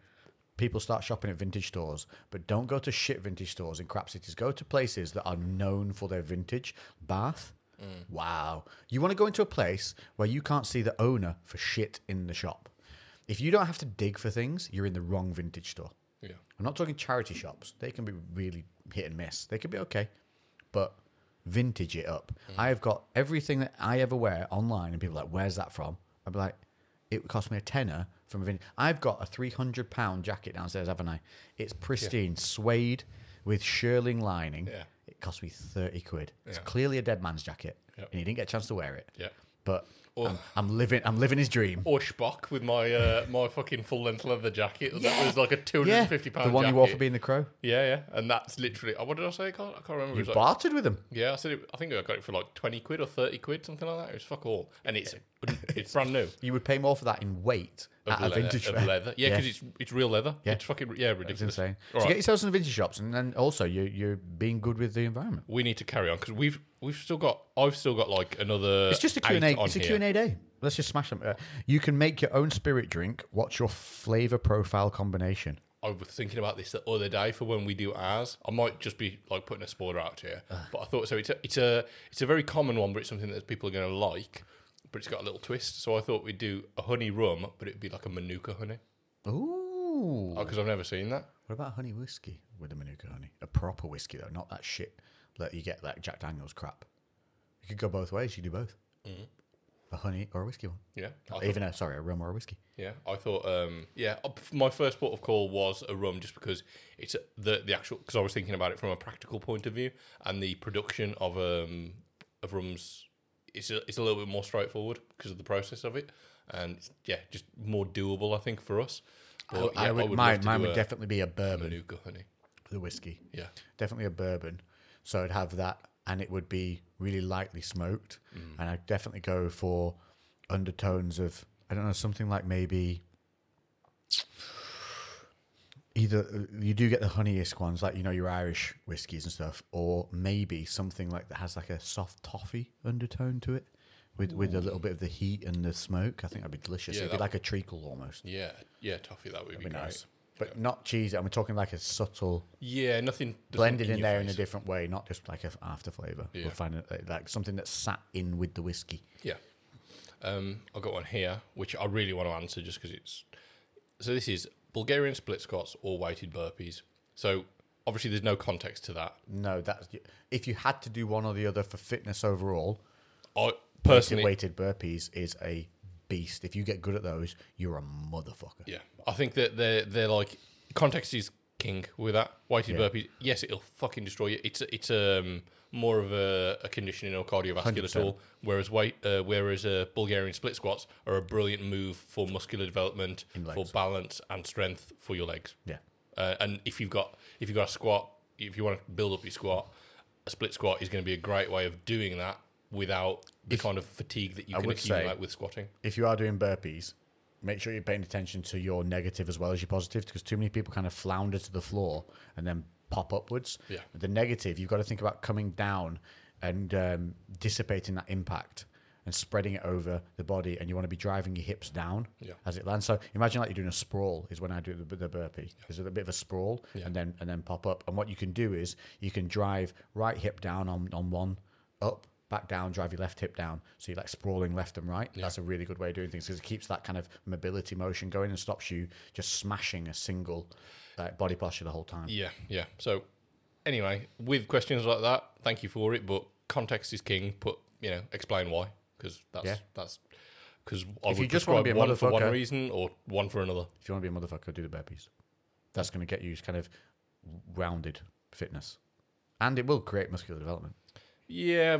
[SPEAKER 1] People start shopping at vintage stores, but don't go to shit vintage stores in crap cities. Go to places that are known for their vintage. Bath.
[SPEAKER 2] Mm.
[SPEAKER 1] Wow. You want to go into a place where you can't see the owner for shit in the shop. If you don't have to dig for things, you're in the wrong vintage store.
[SPEAKER 2] Yeah.
[SPEAKER 1] I'm not talking charity shops. They can be really hit and miss. They can be okay, but vintage it up.
[SPEAKER 2] Mm.
[SPEAKER 1] I've got everything that I ever wear online, and people are like, "Where's that from?" I'd be like, "It cost me a tenner from a vintage." I've got a 300 pound jacket downstairs, haven't I? It's pristine, suede with shirling lining.
[SPEAKER 2] Yeah.
[SPEAKER 1] It cost me 30 quid. It's
[SPEAKER 2] Yeah.
[SPEAKER 1] clearly a dead man's jacket,
[SPEAKER 2] Yep.
[SPEAKER 1] and he didn't get a chance to wear it.
[SPEAKER 2] Yeah.
[SPEAKER 1] But
[SPEAKER 2] Or-
[SPEAKER 1] I'm, I'm living, I'm living his dream.
[SPEAKER 2] or Spock with my uh, my fucking full length leather jacket that was like a two hundred
[SPEAKER 1] yeah,
[SPEAKER 2] and fifty
[SPEAKER 1] the
[SPEAKER 2] pound.
[SPEAKER 1] one
[SPEAKER 2] jacket.
[SPEAKER 1] you wore for being the crow.
[SPEAKER 2] Yeah, yeah, and that's literally. Oh, what did I say? I can't, I can't
[SPEAKER 1] You
[SPEAKER 2] remember. it was like,
[SPEAKER 1] bartered with him.
[SPEAKER 2] yeah, I said. It, I think I got it for like twenty quid or thirty quid, something like that. It was fuck all, and it's it's brand new.
[SPEAKER 1] You would pay more for that in weight at
[SPEAKER 2] Of
[SPEAKER 1] a
[SPEAKER 2] leather,
[SPEAKER 1] vintage
[SPEAKER 2] of
[SPEAKER 1] fair.
[SPEAKER 2] leather. Yeah, because it's it's real leather.
[SPEAKER 1] Yeah.
[SPEAKER 2] It's fucking yeah,
[SPEAKER 1] it's
[SPEAKER 2] ridiculous.
[SPEAKER 1] insane.
[SPEAKER 2] All
[SPEAKER 1] so
[SPEAKER 2] right.
[SPEAKER 1] get yourselves in the vintage shops, and then also you you're being good with the environment.
[SPEAKER 2] we need to carry on because we've we've still got I've still got like another.
[SPEAKER 1] It's just a Q
[SPEAKER 2] eight
[SPEAKER 1] and A.
[SPEAKER 2] on
[SPEAKER 1] It's a
[SPEAKER 2] here.
[SPEAKER 1] Q and A day. Let's just smash them. Uh, you can make your own spirit drink. What's your flavor profile combination?
[SPEAKER 2] I was thinking about this the other day for when we do ours. I might just be like putting a spoiler out here, but I thought so. It's a it's a it's a very common one, but it's something that people are going to like. But it's got a little twist, so I thought we'd do a honey rum, but it'd be like a manuka honey
[SPEAKER 1] Ooh,
[SPEAKER 2] because I've never seen that.
[SPEAKER 1] what about honey whiskey with the manuka honey? A proper whiskey though, not that shit that you get that Jack Daniel's crap. You could go both ways. You could do both. A honey or a whiskey one.
[SPEAKER 2] Yeah, Mm-hmm. I thought-
[SPEAKER 1] Even a sorry, a rum or a whiskey.
[SPEAKER 2] yeah. I thought, um, yeah. uh, f- My first port of call was a rum, just because it's a- the the actual. Because I was thinking about it from a practical point of view, and the production of um of rums, it's a, it's a little bit more straightforward because of the process of it, and it's, yeah, just more doable, I think, for us. But, yeah,
[SPEAKER 1] Oh, I would,
[SPEAKER 2] love
[SPEAKER 1] mine
[SPEAKER 2] to
[SPEAKER 1] mine
[SPEAKER 2] do
[SPEAKER 1] would
[SPEAKER 2] a
[SPEAKER 1] definitely be a bourbon.
[SPEAKER 2] Manuka honey.
[SPEAKER 1] The whiskey.
[SPEAKER 2] Yeah,
[SPEAKER 1] definitely a bourbon. So I'd have that, and it would be really lightly smoked.
[SPEAKER 2] Mm.
[SPEAKER 1] And I'd definitely go for undertones of I don't know something like maybe either you do get the honeyest ones, like you know your Irish whiskies and stuff, or maybe something like that has like a soft toffee undertone to it. With, with a little bit of the heat and the smoke, I think that'd be delicious.
[SPEAKER 2] Yeah,
[SPEAKER 1] It'd be
[SPEAKER 2] that-
[SPEAKER 1] like a treacle almost.
[SPEAKER 2] yeah, yeah. Toffee, that would be,
[SPEAKER 1] It'd be
[SPEAKER 2] great.
[SPEAKER 1] nice, but not cheesy. I'm talking like a subtle
[SPEAKER 2] Yeah, nothing doesn't
[SPEAKER 1] blended in
[SPEAKER 2] your
[SPEAKER 1] there in a
[SPEAKER 2] face.
[SPEAKER 1] different way, not just like an after flavor.
[SPEAKER 2] Yeah.
[SPEAKER 1] We'll find it like, like something that's sat in with the whiskey.
[SPEAKER 2] Yeah. Um, I've got one here, which I really want to answer just because it's. So this is Bulgarian split squats or weighted burpees. So obviously there's no context to that.
[SPEAKER 1] No, that's if you had to do one or the other for fitness overall,
[SPEAKER 2] I personally,
[SPEAKER 1] weighted burpees is a beast. If you get good at those, you're a motherfucker.
[SPEAKER 2] yeah, I think that they're they're like context is king with that weighted
[SPEAKER 1] Yeah.
[SPEAKER 2] burpees. Yes, it'll fucking destroy you. It's it's um more of a, a conditioning or cardiovascular
[SPEAKER 1] 100%.
[SPEAKER 2] tool, whereas weight uh, whereas uh, Bulgarian split squats are a brilliant move for muscular development, for
[SPEAKER 1] legs.
[SPEAKER 2] balance and strength for your legs.
[SPEAKER 1] Yeah.
[SPEAKER 2] Uh, and if you've got if you've got a squat, if you want to build up your squat, a split squat is going to be a great way of doing that without the kind of fatigue that you can
[SPEAKER 1] would say-
[SPEAKER 2] accumulate with squatting.
[SPEAKER 1] If you are doing burpees, make sure you're paying attention to your negative as well as your positive because too many people kind of flounder to the floor and then pop upwards.
[SPEAKER 2] Yeah.
[SPEAKER 1] The negative, you've got to think about coming down and um, dissipating that impact and spreading it over the body and you want to be driving your hips down
[SPEAKER 2] Yeah.
[SPEAKER 1] as it lands so imagine like you're doing a sprawl is when i do the, the burpee there's a bit of a sprawl
[SPEAKER 2] Yeah.
[SPEAKER 1] and then and then pop up and what you can do is you can drive right hip down on, on one up back down drive your left hip down so you're like sprawling left and right that's a really good way of doing things because it keeps that kind of mobility motion going and stops you just smashing a single like, body posture the whole time
[SPEAKER 2] Yeah, yeah. So anyway, with questions like that, thank you for it, but context is king. Put you know, explain why because that's
[SPEAKER 1] Yeah.
[SPEAKER 2] that's because I
[SPEAKER 1] If
[SPEAKER 2] would
[SPEAKER 1] you just wanna
[SPEAKER 2] prescribe
[SPEAKER 1] be a
[SPEAKER 2] one for one
[SPEAKER 1] motherfucker-
[SPEAKER 2] reason or one for another.
[SPEAKER 1] if you want to be a motherfucker do the burpees that's going to get you kind of rounded fitness and it will create muscular development
[SPEAKER 2] Yeah,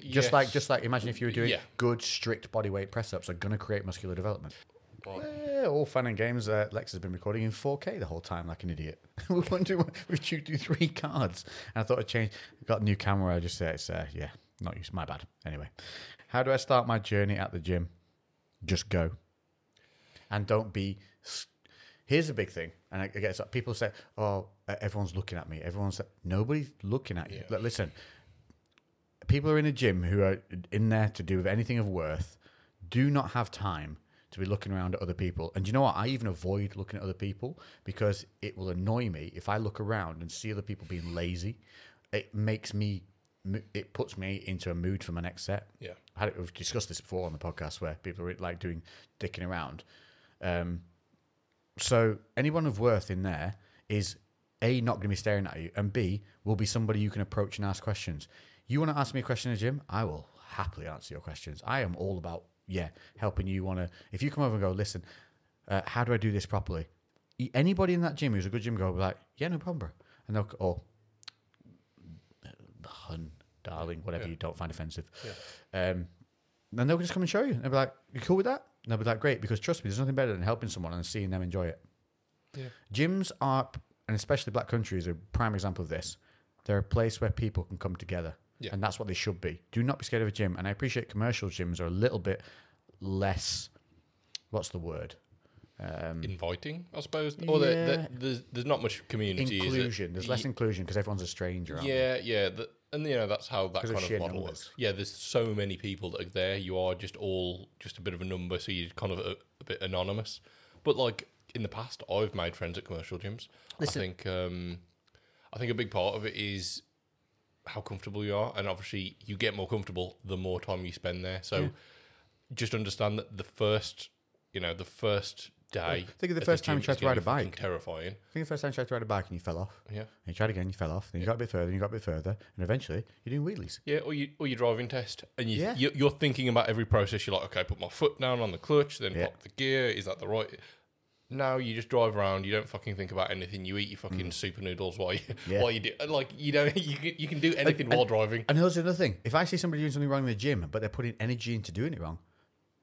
[SPEAKER 1] Just
[SPEAKER 2] yes.
[SPEAKER 1] like, just like, imagine if you were doing
[SPEAKER 2] Yeah.
[SPEAKER 1] good, strict body weight press ups are going to create muscular development.
[SPEAKER 2] Right.
[SPEAKER 1] Yeah, all fun and games. Uh, Lex has been recording in 4K the whole time, like an idiot. We're wondering why we chewed through three cards. And I thought I'd change. Got a new camera. I just said, it's, uh, yeah, not used. My bad. Anyway, how do I start my journey at the gym? Just go. And don't be. s- Here's the big thing. And I I guess people say, oh, everyone's looking at me. Everyone's. Nobody's looking at you. Like, Listen, people are in a gym who are in there to do with anything of worth do not have time to be looking around at other people. And you know what? I even avoid looking at other people because it will annoy me if I look around and see other people being lazy. It makes me, it puts me into a mood for my next set.
[SPEAKER 2] Yeah.
[SPEAKER 1] I had it, we've discussed this before on the podcast where people are like doing dicking around. Um, so anyone of worth in there is a not going to be staring at you, and b will be somebody you can approach and ask questions. You want to ask me a question in the gym? I will happily answer your questions. I am all about yeah helping you. Want to if you come over and go listen, uh, how do I do this properly? E- Anybody in that gym who's a good gym goer will be like yeah no problem, bro. and they'll or hun darling whatever you don't find offensive. Um, and they'll just come and show you. And they'll be like, "You cool with that?" And they'll be like, "Great," because trust me, there's nothing better than helping someone and seeing them enjoy it.
[SPEAKER 2] Yeah.
[SPEAKER 1] Gyms are, and especially Black Country is a prime example of this. They're a place where people can come together,
[SPEAKER 2] Yeah.
[SPEAKER 1] and that's what they should be. Do not be scared of a gym. And I appreciate commercial gyms are a little bit less. What's the word?
[SPEAKER 2] Um, inviting, I suppose. Or there- there-
[SPEAKER 1] Yeah.
[SPEAKER 2] there's, there's not much community is it?
[SPEAKER 1] Inclusion. There's less
[SPEAKER 2] Y-
[SPEAKER 1] inclusion because everyone's a stranger. aren't they?
[SPEAKER 2] Yeah, yeah, the, and you know that's how that
[SPEAKER 1] 'Cause of
[SPEAKER 2] kind of
[SPEAKER 1] sheer
[SPEAKER 2] model
[SPEAKER 1] numbers.
[SPEAKER 2] works. Yeah, there's so many people that are there. You are just all just a bit of a number, so you're kind of a, a bit anonymous. But like in the past, I've made friends at commercial gyms. I think um, I think a big part of it is how comfortable you are, and obviously you get more comfortable the more time you spend there. So just understand that the first, you know, the first day.
[SPEAKER 1] think of the
[SPEAKER 2] at
[SPEAKER 1] first time
[SPEAKER 2] gym
[SPEAKER 1] you tried
[SPEAKER 2] is
[SPEAKER 1] to ride
[SPEAKER 2] gonna
[SPEAKER 1] a
[SPEAKER 2] be fucking
[SPEAKER 1] bike.
[SPEAKER 2] Terrifying.
[SPEAKER 1] I think the first time you tried to ride a bike and you fell off.
[SPEAKER 2] Yeah.
[SPEAKER 1] And you tried again, you fell off. Then you got a bit further, and you got a bit further, and eventually you're doing wheelies.
[SPEAKER 2] Yeah, or you or your driving test, and you
[SPEAKER 1] Yeah.
[SPEAKER 2] you- you're thinking about every process. You're like, okay, put my foot down on the clutch, then
[SPEAKER 1] Yeah.
[SPEAKER 2] pop the gear. Is that the right? No, you just drive around. You don't fucking think about anything. You eat your fucking super noodles while you
[SPEAKER 1] Mm. Yeah.
[SPEAKER 2] while you do like you don't you can, you can do anything while driving.
[SPEAKER 1] And here's another thing: if I see somebody doing something wrong in the gym, but they're putting energy into doing it wrong,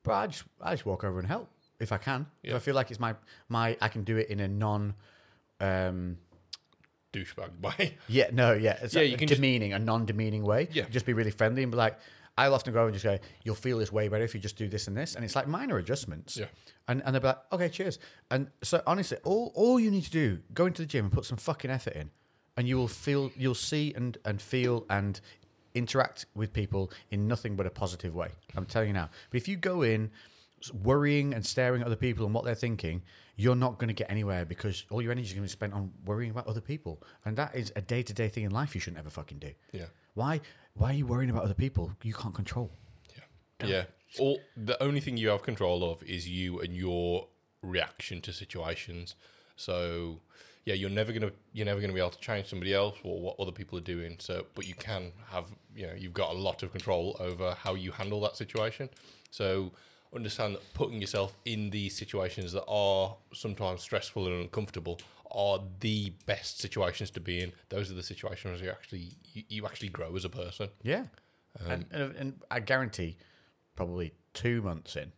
[SPEAKER 1] but I just I just walk over and help if I can. If I feel like it's my my I can do it in a non, um,
[SPEAKER 2] Douchebag way.
[SPEAKER 1] yeah, no, yeah, it's
[SPEAKER 2] Yeah,
[SPEAKER 1] like
[SPEAKER 2] you can just-
[SPEAKER 1] demeaning a non demeaning way.
[SPEAKER 2] Yeah.
[SPEAKER 1] just be really friendly and be like. I'll often go over and just go, you'll feel this way better if you just do this and this. And it's like minor adjustments.
[SPEAKER 2] Yeah.
[SPEAKER 1] And, and they'll be like, okay, cheers. And so honestly, all, all you need to do, go into the gym and put some fucking effort in. And you will feel, you'll see and, and feel and interact with people in nothing but a positive way. I'm telling you now. But if you go in s- worrying and staring at other people and what they're thinking, you're not going to get anywhere because all your energy is going to be spent on worrying about other people. And that is a day to day thing in life you shouldn't ever fucking do.
[SPEAKER 2] Yeah.
[SPEAKER 1] Why, why are you worrying about other people you can't control?
[SPEAKER 2] Yeah, yeah. All the only thing you have control of is you and your reaction to situations. So yeah, you're never gonna you're never gonna be able to change somebody else or what other people are doing. So, but you can have you know you've got a lot of control over how you handle that situation. So understand that putting yourself in these situations that are sometimes stressful and uncomfortable are the best situations to be in. Those are the situations where you actually you, you actually grow as a person.
[SPEAKER 1] Yeah. and, and, and I guarantee, probably two months in,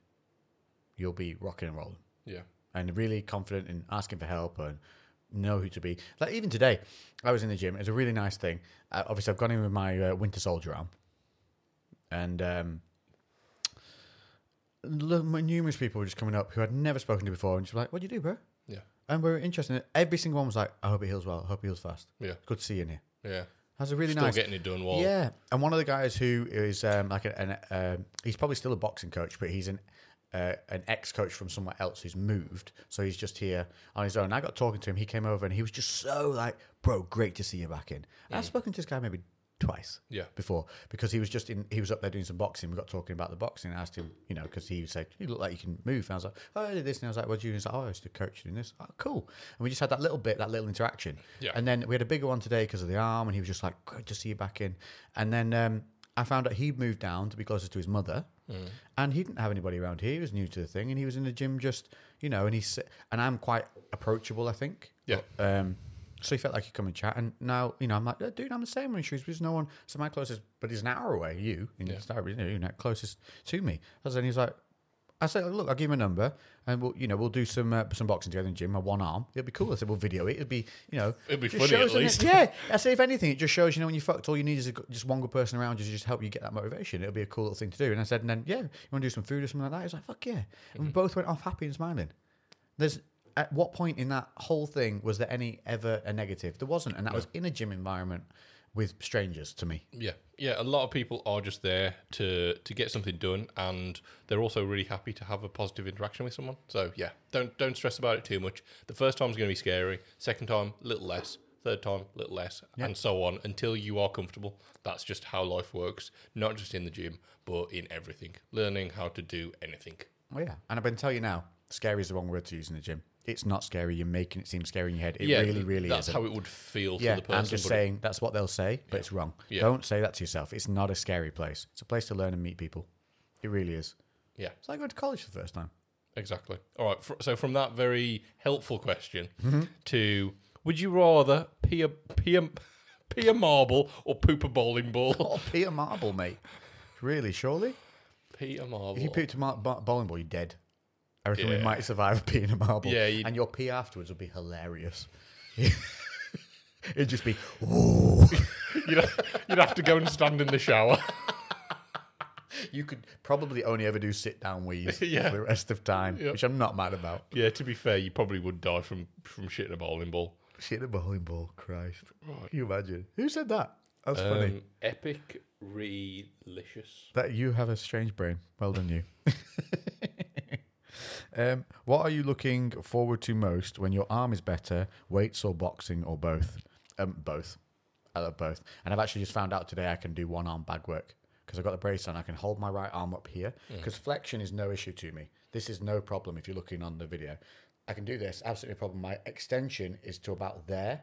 [SPEAKER 1] you'll be rocking and rolling
[SPEAKER 2] Yeah.
[SPEAKER 1] and really confident in asking for help and know who to be. Like even today, I was in the gym. It was a really nice thing. Uh, obviously, I've gone in with my uh, Winter Soldier arm, and um, lo- numerous people were just coming up who I'd never spoken to before, and just were like, "What do you do, bro?"
[SPEAKER 2] Yeah.
[SPEAKER 1] And we're interested. in it. Every single one was like, "I hope it heals well. I hope it heals fast.
[SPEAKER 2] Yeah.
[SPEAKER 1] Good to see you in here."
[SPEAKER 2] Yeah.
[SPEAKER 1] That's a really
[SPEAKER 2] Still
[SPEAKER 1] nice.
[SPEAKER 2] getting it done while
[SPEAKER 1] Yeah, and one of the guys who is um, like an, an um he's probably still a boxing coach, but he's an uh, an ex coach from somewhere else who's moved, so he's just here on his own. I got talking to him. He came over and he was just so like, bro, great to see you back in. And I've spoken to this guy maybe twice
[SPEAKER 2] Yeah.
[SPEAKER 1] before because he was just in he was up there doing some boxing we got talking about the boxing i asked him you know because he said you look like you can move and i was like oh i did this and i was like what do you do?" He's like oh i used to coach doing this oh, cool and we just had that little bit that little interaction
[SPEAKER 2] Yeah.
[SPEAKER 1] and then we had a bigger one today because of the arm and he was just like good to see you back in and then um I found out he'd moved down to be closer to his mother,
[SPEAKER 2] Mm.
[SPEAKER 1] and he didn't have anybody around here. He was new to the thing, and he was in the gym just, you know. And he's and I'm quite approachable, I think.
[SPEAKER 2] Yeah.
[SPEAKER 1] Um, so he felt like he'd come and chat. And now, you know, I'm like, dude, I'm the same in Shrewsbury. There's no one. So my closest, but he's an hour away, you, in Starbury, you know, you're not closest to me. And then he's like, I said, look, I'll give him a number and we'll, you know, we'll do some uh, some boxing together in the gym, my one arm. It'll be cool. I said, we'll video it. It'll be, you know,
[SPEAKER 2] It'll be
[SPEAKER 1] just
[SPEAKER 2] funny at
[SPEAKER 1] doesn't it?
[SPEAKER 2] least.
[SPEAKER 1] Yeah. I said, if anything, it just shows, you know, when you fucked, all you need is a, g- just one good person around you to just help you get that motivation. It'll be a cool little thing to do. And I said, and then, yeah, you want to do some food or something like that? He's like, fuck yeah. And
[SPEAKER 2] Mm-hmm.
[SPEAKER 1] we both went off happy and smiling. There's at what point in that whole thing was there any ever a negative? There wasn't, and that was in a gym environment with strangers to me.
[SPEAKER 2] Yeah, yeah. A lot of people are just there to to get something done, and they're also really happy to have a positive interaction with someone. So yeah, don't don't stress about it too much. The first time's going to be scary. Second time, a little less. Third time, a little less, and so on until you are comfortable. That's just how life works, not just in the gym, but in everything. Learning how to do anything.
[SPEAKER 1] Oh yeah, and I've been telling you now, scary is the wrong word to use in the gym. It's not scary. You're making it seem scary in your head. It
[SPEAKER 2] yeah,
[SPEAKER 1] really, really
[SPEAKER 2] That's
[SPEAKER 1] is.
[SPEAKER 2] how it would feel
[SPEAKER 1] Yeah,
[SPEAKER 2] for the person.
[SPEAKER 1] I'm just
[SPEAKER 2] but it-
[SPEAKER 1] saying that's what they'll say, but it's wrong.
[SPEAKER 2] Yeah.
[SPEAKER 1] Don't say that to yourself. It's not a scary place. It's a place to learn and meet people. It really is.
[SPEAKER 2] yeah,
[SPEAKER 1] It's like going to college for the first time.
[SPEAKER 2] Exactly. All right. fr- So from that very helpful question
[SPEAKER 1] Mm-hmm.
[SPEAKER 2] to would you rather pee a, pee a, pee a marble or poop a bowling ball?
[SPEAKER 1] Oh, Peter Marble, mate. Really, surely?
[SPEAKER 2] pee a marble.
[SPEAKER 1] If you pooped a mar- bar- bowling ball, you're dead. I reckon we
[SPEAKER 2] Yeah.
[SPEAKER 1] might survive peeing a marble.
[SPEAKER 2] Yeah, you'd-
[SPEAKER 1] and your pee afterwards would be hilarious. It'd just be, ooh.
[SPEAKER 2] you'd, you'd have to go and stand in the shower.
[SPEAKER 1] You could probably only ever do sit down wheeze
[SPEAKER 2] Yeah.
[SPEAKER 1] for the rest of time, which I'm not mad about.
[SPEAKER 2] yeah. To be fair, you probably would die from from shitting a bowling ball.
[SPEAKER 1] Shit, a bowling ball, Christ. Can you imagine? Who said that? That's funny.
[SPEAKER 2] Um, epic, relicious.
[SPEAKER 1] That you have a strange brain. Well done, you. um, what are you looking forward to most when your arm is better, weights or boxing or both? Um, both. I love both. And I've actually just found out today I can do one arm bag work because I've got the brace on. I can hold my right arm up here because flexion is no issue to me. This is no problem if you're looking on the video. I can do this, absolutely no problem. My extension is to about there.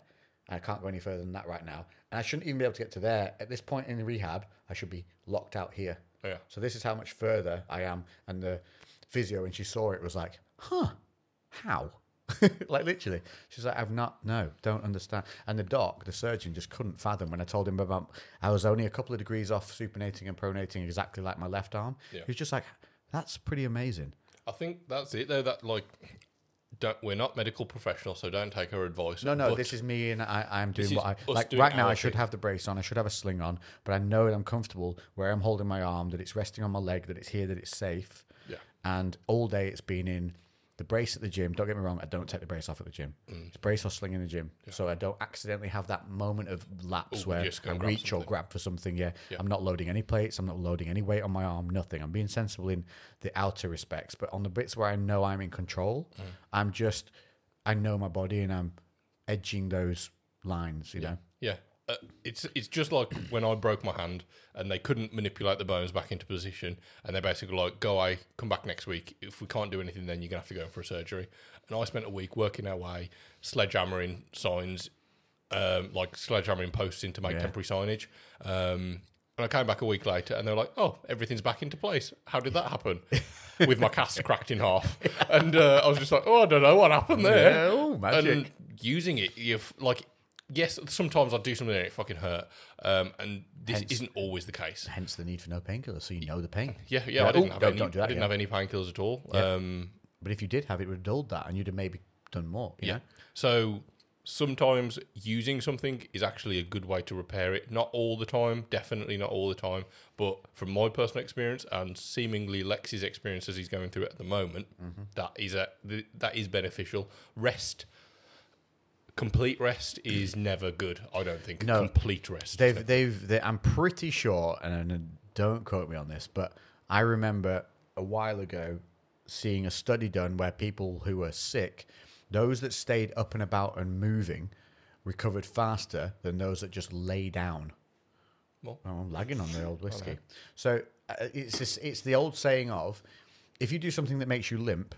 [SPEAKER 1] I can't go any further than that right now. And I shouldn't even be able to get to there. At this point in rehab, I should be locked out here.
[SPEAKER 2] Yeah.
[SPEAKER 1] So this is how much further I am. And the physio, when she saw it, was like, huh, how? like literally. She's like, I've not, no, don't understand. And the doc, the surgeon, just couldn't fathom when I told him about, I was only a couple of degrees off supinating and pronating exactly like my left arm.
[SPEAKER 2] Yeah.
[SPEAKER 1] He was just like, that's pretty amazing.
[SPEAKER 2] I think that's it though. That like, don't we're not medical professionals, so don't take our advice.
[SPEAKER 1] No, no,
[SPEAKER 2] but
[SPEAKER 1] this is me, and I, I'm doing
[SPEAKER 2] is
[SPEAKER 1] what I
[SPEAKER 2] us
[SPEAKER 1] like.
[SPEAKER 2] doing
[SPEAKER 1] Right now,
[SPEAKER 2] our
[SPEAKER 1] I should
[SPEAKER 2] thing.
[SPEAKER 1] have the brace on. I should have a sling on, but I know that I'm comfortable where I'm holding my arm, that it's resting on my leg, that it's here, that it's safe.
[SPEAKER 2] Yeah.
[SPEAKER 1] And all day it's been in the brace at the gym. Don't get me wrong, I don't take the brace off at the gym.
[SPEAKER 2] Mm.
[SPEAKER 1] It's brace or sling in the gym, so I don't accidentally have that moment of lapse
[SPEAKER 2] Ooh,
[SPEAKER 1] where
[SPEAKER 2] just go
[SPEAKER 1] I
[SPEAKER 2] and grab
[SPEAKER 1] reach or
[SPEAKER 2] something.
[SPEAKER 1] grab for something. Yeah. I'm not loading any plates. I'm not loading any weight on my arm. Nothing. I'm being sensible in the outer respects, but on the bits where I know I'm in control,
[SPEAKER 2] Mm.
[SPEAKER 1] I'm just I know my body and I'm edging those lines. You know.
[SPEAKER 2] Yeah. uh, it's it's just like when I broke my hand and they couldn't manipulate the bones back into position, and they're basically like, "Go away, come back next week. If we can't do anything, then you're gonna have to go in for a surgery." And I spent a week working our way, sledgehammering signs, um, like sledgehammering posts in to make
[SPEAKER 1] Yeah.
[SPEAKER 2] temporary signage. Um, and I came back a week later, and they're like, "Oh, everything's back into place. How did that happen?" With my cast cracked in half, and uh, I was just like, "Oh, I don't know what happened there."
[SPEAKER 1] Yeah, oh, magic.
[SPEAKER 2] And using it, you've like, yes, sometimes I do something and it fucking hurt. Um, and this isn't always the case.
[SPEAKER 1] Hence the need for no painkillers, so you know the pain.
[SPEAKER 2] Yeah, yeah, I didn't
[SPEAKER 1] "Ooh,
[SPEAKER 2] have
[SPEAKER 1] don't,
[SPEAKER 2] any.
[SPEAKER 1] don't do
[SPEAKER 2] I
[SPEAKER 1] that.
[SPEAKER 2] didn't
[SPEAKER 1] yeah."
[SPEAKER 2] have any painkillers at all. Um,
[SPEAKER 1] But if you did have it, it would have dulled that, and you'd have maybe done more. You
[SPEAKER 2] yeah.
[SPEAKER 1] know?
[SPEAKER 2] So sometimes using something is actually a good way to repair it. Not all the time, definitely not all the time. But from my personal experience and seemingly Lex's experience as he's going through it at the moment,
[SPEAKER 1] Mm-hmm.
[SPEAKER 2] that is a th- that is beneficial. Rest. Complete rest is never good. I don't think.
[SPEAKER 1] No.
[SPEAKER 2] Complete rest.
[SPEAKER 1] They've, they've, they, I'm pretty sure, and, and don't quote me on this, but I remember a while ago seeing a study done where people who were sick, those that stayed up and about and moving, recovered faster than those that just lay down.
[SPEAKER 2] Well-
[SPEAKER 1] Oh, I'm lagging on the old whiskey. So uh, it's this, it's the old saying of, if you do something that makes you limp,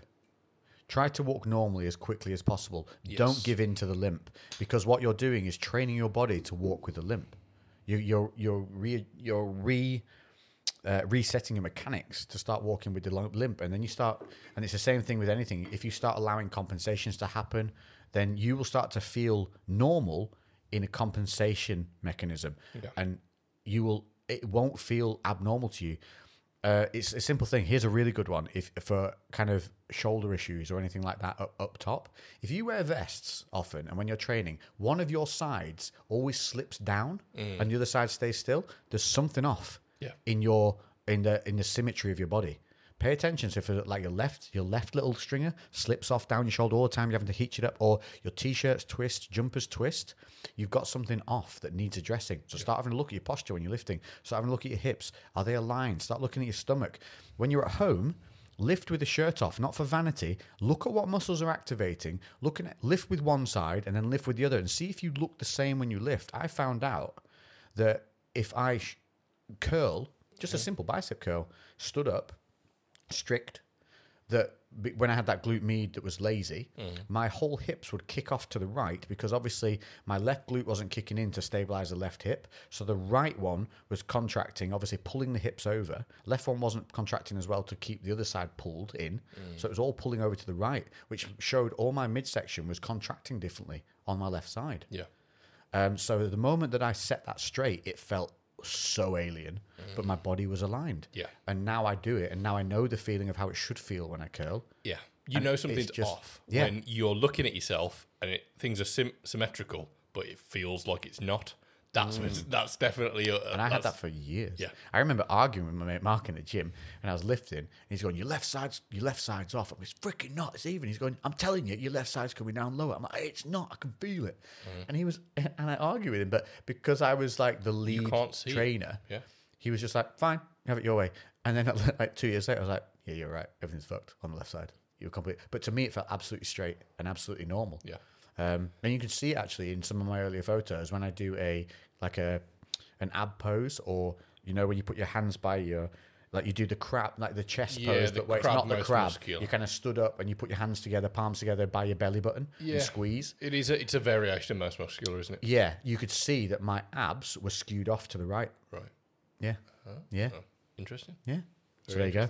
[SPEAKER 1] Try to walk normally as quickly as possible. Don't give in to the limp because what you're doing is training your body to walk with a limp. You, you're you're re, you're re uh, resetting your mechanics to start walking with the lo- limp, and then you start. And it's the same thing with anything. If you start allowing compensations to happen, then you will start to feel normal in a compensation mechanism, and you will. It won't feel abnormal to you uh, it's a simple thing. Here's a really good one if for kind of shoulder issues or anything like that up, up top. If you wear vests often and when you're training, one of your sides always slips down and the other side stays still. There's something off
[SPEAKER 2] Yeah.
[SPEAKER 1] in your in the in the symmetry of your body. Pay attention. So if uh, like your left your left little stringer slips off down your shoulder all the time, you're having to heat it up, or your t-shirts twist, jumpers twist, you've got something off that needs addressing. So start having a look at your posture when you're lifting. Start having a look at your hips. Are they aligned? Start looking at your stomach. When you're at home, lift with the shirt off, not for vanity. Look at what muscles are activating. Look at lift with one side and then lift with the other, and see if you look the same when you lift. I found out that if I sh- curl, just a simple bicep curl, stood up, strict, that b- when I had that glute med that was lazy, my whole hips would kick off to the right because obviously my left glute wasn't kicking in to stabilize the left hip. So the right one was contracting, obviously pulling the hips over. Left one wasn't contracting as well to keep the other side pulled in. So it was all pulling over to the right, which showed all my midsection was contracting differently on my left side.
[SPEAKER 2] yeah.
[SPEAKER 1] Um, so the moment that I set that straight, it felt so alien, but my body was aligned.
[SPEAKER 2] Yeah.
[SPEAKER 1] And now I do it, and now I know the feeling of how it should feel when I curl.
[SPEAKER 2] Yeah. You know something's
[SPEAKER 1] just-
[SPEAKER 2] off
[SPEAKER 1] yeah.
[SPEAKER 2] when you're looking at yourself and it, things are sym- symmetrical, but it feels like it's not. That's when- that's definitely. A,
[SPEAKER 1] Mm. And I had that for years.
[SPEAKER 2] yeah.
[SPEAKER 1] I remember arguing with my mate Mark in the gym, and I was lifting, and he's going, "Your left side's your left side's off." I'm, "It's freaking not. It's even." He's going, "I'm telling you, your left side's coming down lower." I'm like, "It's not. I can feel it."
[SPEAKER 2] Mm-hmm.
[SPEAKER 1] And he was, and I argued with him, but because I was like the lead
[SPEAKER 2] can't see it.
[SPEAKER 1] trainer,
[SPEAKER 2] Yeah.
[SPEAKER 1] he was just like, "Fine, have it your way." And then like two years later, I was like, "Yeah, you're right. Everything's fucked on the left side. You're complete." But to me, it felt absolutely straight and absolutely normal.
[SPEAKER 2] Yeah.
[SPEAKER 1] Um, and you can see it actually in some of my earlier photos when I do a like a an ab pose or you know when you put your hands by your like you do the crab like the chest
[SPEAKER 2] Yeah,
[SPEAKER 1] pose
[SPEAKER 2] the
[SPEAKER 1] but where it's
[SPEAKER 2] crab
[SPEAKER 1] not the
[SPEAKER 2] most
[SPEAKER 1] crab
[SPEAKER 2] muscular.
[SPEAKER 1] you kind of stood up and you put your hands together palms together by your belly button
[SPEAKER 2] Yeah.
[SPEAKER 1] and squeeze
[SPEAKER 2] It is. A, it's a variation of most muscular, isn't it?
[SPEAKER 1] yeah you could see that my abs were skewed off to the right
[SPEAKER 2] Right.
[SPEAKER 1] yeah yeah
[SPEAKER 2] Oh, interesting.
[SPEAKER 1] yeah so there you go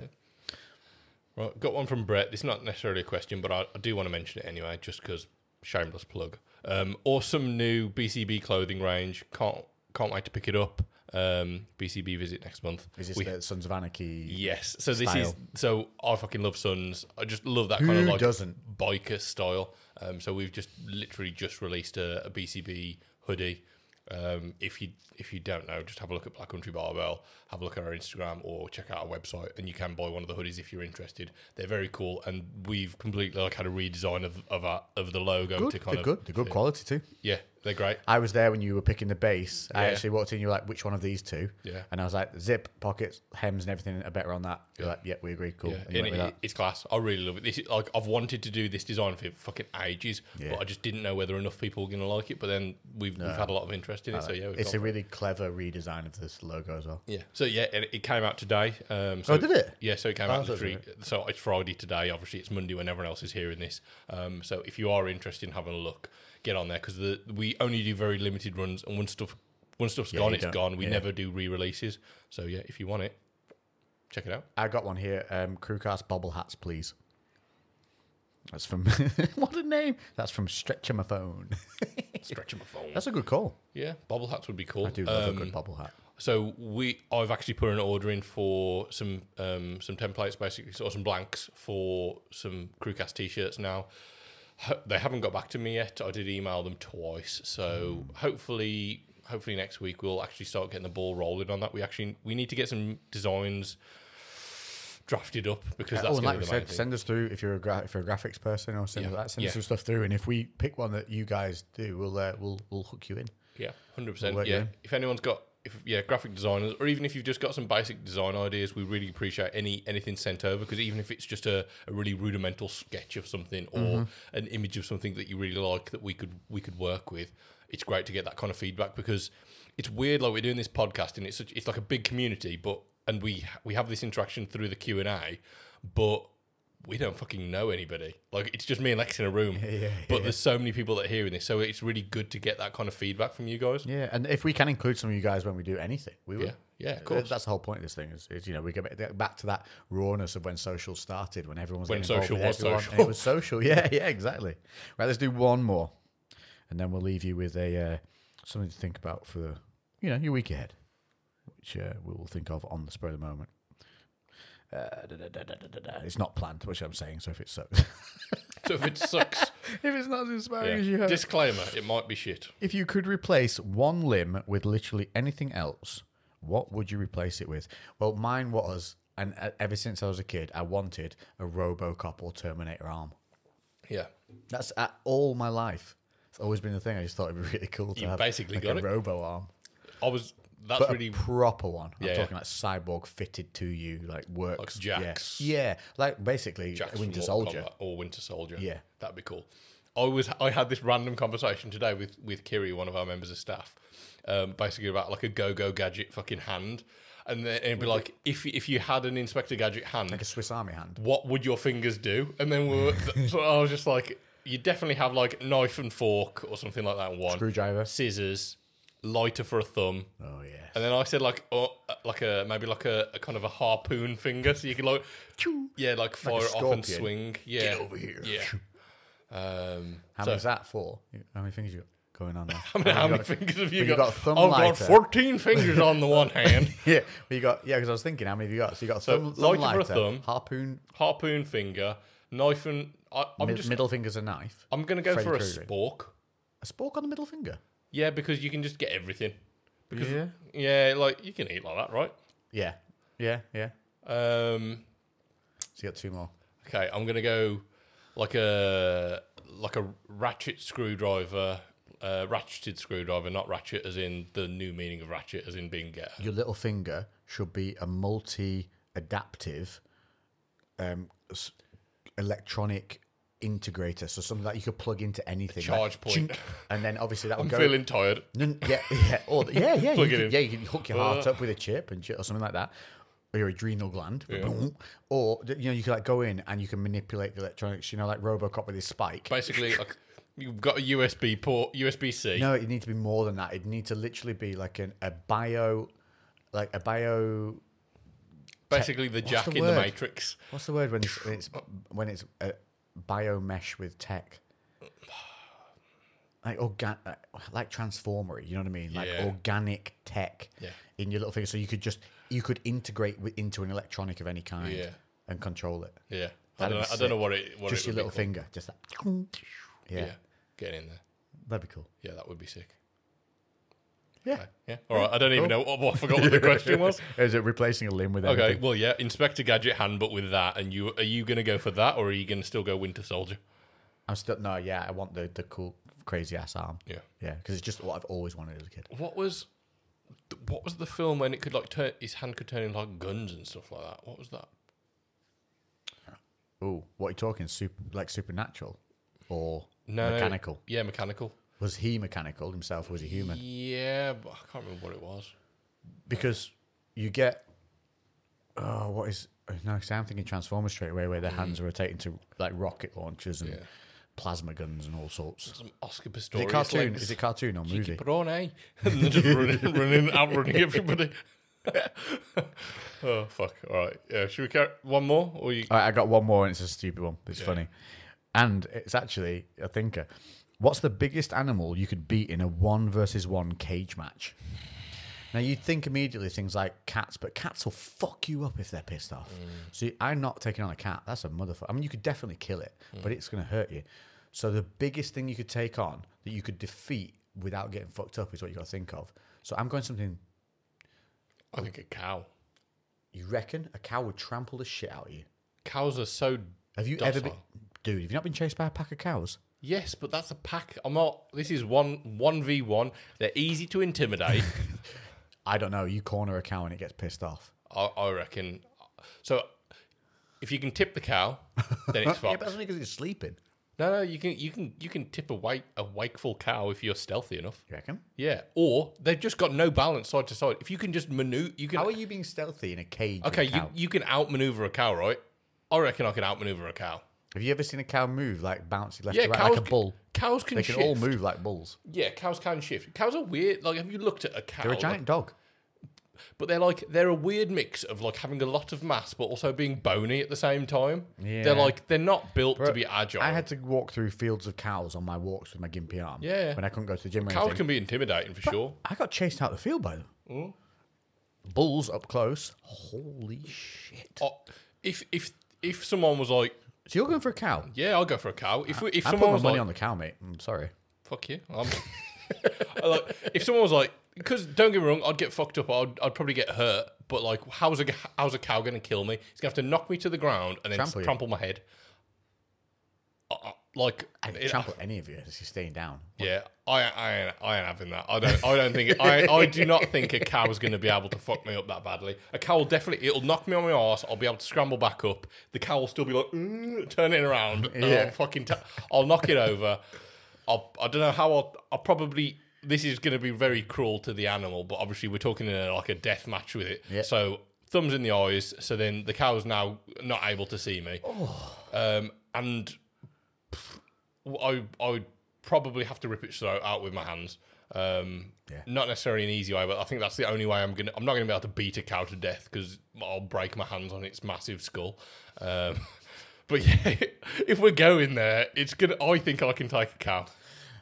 [SPEAKER 2] Right. Got one from Brett. It's not necessarily a question, but I, I do want to mention it anyway, just because shameless plug. Um, awesome new BCB clothing range. Can't can't wait to pick it up. Um, BCB visit next month.
[SPEAKER 1] is this
[SPEAKER 2] We-
[SPEAKER 1] the Sons of Anarchy
[SPEAKER 2] Yes. So this is
[SPEAKER 1] style.
[SPEAKER 2] so I fucking love Suns. I just love that
[SPEAKER 1] Who
[SPEAKER 2] kind of like
[SPEAKER 1] doesn't?
[SPEAKER 2] biker style. Um, so we've just literally just released a, a BCB hoodie. Um, if you if you don't know, just have a look at Black Country Barbell, have a look at our Instagram or check out our website, and you can buy one of the hoodies if you're interested. They're very cool, and we've completely like had a redesign of of, our, of the logo
[SPEAKER 1] good
[SPEAKER 2] to
[SPEAKER 1] they're
[SPEAKER 2] kind of
[SPEAKER 1] good they're good quality too
[SPEAKER 2] yeah, They're great.
[SPEAKER 1] I was there when you were picking the base. I
[SPEAKER 2] Yeah.
[SPEAKER 1] actually walked in. You were like, "Which one of these two?
[SPEAKER 2] Yeah.
[SPEAKER 1] And I was like, "Zip pockets, hems, and everything are better on that." You're like, "Yep, we agree. Cool."
[SPEAKER 2] Yeah,
[SPEAKER 1] And you
[SPEAKER 2] and
[SPEAKER 1] went with
[SPEAKER 2] it,
[SPEAKER 1] that.
[SPEAKER 2] it's class. I really love it. This is like I've wanted to do this design for fucking ages,
[SPEAKER 1] Yeah.
[SPEAKER 2] but I just didn't know whether enough people were going to like it. But then we've, we've had a lot of interest in it, so yeah, we've
[SPEAKER 1] It's a
[SPEAKER 2] gone-
[SPEAKER 1] really clever redesign of this logo as well.
[SPEAKER 2] yeah. So yeah, it, it came out today. Um, so,
[SPEAKER 1] did it?
[SPEAKER 2] Yeah, so it came
[SPEAKER 1] Oh, I
[SPEAKER 2] out
[SPEAKER 1] thought it was
[SPEAKER 2] literally. So it's Friday today. Obviously, it's Monday when everyone else is hearing this. Um, so if you are interested in having a look, get on there because the, we only do very limited runs, and once stuff once stuff's
[SPEAKER 1] Yeah,
[SPEAKER 2] gone,
[SPEAKER 1] you
[SPEAKER 2] it's
[SPEAKER 1] don't-
[SPEAKER 2] gone. We
[SPEAKER 1] yeah.
[SPEAKER 2] never do re-releases. So yeah, if you want it, check it out.
[SPEAKER 1] I got one here. Um, Crewcast bobble hats, please. That's from what a name. That's from Stretcher My Phone.
[SPEAKER 2] Stretching my phone.
[SPEAKER 1] That's a good call.
[SPEAKER 2] yeah, bobble hats would be cool.
[SPEAKER 1] I do love
[SPEAKER 2] Um,
[SPEAKER 1] a good bobble hat.
[SPEAKER 2] So we, I've actually put an order in for some um, some templates, basically, or some blanks for some Crewcast t-shirts. Now Ho- they haven't got back to me yet. I did email them twice, so hopefully, hopefully next week we'll actually start getting the ball rolling on that. We actually we need to get some designs drafted up because
[SPEAKER 1] Oh, and
[SPEAKER 2] that's going
[SPEAKER 1] like
[SPEAKER 2] to
[SPEAKER 1] we
[SPEAKER 2] be the main
[SPEAKER 1] said,
[SPEAKER 2] thing.
[SPEAKER 1] send us through if you're a gra- if you're a graphics person or send us
[SPEAKER 2] Yeah.
[SPEAKER 1] that. Send
[SPEAKER 2] Yeah.
[SPEAKER 1] us some stuff through, and if we pick one that you guys do, we'll uh, we'll we'll hook you in.
[SPEAKER 2] Yeah, hundred percent.
[SPEAKER 1] work,
[SPEAKER 2] Yeah.
[SPEAKER 1] yeah.
[SPEAKER 2] If anyone's got if yeah, graphic designers, or even if you've just got some basic design ideas, we really appreciate any anything sent over because even if it's just a, a really rudimental sketch of something or an image of something that you really like that we could we could work with, it's great to get that kind of feedback because it's weird like we're doing this podcast and it's such, it's like a big community, but and we we have this interaction through the Q and A, but we don't fucking know anybody. Like it's just me and Lex in a room, but there's so many people that are hearing this, so it's really good to get that kind of feedback from you guys.
[SPEAKER 1] Yeah, and if we can include some of you guys when we do anything, we will.
[SPEAKER 2] Yeah, yeah, of
[SPEAKER 1] Uh,
[SPEAKER 2] course.
[SPEAKER 1] That's the whole point of this thing is, is you know we get ba- back to that rawness of when social started, when everyone was
[SPEAKER 2] When
[SPEAKER 1] getting
[SPEAKER 2] social
[SPEAKER 1] involved
[SPEAKER 2] was
[SPEAKER 1] with everyone,
[SPEAKER 2] social.
[SPEAKER 1] and It was social. Yeah, yeah, exactly. Right, let's do one more, and then we'll leave you with a uh, something to think about for the you know your week ahead, which uh, we will think of on the spur of the moment. Uh, da, da, da, da, da, da, da. It's not planned, which I'm saying. So if it sucks,
[SPEAKER 2] So if it sucks,
[SPEAKER 1] if it's not as inspiring as you
[SPEAKER 2] yeah.
[SPEAKER 1] hope,
[SPEAKER 2] disclaimer, it might be shit.
[SPEAKER 1] if you could replace one limb with literally anything else, what would you replace it with? Well, mine was, and uh, ever since I was a kid, I wanted a RoboCop or Terminator arm.
[SPEAKER 2] Yeah,
[SPEAKER 1] That's uh, all my life. It's always been the thing. I just thought it'd be really cool to
[SPEAKER 2] You
[SPEAKER 1] have
[SPEAKER 2] basically
[SPEAKER 1] like,
[SPEAKER 2] got
[SPEAKER 1] a
[SPEAKER 2] it.
[SPEAKER 1] Robo arm,
[SPEAKER 2] I was. That's
[SPEAKER 1] but
[SPEAKER 2] really
[SPEAKER 1] a proper one. I'm
[SPEAKER 2] Yeah, yeah.
[SPEAKER 1] talking like cyborg fitted to you, like works.
[SPEAKER 2] Jax.
[SPEAKER 1] Yeah, yeah. like basically
[SPEAKER 2] Jack's from
[SPEAKER 1] Winter
[SPEAKER 2] Mortal
[SPEAKER 1] Soldier.
[SPEAKER 2] Kombat or Winter Soldier.
[SPEAKER 1] Yeah.
[SPEAKER 2] that'd be cool. I was I had this random conversation today with with Kiri, one of our members of staff, um, basically about like a go go gadget fucking hand, and then it'd be like if if you had an Inspector Gadget hand,
[SPEAKER 1] Like a Swiss Army hand.
[SPEAKER 2] what would your fingers do? And then we were, th- so I was just like, you definitely have like knife and fork or something like that. in One
[SPEAKER 1] Screwdriver.
[SPEAKER 2] scissors, lighter for a thumb.
[SPEAKER 1] Oh yeah.
[SPEAKER 2] And then I said like, oh, uh, like a maybe like a, a kind of a harpoon finger, so you could like, yeah, like fire
[SPEAKER 1] a
[SPEAKER 2] it off and
[SPEAKER 1] scorpion.
[SPEAKER 2] swing. Yeah,
[SPEAKER 1] Get over here.
[SPEAKER 2] Yeah. Um,
[SPEAKER 1] How
[SPEAKER 2] so-
[SPEAKER 1] many's that for? How many fingers you got going on there?
[SPEAKER 2] I mean, how many fingers have you
[SPEAKER 1] you
[SPEAKER 2] got?
[SPEAKER 1] got a thumb
[SPEAKER 2] I've got
[SPEAKER 1] lighter.
[SPEAKER 2] fourteen fingers on the one hand,
[SPEAKER 1] Yeah, well, you got yeah. Because I was thinking, how many have you got? So you got a
[SPEAKER 2] So,
[SPEAKER 1] thumb, thumb
[SPEAKER 2] lighter for a
[SPEAKER 1] lighter,
[SPEAKER 2] thumb.
[SPEAKER 1] harpoon,
[SPEAKER 2] harpoon finger, knife and I, I'm
[SPEAKER 1] mid-
[SPEAKER 2] just
[SPEAKER 1] middle finger's a knife,
[SPEAKER 2] I'm gonna go
[SPEAKER 1] Freddy
[SPEAKER 2] for a
[SPEAKER 1] Krueger.
[SPEAKER 2] spork.
[SPEAKER 1] a spork on the middle finger.
[SPEAKER 2] Yeah, because you can just get everything. Because
[SPEAKER 1] Yeah.
[SPEAKER 2] yeah, like you can eat like that, right?
[SPEAKER 1] Yeah, yeah, yeah.
[SPEAKER 2] Um,
[SPEAKER 1] So you got two more.
[SPEAKER 2] okay, I'm gonna go like a like a ratchet screwdriver, uh, ratcheted screwdriver, not ratchet as in the new meaning of ratchet as in being ghetto.
[SPEAKER 1] Your little finger should be a multi-adaptive, um, s- electronic integrator. So something that you could plug into anything.
[SPEAKER 2] charge point.
[SPEAKER 1] and then obviously that would
[SPEAKER 2] I'm
[SPEAKER 1] go.
[SPEAKER 2] feeling tired.
[SPEAKER 1] No, n- yeah, yeah, or the- yeah, yeah.
[SPEAKER 2] Plug
[SPEAKER 1] you
[SPEAKER 2] it
[SPEAKER 1] can,
[SPEAKER 2] in. Uh.
[SPEAKER 1] yeah, you can hook your heart up with a chip and shit or something like that, or your adrenal gland. Boom. Or th- you know, you can like go in and you can manipulate the electronics. You know, like RoboCop with his spike.
[SPEAKER 2] Basically, like you've got a USB port, USB C.
[SPEAKER 1] no, it needs to be more than that. It needs to literally be like an, a bio, like a bio.
[SPEAKER 2] basically, the jack
[SPEAKER 1] the
[SPEAKER 2] in the
[SPEAKER 1] word?
[SPEAKER 2] Matrix.
[SPEAKER 1] What's the word when it's when
[SPEAKER 2] Uh,
[SPEAKER 1] it's, when it's a bio mesh with tech? Like organ, like transformery. You know what I mean? Like
[SPEAKER 2] Yeah.
[SPEAKER 1] organic tech
[SPEAKER 2] Yeah.
[SPEAKER 1] in your little finger, so you could just you could integrate wi- into an electronic of any kind
[SPEAKER 2] Yeah.
[SPEAKER 1] and control it.
[SPEAKER 2] Yeah, I
[SPEAKER 1] That'd
[SPEAKER 2] don't, know,
[SPEAKER 1] be
[SPEAKER 2] I don't know
[SPEAKER 1] sick.
[SPEAKER 2] what it. What
[SPEAKER 1] just
[SPEAKER 2] it
[SPEAKER 1] your
[SPEAKER 2] would
[SPEAKER 1] little
[SPEAKER 2] be called.
[SPEAKER 1] finger, just that. Yeah.
[SPEAKER 2] Yeah, getting in there.
[SPEAKER 1] that'd be cool.
[SPEAKER 2] Yeah, that would be sick.
[SPEAKER 1] Yeah.
[SPEAKER 2] Okay, Yeah. All right. I don't even know. What, what, I forgot what the question was.
[SPEAKER 1] Is it replacing a limb with
[SPEAKER 2] Okay.
[SPEAKER 1] anything?
[SPEAKER 2] Well, yeah. Inspector Gadget hand, but with that. And you are you going to go for that, or are you going to still go Winter Soldier?
[SPEAKER 1] I'm still no. Yeah, I want the the cool crazy ass arm.
[SPEAKER 2] Yeah.
[SPEAKER 1] Yeah, because it's just what I've always wanted as a kid.
[SPEAKER 2] What was th- what was the film when it could like turn his hand could turn into like guns and stuff like that? What was that?
[SPEAKER 1] Ooh, what are you talking? Super, like supernatural or
[SPEAKER 2] No, no,
[SPEAKER 1] mechanical?
[SPEAKER 2] yeah, mechanical.
[SPEAKER 1] Was he mechanical himself? Or was he human?
[SPEAKER 2] Yeah, but I can't remember what it was.
[SPEAKER 1] Because you get oh, what is no? Cause I'm thinking Transformers straight away, where their hands are rotating to like rocket launchers and
[SPEAKER 2] Yeah.
[SPEAKER 1] plasma guns and all sorts.
[SPEAKER 2] Some Oscar
[SPEAKER 1] Is
[SPEAKER 2] Pistorius.
[SPEAKER 1] it cartoon?
[SPEAKER 2] legs.
[SPEAKER 1] Is it cartoon or movie?
[SPEAKER 2] Caprone? And they're just running, running, outrunning everybody. oh fuck! All right, yeah. Should we carry one more, or you?
[SPEAKER 1] All right, I got one more, and it's a stupid one. It's funny, and it's actually a thinker. What's the biggest animal you could beat in a one versus one cage match? Now you'd think immediately things like cats, but cats will fuck you up if they're pissed off. So you- I'm not taking on a cat. That's a motherfucker. I mean, you could definitely kill it, but it's going to hurt you. So the biggest thing you could take on that you could defeat without getting fucked up is what you got to think of. So I'm going something.
[SPEAKER 2] I think a cow.
[SPEAKER 1] You reckon a cow would trample the shit out of you?
[SPEAKER 2] Cows are so.
[SPEAKER 1] Have you ever been,
[SPEAKER 2] Docile.
[SPEAKER 1] dude? Have you not been chased by a pack of cows?
[SPEAKER 2] Yes, but that's a pack. I'm not. This is one one v one. They're easy to intimidate.
[SPEAKER 1] I don't know. You corner a cow and it gets pissed off.
[SPEAKER 2] I, I reckon. So, if you can tip the cow, then it's fine.
[SPEAKER 1] only because it's sleeping.
[SPEAKER 2] no, no, you can you can you can tip a wake a wakeful cow if you're stealthy enough.
[SPEAKER 1] You reckon?
[SPEAKER 2] Yeah, or they've just got no balance side to side. If you can just maneuver, you can.
[SPEAKER 1] How are you being stealthy in a cage? with
[SPEAKER 2] okay,
[SPEAKER 1] a
[SPEAKER 2] you,
[SPEAKER 1] cow?
[SPEAKER 2] you can outmaneuver a cow, right? I reckon I can outmaneuver a cow.
[SPEAKER 1] Have you ever seen a cow move like bouncy left
[SPEAKER 2] Yeah,
[SPEAKER 1] to right,
[SPEAKER 2] cows
[SPEAKER 1] like a
[SPEAKER 2] c-
[SPEAKER 1] bull?
[SPEAKER 2] Cows can,
[SPEAKER 1] They can
[SPEAKER 2] shift.
[SPEAKER 1] all move like bulls.
[SPEAKER 2] Yeah, cows can shift. Cows are weird. Like, have you looked at a cow?
[SPEAKER 1] They're a
[SPEAKER 2] Like,
[SPEAKER 1] giant dog.
[SPEAKER 2] but they're like they're a weird mix of like having a lot of mass, but also being bony at the same time.
[SPEAKER 1] Yeah.
[SPEAKER 2] They're like they're not built to be agile.
[SPEAKER 1] I had to walk through fields of cows on my walks with my gimpy arm.
[SPEAKER 2] Yeah.
[SPEAKER 1] When I couldn't go to the gym. Or
[SPEAKER 2] cows
[SPEAKER 1] anything.
[SPEAKER 2] can be intimidating for sure.
[SPEAKER 1] I got chased out of the field by them.
[SPEAKER 2] Oh.
[SPEAKER 1] Bulls up close. Holy shit!
[SPEAKER 2] Oh, if if if someone was like,
[SPEAKER 1] So you're going for a cow?
[SPEAKER 2] yeah, I'll go for a cow. If we- if
[SPEAKER 1] I put my
[SPEAKER 2] someone was
[SPEAKER 1] money
[SPEAKER 2] like,
[SPEAKER 1] on the cow, mate. I'm sorry.
[SPEAKER 2] fuck you. I'm, I like, if someone was like, because don't get me wrong, I'd get fucked up. I'd, I'd probably get hurt. But like, how's a how's a cow gonna kill me? It's gonna have to knock me to the ground and then
[SPEAKER 1] Trample
[SPEAKER 2] trample,
[SPEAKER 1] you.
[SPEAKER 2] my head. Uh, uh, like,
[SPEAKER 1] I
[SPEAKER 2] it-
[SPEAKER 1] didn't trample any of you. This is staying down.
[SPEAKER 2] yeah, I, I ain't I ain't having that. I don't I don't think I I do not think a cow's gonna be able to fuck me up that badly. A cow will definitely it'll knock me on my ass. I'll be able to scramble back up. The cow will still be like "Mm," turning around. and
[SPEAKER 1] Yeah.
[SPEAKER 2] I'll fucking ta- I'll knock it over. I'll I don't know how I'll I'll probably. This is going to be very cruel to the animal, but obviously we're talking in a, like a death match with it.
[SPEAKER 1] Yeah.
[SPEAKER 2] So thumbs in the eyes. So then the cow's now not able to see me. Um, and I I would probably have to rip its throat out with my hands. Um,
[SPEAKER 1] Yeah.
[SPEAKER 2] Not necessarily an easy way, but I think that's the only way I'm gonna. I'm not gonna be able to beat a cow to death because I'll break my hands on its massive skull. Um, but yeah, if we're going there, it's gonna. I think I can take a cow.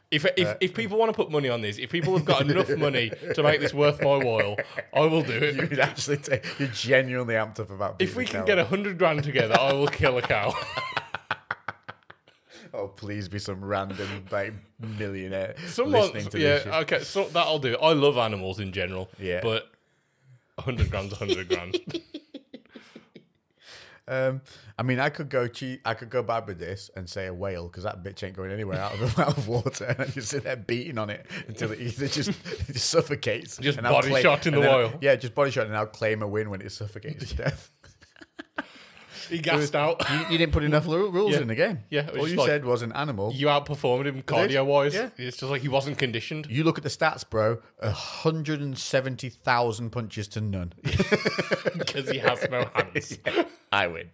[SPEAKER 2] If if, if people want to put money on this, if people have got enough money to make this worth my while, I will do it.
[SPEAKER 1] You'd actually take, you're genuinely amped up about.
[SPEAKER 2] if we can get a hundred grand together, I will kill a cow.
[SPEAKER 1] oh please be some random like millionaire
[SPEAKER 2] Someone,
[SPEAKER 1] listening to
[SPEAKER 2] yeah,
[SPEAKER 1] this. Shit.
[SPEAKER 2] okay, so that'll do. I love animals in general,
[SPEAKER 1] Yeah.
[SPEAKER 2] but hundred grand's hundred grand.
[SPEAKER 1] um, I mean, I could go cheat. I could go bad with this and say a whale because that bitch ain't going anywhere out of out of water, and I just sit there beating on it until it either just, it just suffocates,
[SPEAKER 2] Just
[SPEAKER 1] and I'll
[SPEAKER 2] body shot in
[SPEAKER 1] and
[SPEAKER 2] the
[SPEAKER 1] then-
[SPEAKER 2] whale.
[SPEAKER 1] Yeah, just body shot, and I'll claim a win when it suffocates to death.
[SPEAKER 2] He gassed out.
[SPEAKER 1] You, you didn't put enough lu- rules
[SPEAKER 2] Yeah.
[SPEAKER 1] in the game.
[SPEAKER 2] Yeah, it was
[SPEAKER 1] all
[SPEAKER 2] just
[SPEAKER 1] you
[SPEAKER 2] like-
[SPEAKER 1] said was an animal.
[SPEAKER 2] You outperformed him cardio wise.
[SPEAKER 1] Yeah.
[SPEAKER 2] It's just like he wasn't conditioned.
[SPEAKER 1] You look at the stats, bro. hundred and seventy thousand punches to none.
[SPEAKER 2] because he has no hands.
[SPEAKER 1] I win.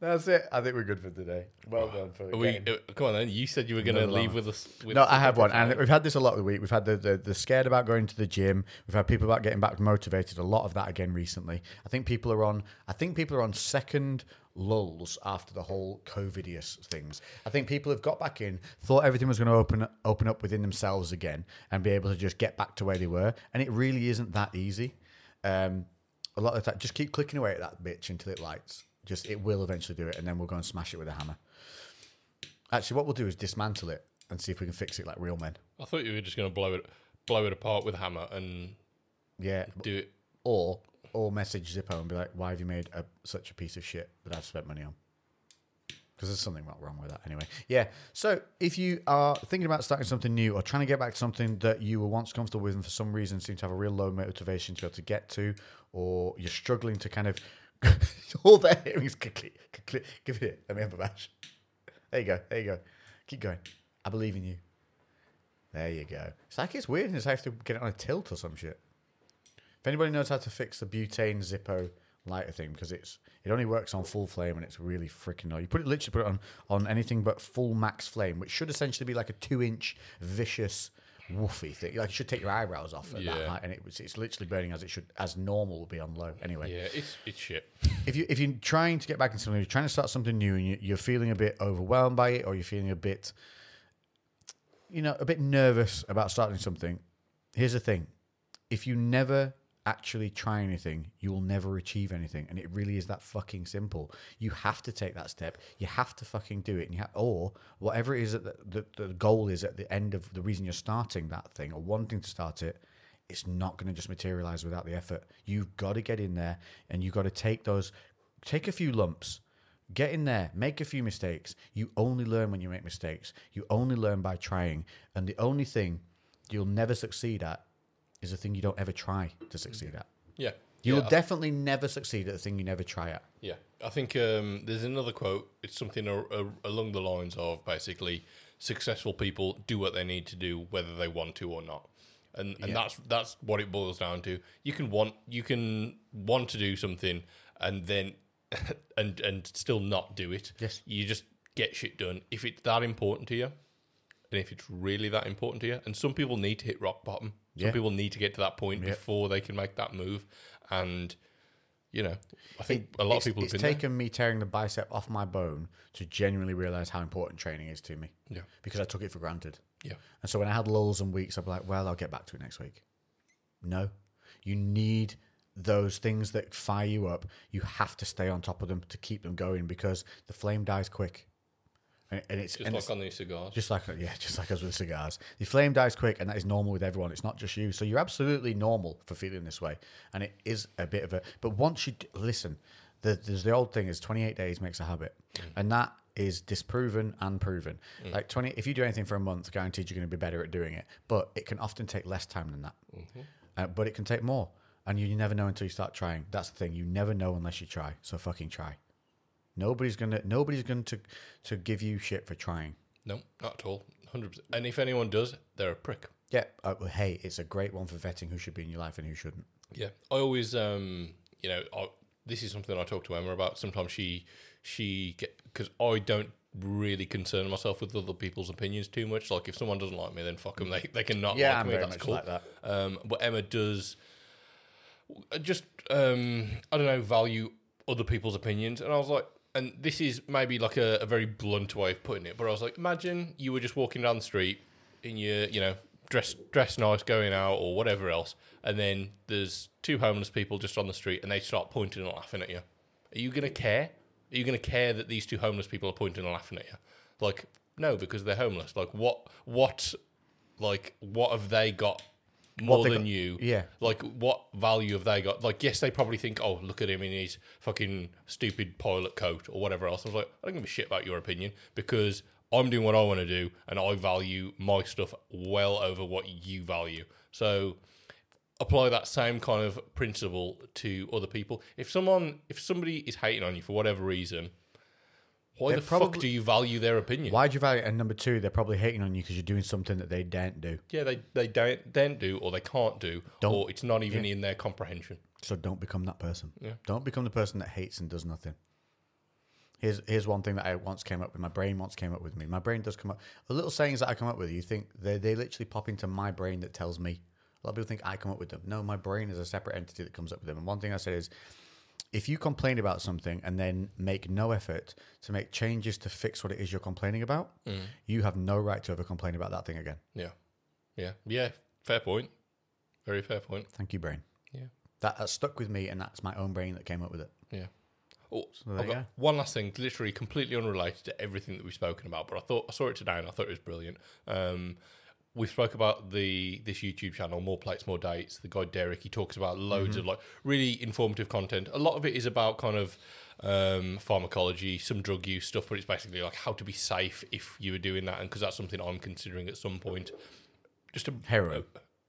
[SPEAKER 1] That's it. I think we're good for today. Well done for
[SPEAKER 2] Are We,
[SPEAKER 1] again.
[SPEAKER 2] uh, come on then. You said you were going to
[SPEAKER 1] Another
[SPEAKER 2] leave
[SPEAKER 1] llama.
[SPEAKER 2] with us. With
[SPEAKER 1] No, I have one, and we've had this a lot of the week. We've had the, the the scared about going to the gym. We've had people about getting back motivated. A lot of that again recently. I think people are on. I think people are on second lulls after the whole covidious things. I think people have got back in, thought everything was going to open open up within themselves again, and be able to just get back to where they were. And it really isn't that easy. Um, a lot of the time, just keep clicking away at that bitch until it lights. Just it will eventually do it, and then we'll go and smash it with a hammer. Actually, what we'll do is dismantle it and see if we can fix it like real men.
[SPEAKER 2] I thought you were just going to blow it, blow it apart with a hammer and
[SPEAKER 1] Yeah.
[SPEAKER 2] do it.
[SPEAKER 1] Or or message Zippo and be like, "Why have you made a, such a piece of shit that I've spent money on?" because there's something not wrong with that anyway. Yeah. So if you are thinking about starting something new or trying to get back to something that you were once comfortable with and for some reason seem to have a real low motivation to be able to get to, or you're struggling to kind of all they're hearing is click, click, click, click. give it. here. Let me have a bash. There you go. There you go. Keep going. I believe in you. There you go. It's like it's weird. and It's have to get it on a tilt or some shit. If anybody knows how to fix the butane Zippo lighter thing, because it's it only works on full flame and it's really freaking annoying. You put it literally put it on on anything but full max flame, which should essentially be like a two inch vicious woofy thing. Like you should take your eyebrows off at that
[SPEAKER 2] Yeah.
[SPEAKER 1] height, and it was it's literally burning as it should as normal would be on low anyway
[SPEAKER 2] Yeah, it's it's shit.
[SPEAKER 1] if you if you're trying to get back into something, you're trying to start something new, and you, you're feeling a bit overwhelmed by it, or you're feeling a bit, you know, a bit nervous about starting something. Here's the thing: if you never actually try anything, you will never achieve anything, and it really is that fucking simple. You have to take that step. You have to fucking do it, and you ha- or whatever it is that the, the, the goal is at the end of the reason you're starting that thing or wanting to start it it's not going to just materialize without the effort. You've got to get in there and you've got to take those, take a few lumps, get in there, make a few mistakes. You only learn when you make mistakes. You only learn by trying. And the only thing you'll never succeed at is the thing you don't ever try to succeed at.
[SPEAKER 2] Yeah.
[SPEAKER 1] You'll
[SPEAKER 2] Mm-hmm. yeah, I-
[SPEAKER 1] definitely never succeed at the thing you never try at.
[SPEAKER 2] Yeah, I think um, there's another quote. It's something a, a- along the lines of basically successful people do what they need to do whether they want to or not, and and that's that's what it boils down to. You can want you can want to do something and then and and still not do it.
[SPEAKER 1] Yes.
[SPEAKER 2] you just get shit done if it's that important to you. And if it's really that important to you, and some people need to hit rock bottom, some
[SPEAKER 1] Yeah.
[SPEAKER 2] people need to get to that point before they can make that move. And you know, I think a lot
[SPEAKER 1] It's-
[SPEAKER 2] of people
[SPEAKER 1] It's
[SPEAKER 2] have been there.
[SPEAKER 1] taken me tearing the bicep off my bone to genuinely realize how important training is to me.
[SPEAKER 2] Yeah.
[SPEAKER 1] Because I took it for granted.
[SPEAKER 2] Yeah.
[SPEAKER 1] And so when I had lulls and weeks, I'd be like, well, I'll get back to it next week. No, you need those things that fire you up. You have to stay on top of them to keep them going because the flame dies quick. And, and it's
[SPEAKER 2] Just
[SPEAKER 1] and
[SPEAKER 2] like
[SPEAKER 1] it's-
[SPEAKER 2] on these cigars.
[SPEAKER 1] just like yeah, just like us with cigars. The flame dies quick, and that is normal with everyone. It's not just you. So you're absolutely normal for feeling this way, and it is a bit of a. But once you d- listen, the, there's the old thing is 28 days makes a habit, and that is disproven and proven. Like 20, if you do anything for a month, guaranteed you're going to be better at doing it. But it can often take less time than that. Uh, but it can take more, and you, you never know until you start trying. That's the thing. You never know unless you try. So fucking try. Nobody's gonna nobody's going to to give you shit for trying.
[SPEAKER 2] no, not at all. Hundred percent. And if anyone does, they're a prick.
[SPEAKER 1] Yeah. Uh, well, hey, it's a great one for vetting who should be in your life and who shouldn't.
[SPEAKER 2] Yeah, I always, um, you know, I, this is something I talk to Emma about. Sometimes she, she, because I don't really concern myself with other people's opinions too much. Like if someone doesn't like me, then fuck them. They they can not
[SPEAKER 1] Mm. Yeah,
[SPEAKER 2] like
[SPEAKER 1] I'm
[SPEAKER 2] me.
[SPEAKER 1] very
[SPEAKER 2] That's
[SPEAKER 1] much
[SPEAKER 2] cool.
[SPEAKER 1] like that.
[SPEAKER 2] Um, but Emma does uh, just um, I don't know value other people's opinions, and I was like. And this is maybe like a, a very blunt way of putting it, but I was like, imagine you were just walking down the street in your, you know, dress dress nice, going out or whatever else, and then there's two homeless people just on the street, and they start pointing and laughing at you. Are you gonna care? Are you gonna care that these two homeless people are pointing and laughing at you? Like, no, because they're homeless. Like, what, what, like, what have they got more
[SPEAKER 1] they
[SPEAKER 2] than
[SPEAKER 1] got-
[SPEAKER 2] you?
[SPEAKER 1] yeah.
[SPEAKER 2] like what value have they got? Like, yes, they probably think, oh, look at him in his fucking stupid pilot coat or whatever else. I was like, I don't give a shit about your opinion because I'm doing what I want to do and I value my stuff well over what you value. So apply that same kind of principle to other people. If someone, if somebody is hating on you for whatever reason, why
[SPEAKER 1] They're
[SPEAKER 2] the
[SPEAKER 1] probably-
[SPEAKER 2] fuck do you value their opinion?
[SPEAKER 1] Why do you value it? And number two, they're probably hating on you because you're doing something that they daren't do.
[SPEAKER 2] Yeah, they, they don't don't do or they can't do or it's not even in their comprehension.
[SPEAKER 1] So don't become that person. Don't become the person that hates and does nothing. Here's here's one thing that I once came up with. My brain once came up with me. My brain does come up. The little sayings that I come up with, you think they they literally pop into my brain that tells me. A lot of people think I come up with them. No, my brain is a separate entity that comes up with them. And one thing I said is, if you complain about something and then make no effort to make changes to fix what it is you're complaining about, you have no right to ever complain about that thing again.
[SPEAKER 2] Yeah. Yeah. Yeah. Fair point. Very fair point.
[SPEAKER 1] Thank you, brain.
[SPEAKER 2] Yeah.
[SPEAKER 1] That, that stuck with me, and that's my own brain that came up with it.
[SPEAKER 2] Yeah. Oh,
[SPEAKER 1] there
[SPEAKER 2] I've
[SPEAKER 1] you
[SPEAKER 2] got one last thing, literally completely unrelated to everything that we've spoken about, but I thought I saw it today and I thought it was brilliant. Um, we spoke about the this YouTube channel, More Plates, More Dates. The guy Derek, he talks about loads of like really informative content. A lot of it is about kind of um, pharmacology, some drug use stuff, but it's basically like how to be safe if you were doing that, and because that's something I'm considering at some point. Just a
[SPEAKER 1] Heroin.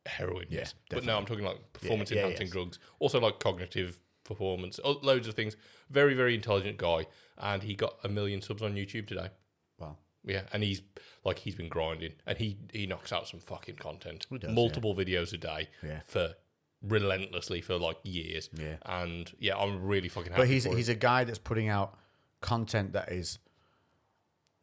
[SPEAKER 2] heroin, yes. But
[SPEAKER 1] definitely.
[SPEAKER 2] no, I'm talking like performance
[SPEAKER 1] yeah,
[SPEAKER 2] enhancing
[SPEAKER 1] yes.
[SPEAKER 2] drugs, also like cognitive performance, oh, loads of things. Very, very intelligent guy, and he got a million subs on YouTube today.
[SPEAKER 1] Well,
[SPEAKER 2] Yeah, and he's like he's been grinding, and he he knocks out some fucking content,
[SPEAKER 1] does,
[SPEAKER 2] multiple videos a day,
[SPEAKER 1] Yeah.
[SPEAKER 2] for relentlessly for like years.
[SPEAKER 1] Yeah.
[SPEAKER 2] and yeah, I'm really fucking happy.
[SPEAKER 1] but he's
[SPEAKER 2] for him.
[SPEAKER 1] he's a guy that's putting out content that is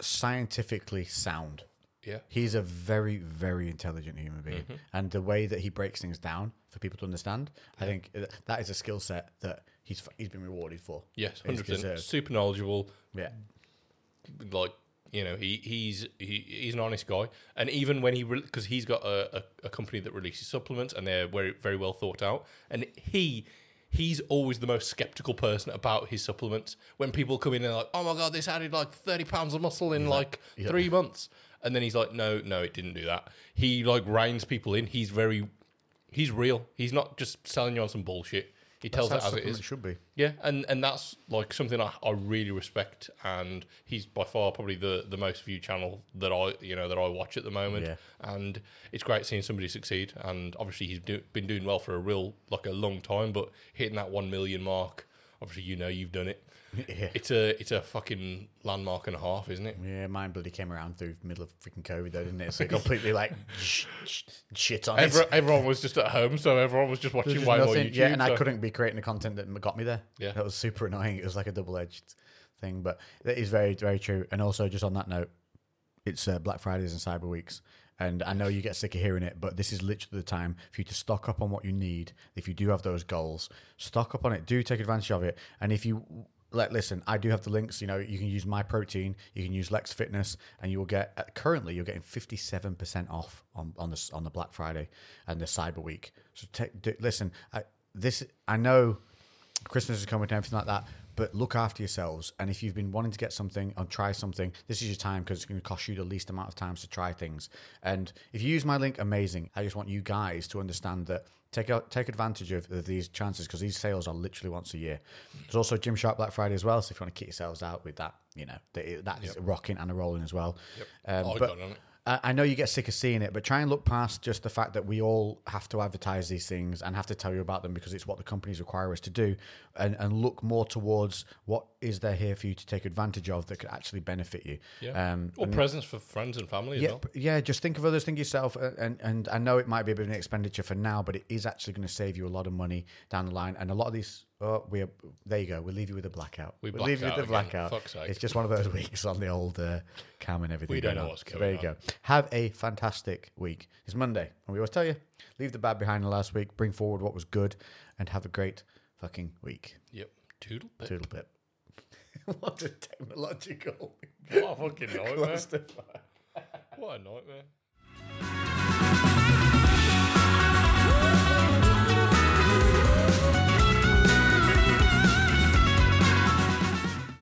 [SPEAKER 1] scientifically sound.
[SPEAKER 2] yeah,
[SPEAKER 1] He's a very, very intelligent human being,
[SPEAKER 2] Mm-hmm.
[SPEAKER 1] and the way that he breaks things down for people to understand, I think uh, that is a skill set that he's he's been rewarded for.
[SPEAKER 2] yes,
[SPEAKER 1] It's
[SPEAKER 2] hundred percent,
[SPEAKER 1] deserved.
[SPEAKER 2] super knowledgeable.
[SPEAKER 1] Yeah,
[SPEAKER 2] Like you know, he he's he, he's an honest guy, and even when he because he's got a, a, a company that releases supplements, and they're very very well thought out, and he. He's always the most skeptical person about his supplements. When people come in and like, "Oh my god, this added like thirty pounds of muscle in like three months," and then he's like, "No, no, it didn't do that." He like reins people in. He's very, he's real. He's not just selling you on some bullshit. He tells it
[SPEAKER 1] that's
[SPEAKER 2] as
[SPEAKER 1] how
[SPEAKER 2] it is.
[SPEAKER 1] it should be.
[SPEAKER 2] Yeah, and, and that's like something I, I really respect, and he's by far probably the, the most viewed channel that I you know that I watch at the moment,
[SPEAKER 1] Yeah.
[SPEAKER 2] and it's great seeing somebody succeed. And obviously he's do, been doing well for a real like a long time, but hitting that one million mark, obviously you know you've done it.
[SPEAKER 1] Yeah.
[SPEAKER 2] It's a it's a fucking landmark and a half, isn't it?
[SPEAKER 1] Yeah, mine bloody came around through the middle of freaking COVID though, didn't it? So it completely like sh- sh- shit on
[SPEAKER 2] Every,
[SPEAKER 1] it.
[SPEAKER 2] everyone was just at home, so everyone was just watching
[SPEAKER 1] There's
[SPEAKER 2] way more
[SPEAKER 1] nothing-
[SPEAKER 2] YouTube.
[SPEAKER 1] yeah, and I
[SPEAKER 2] so-
[SPEAKER 1] couldn't be creating the content that got me there.
[SPEAKER 2] Yeah.
[SPEAKER 1] that was super annoying. It was like a double edged thing, but that is very very true. And also, just on that note, it's uh, Black Fridays and Cyber Weeks. And I know you get sick of hearing it, but this is literally the time for you to stock up on what you need. If you do have those goals, stock up on it. Do take advantage of it. And if you like, listen, I do have the links. You know, you can use my protein, you can use Lex Fitness, and you will get uh, currently you're getting fifty seven percent off on on the on the Black Friday and the Cyber Week. So take, do, listen, I, this I know Christmas is coming and everything like that. But look after yourselves. And if you've been wanting to get something or try something, this is your time because it's going to cost you the least amount of times to try things. And if you use my link, amazing. I just want you guys to understand that take out, take advantage of, of these chances because these sales are literally once a year. There's also Jim Sharp Black Friday as well. So if you want to kit yourselves out with that, you know, that, that is rocking and a rolling as well. Um,
[SPEAKER 2] I
[SPEAKER 1] but-
[SPEAKER 2] got on it.
[SPEAKER 1] I I know you get sick of seeing it, but try and look past just the fact that we all have to advertise these things and have to tell you about them because it's what the companies require us to do, and, and look more towards what is there here for you to take advantage of that could actually benefit you.
[SPEAKER 2] Yeah.
[SPEAKER 1] Um,
[SPEAKER 2] or presents for friends and family as
[SPEAKER 1] yeah,
[SPEAKER 2] well.
[SPEAKER 1] p- yeah. Just think of others, think of yourself, uh, and and I know it might be a bit of an expenditure for now, but it is actually going to save you a lot of money down the line. And a lot of these, oh, we are, there you go. We'll leave you with a blackout.
[SPEAKER 2] We
[SPEAKER 1] will leave you with
[SPEAKER 2] blacked
[SPEAKER 1] the
[SPEAKER 2] out again,
[SPEAKER 1] blackout.
[SPEAKER 2] fuck's sake.
[SPEAKER 1] It's just one of those weeks on the old uh, cam and everything.
[SPEAKER 2] We don't
[SPEAKER 1] going
[SPEAKER 2] know
[SPEAKER 1] on.
[SPEAKER 2] what's
[SPEAKER 1] So
[SPEAKER 2] going
[SPEAKER 1] There you go. Have a fantastic week. It's Monday, and we always tell you leave the bad behind the last week, bring forward what was good, and have a great fucking week.
[SPEAKER 2] Yep. Toodle pip.
[SPEAKER 1] Toodle pip. what a technological
[SPEAKER 2] What a fucking nightmare.
[SPEAKER 1] clusterfuck.
[SPEAKER 2] What a nightmare.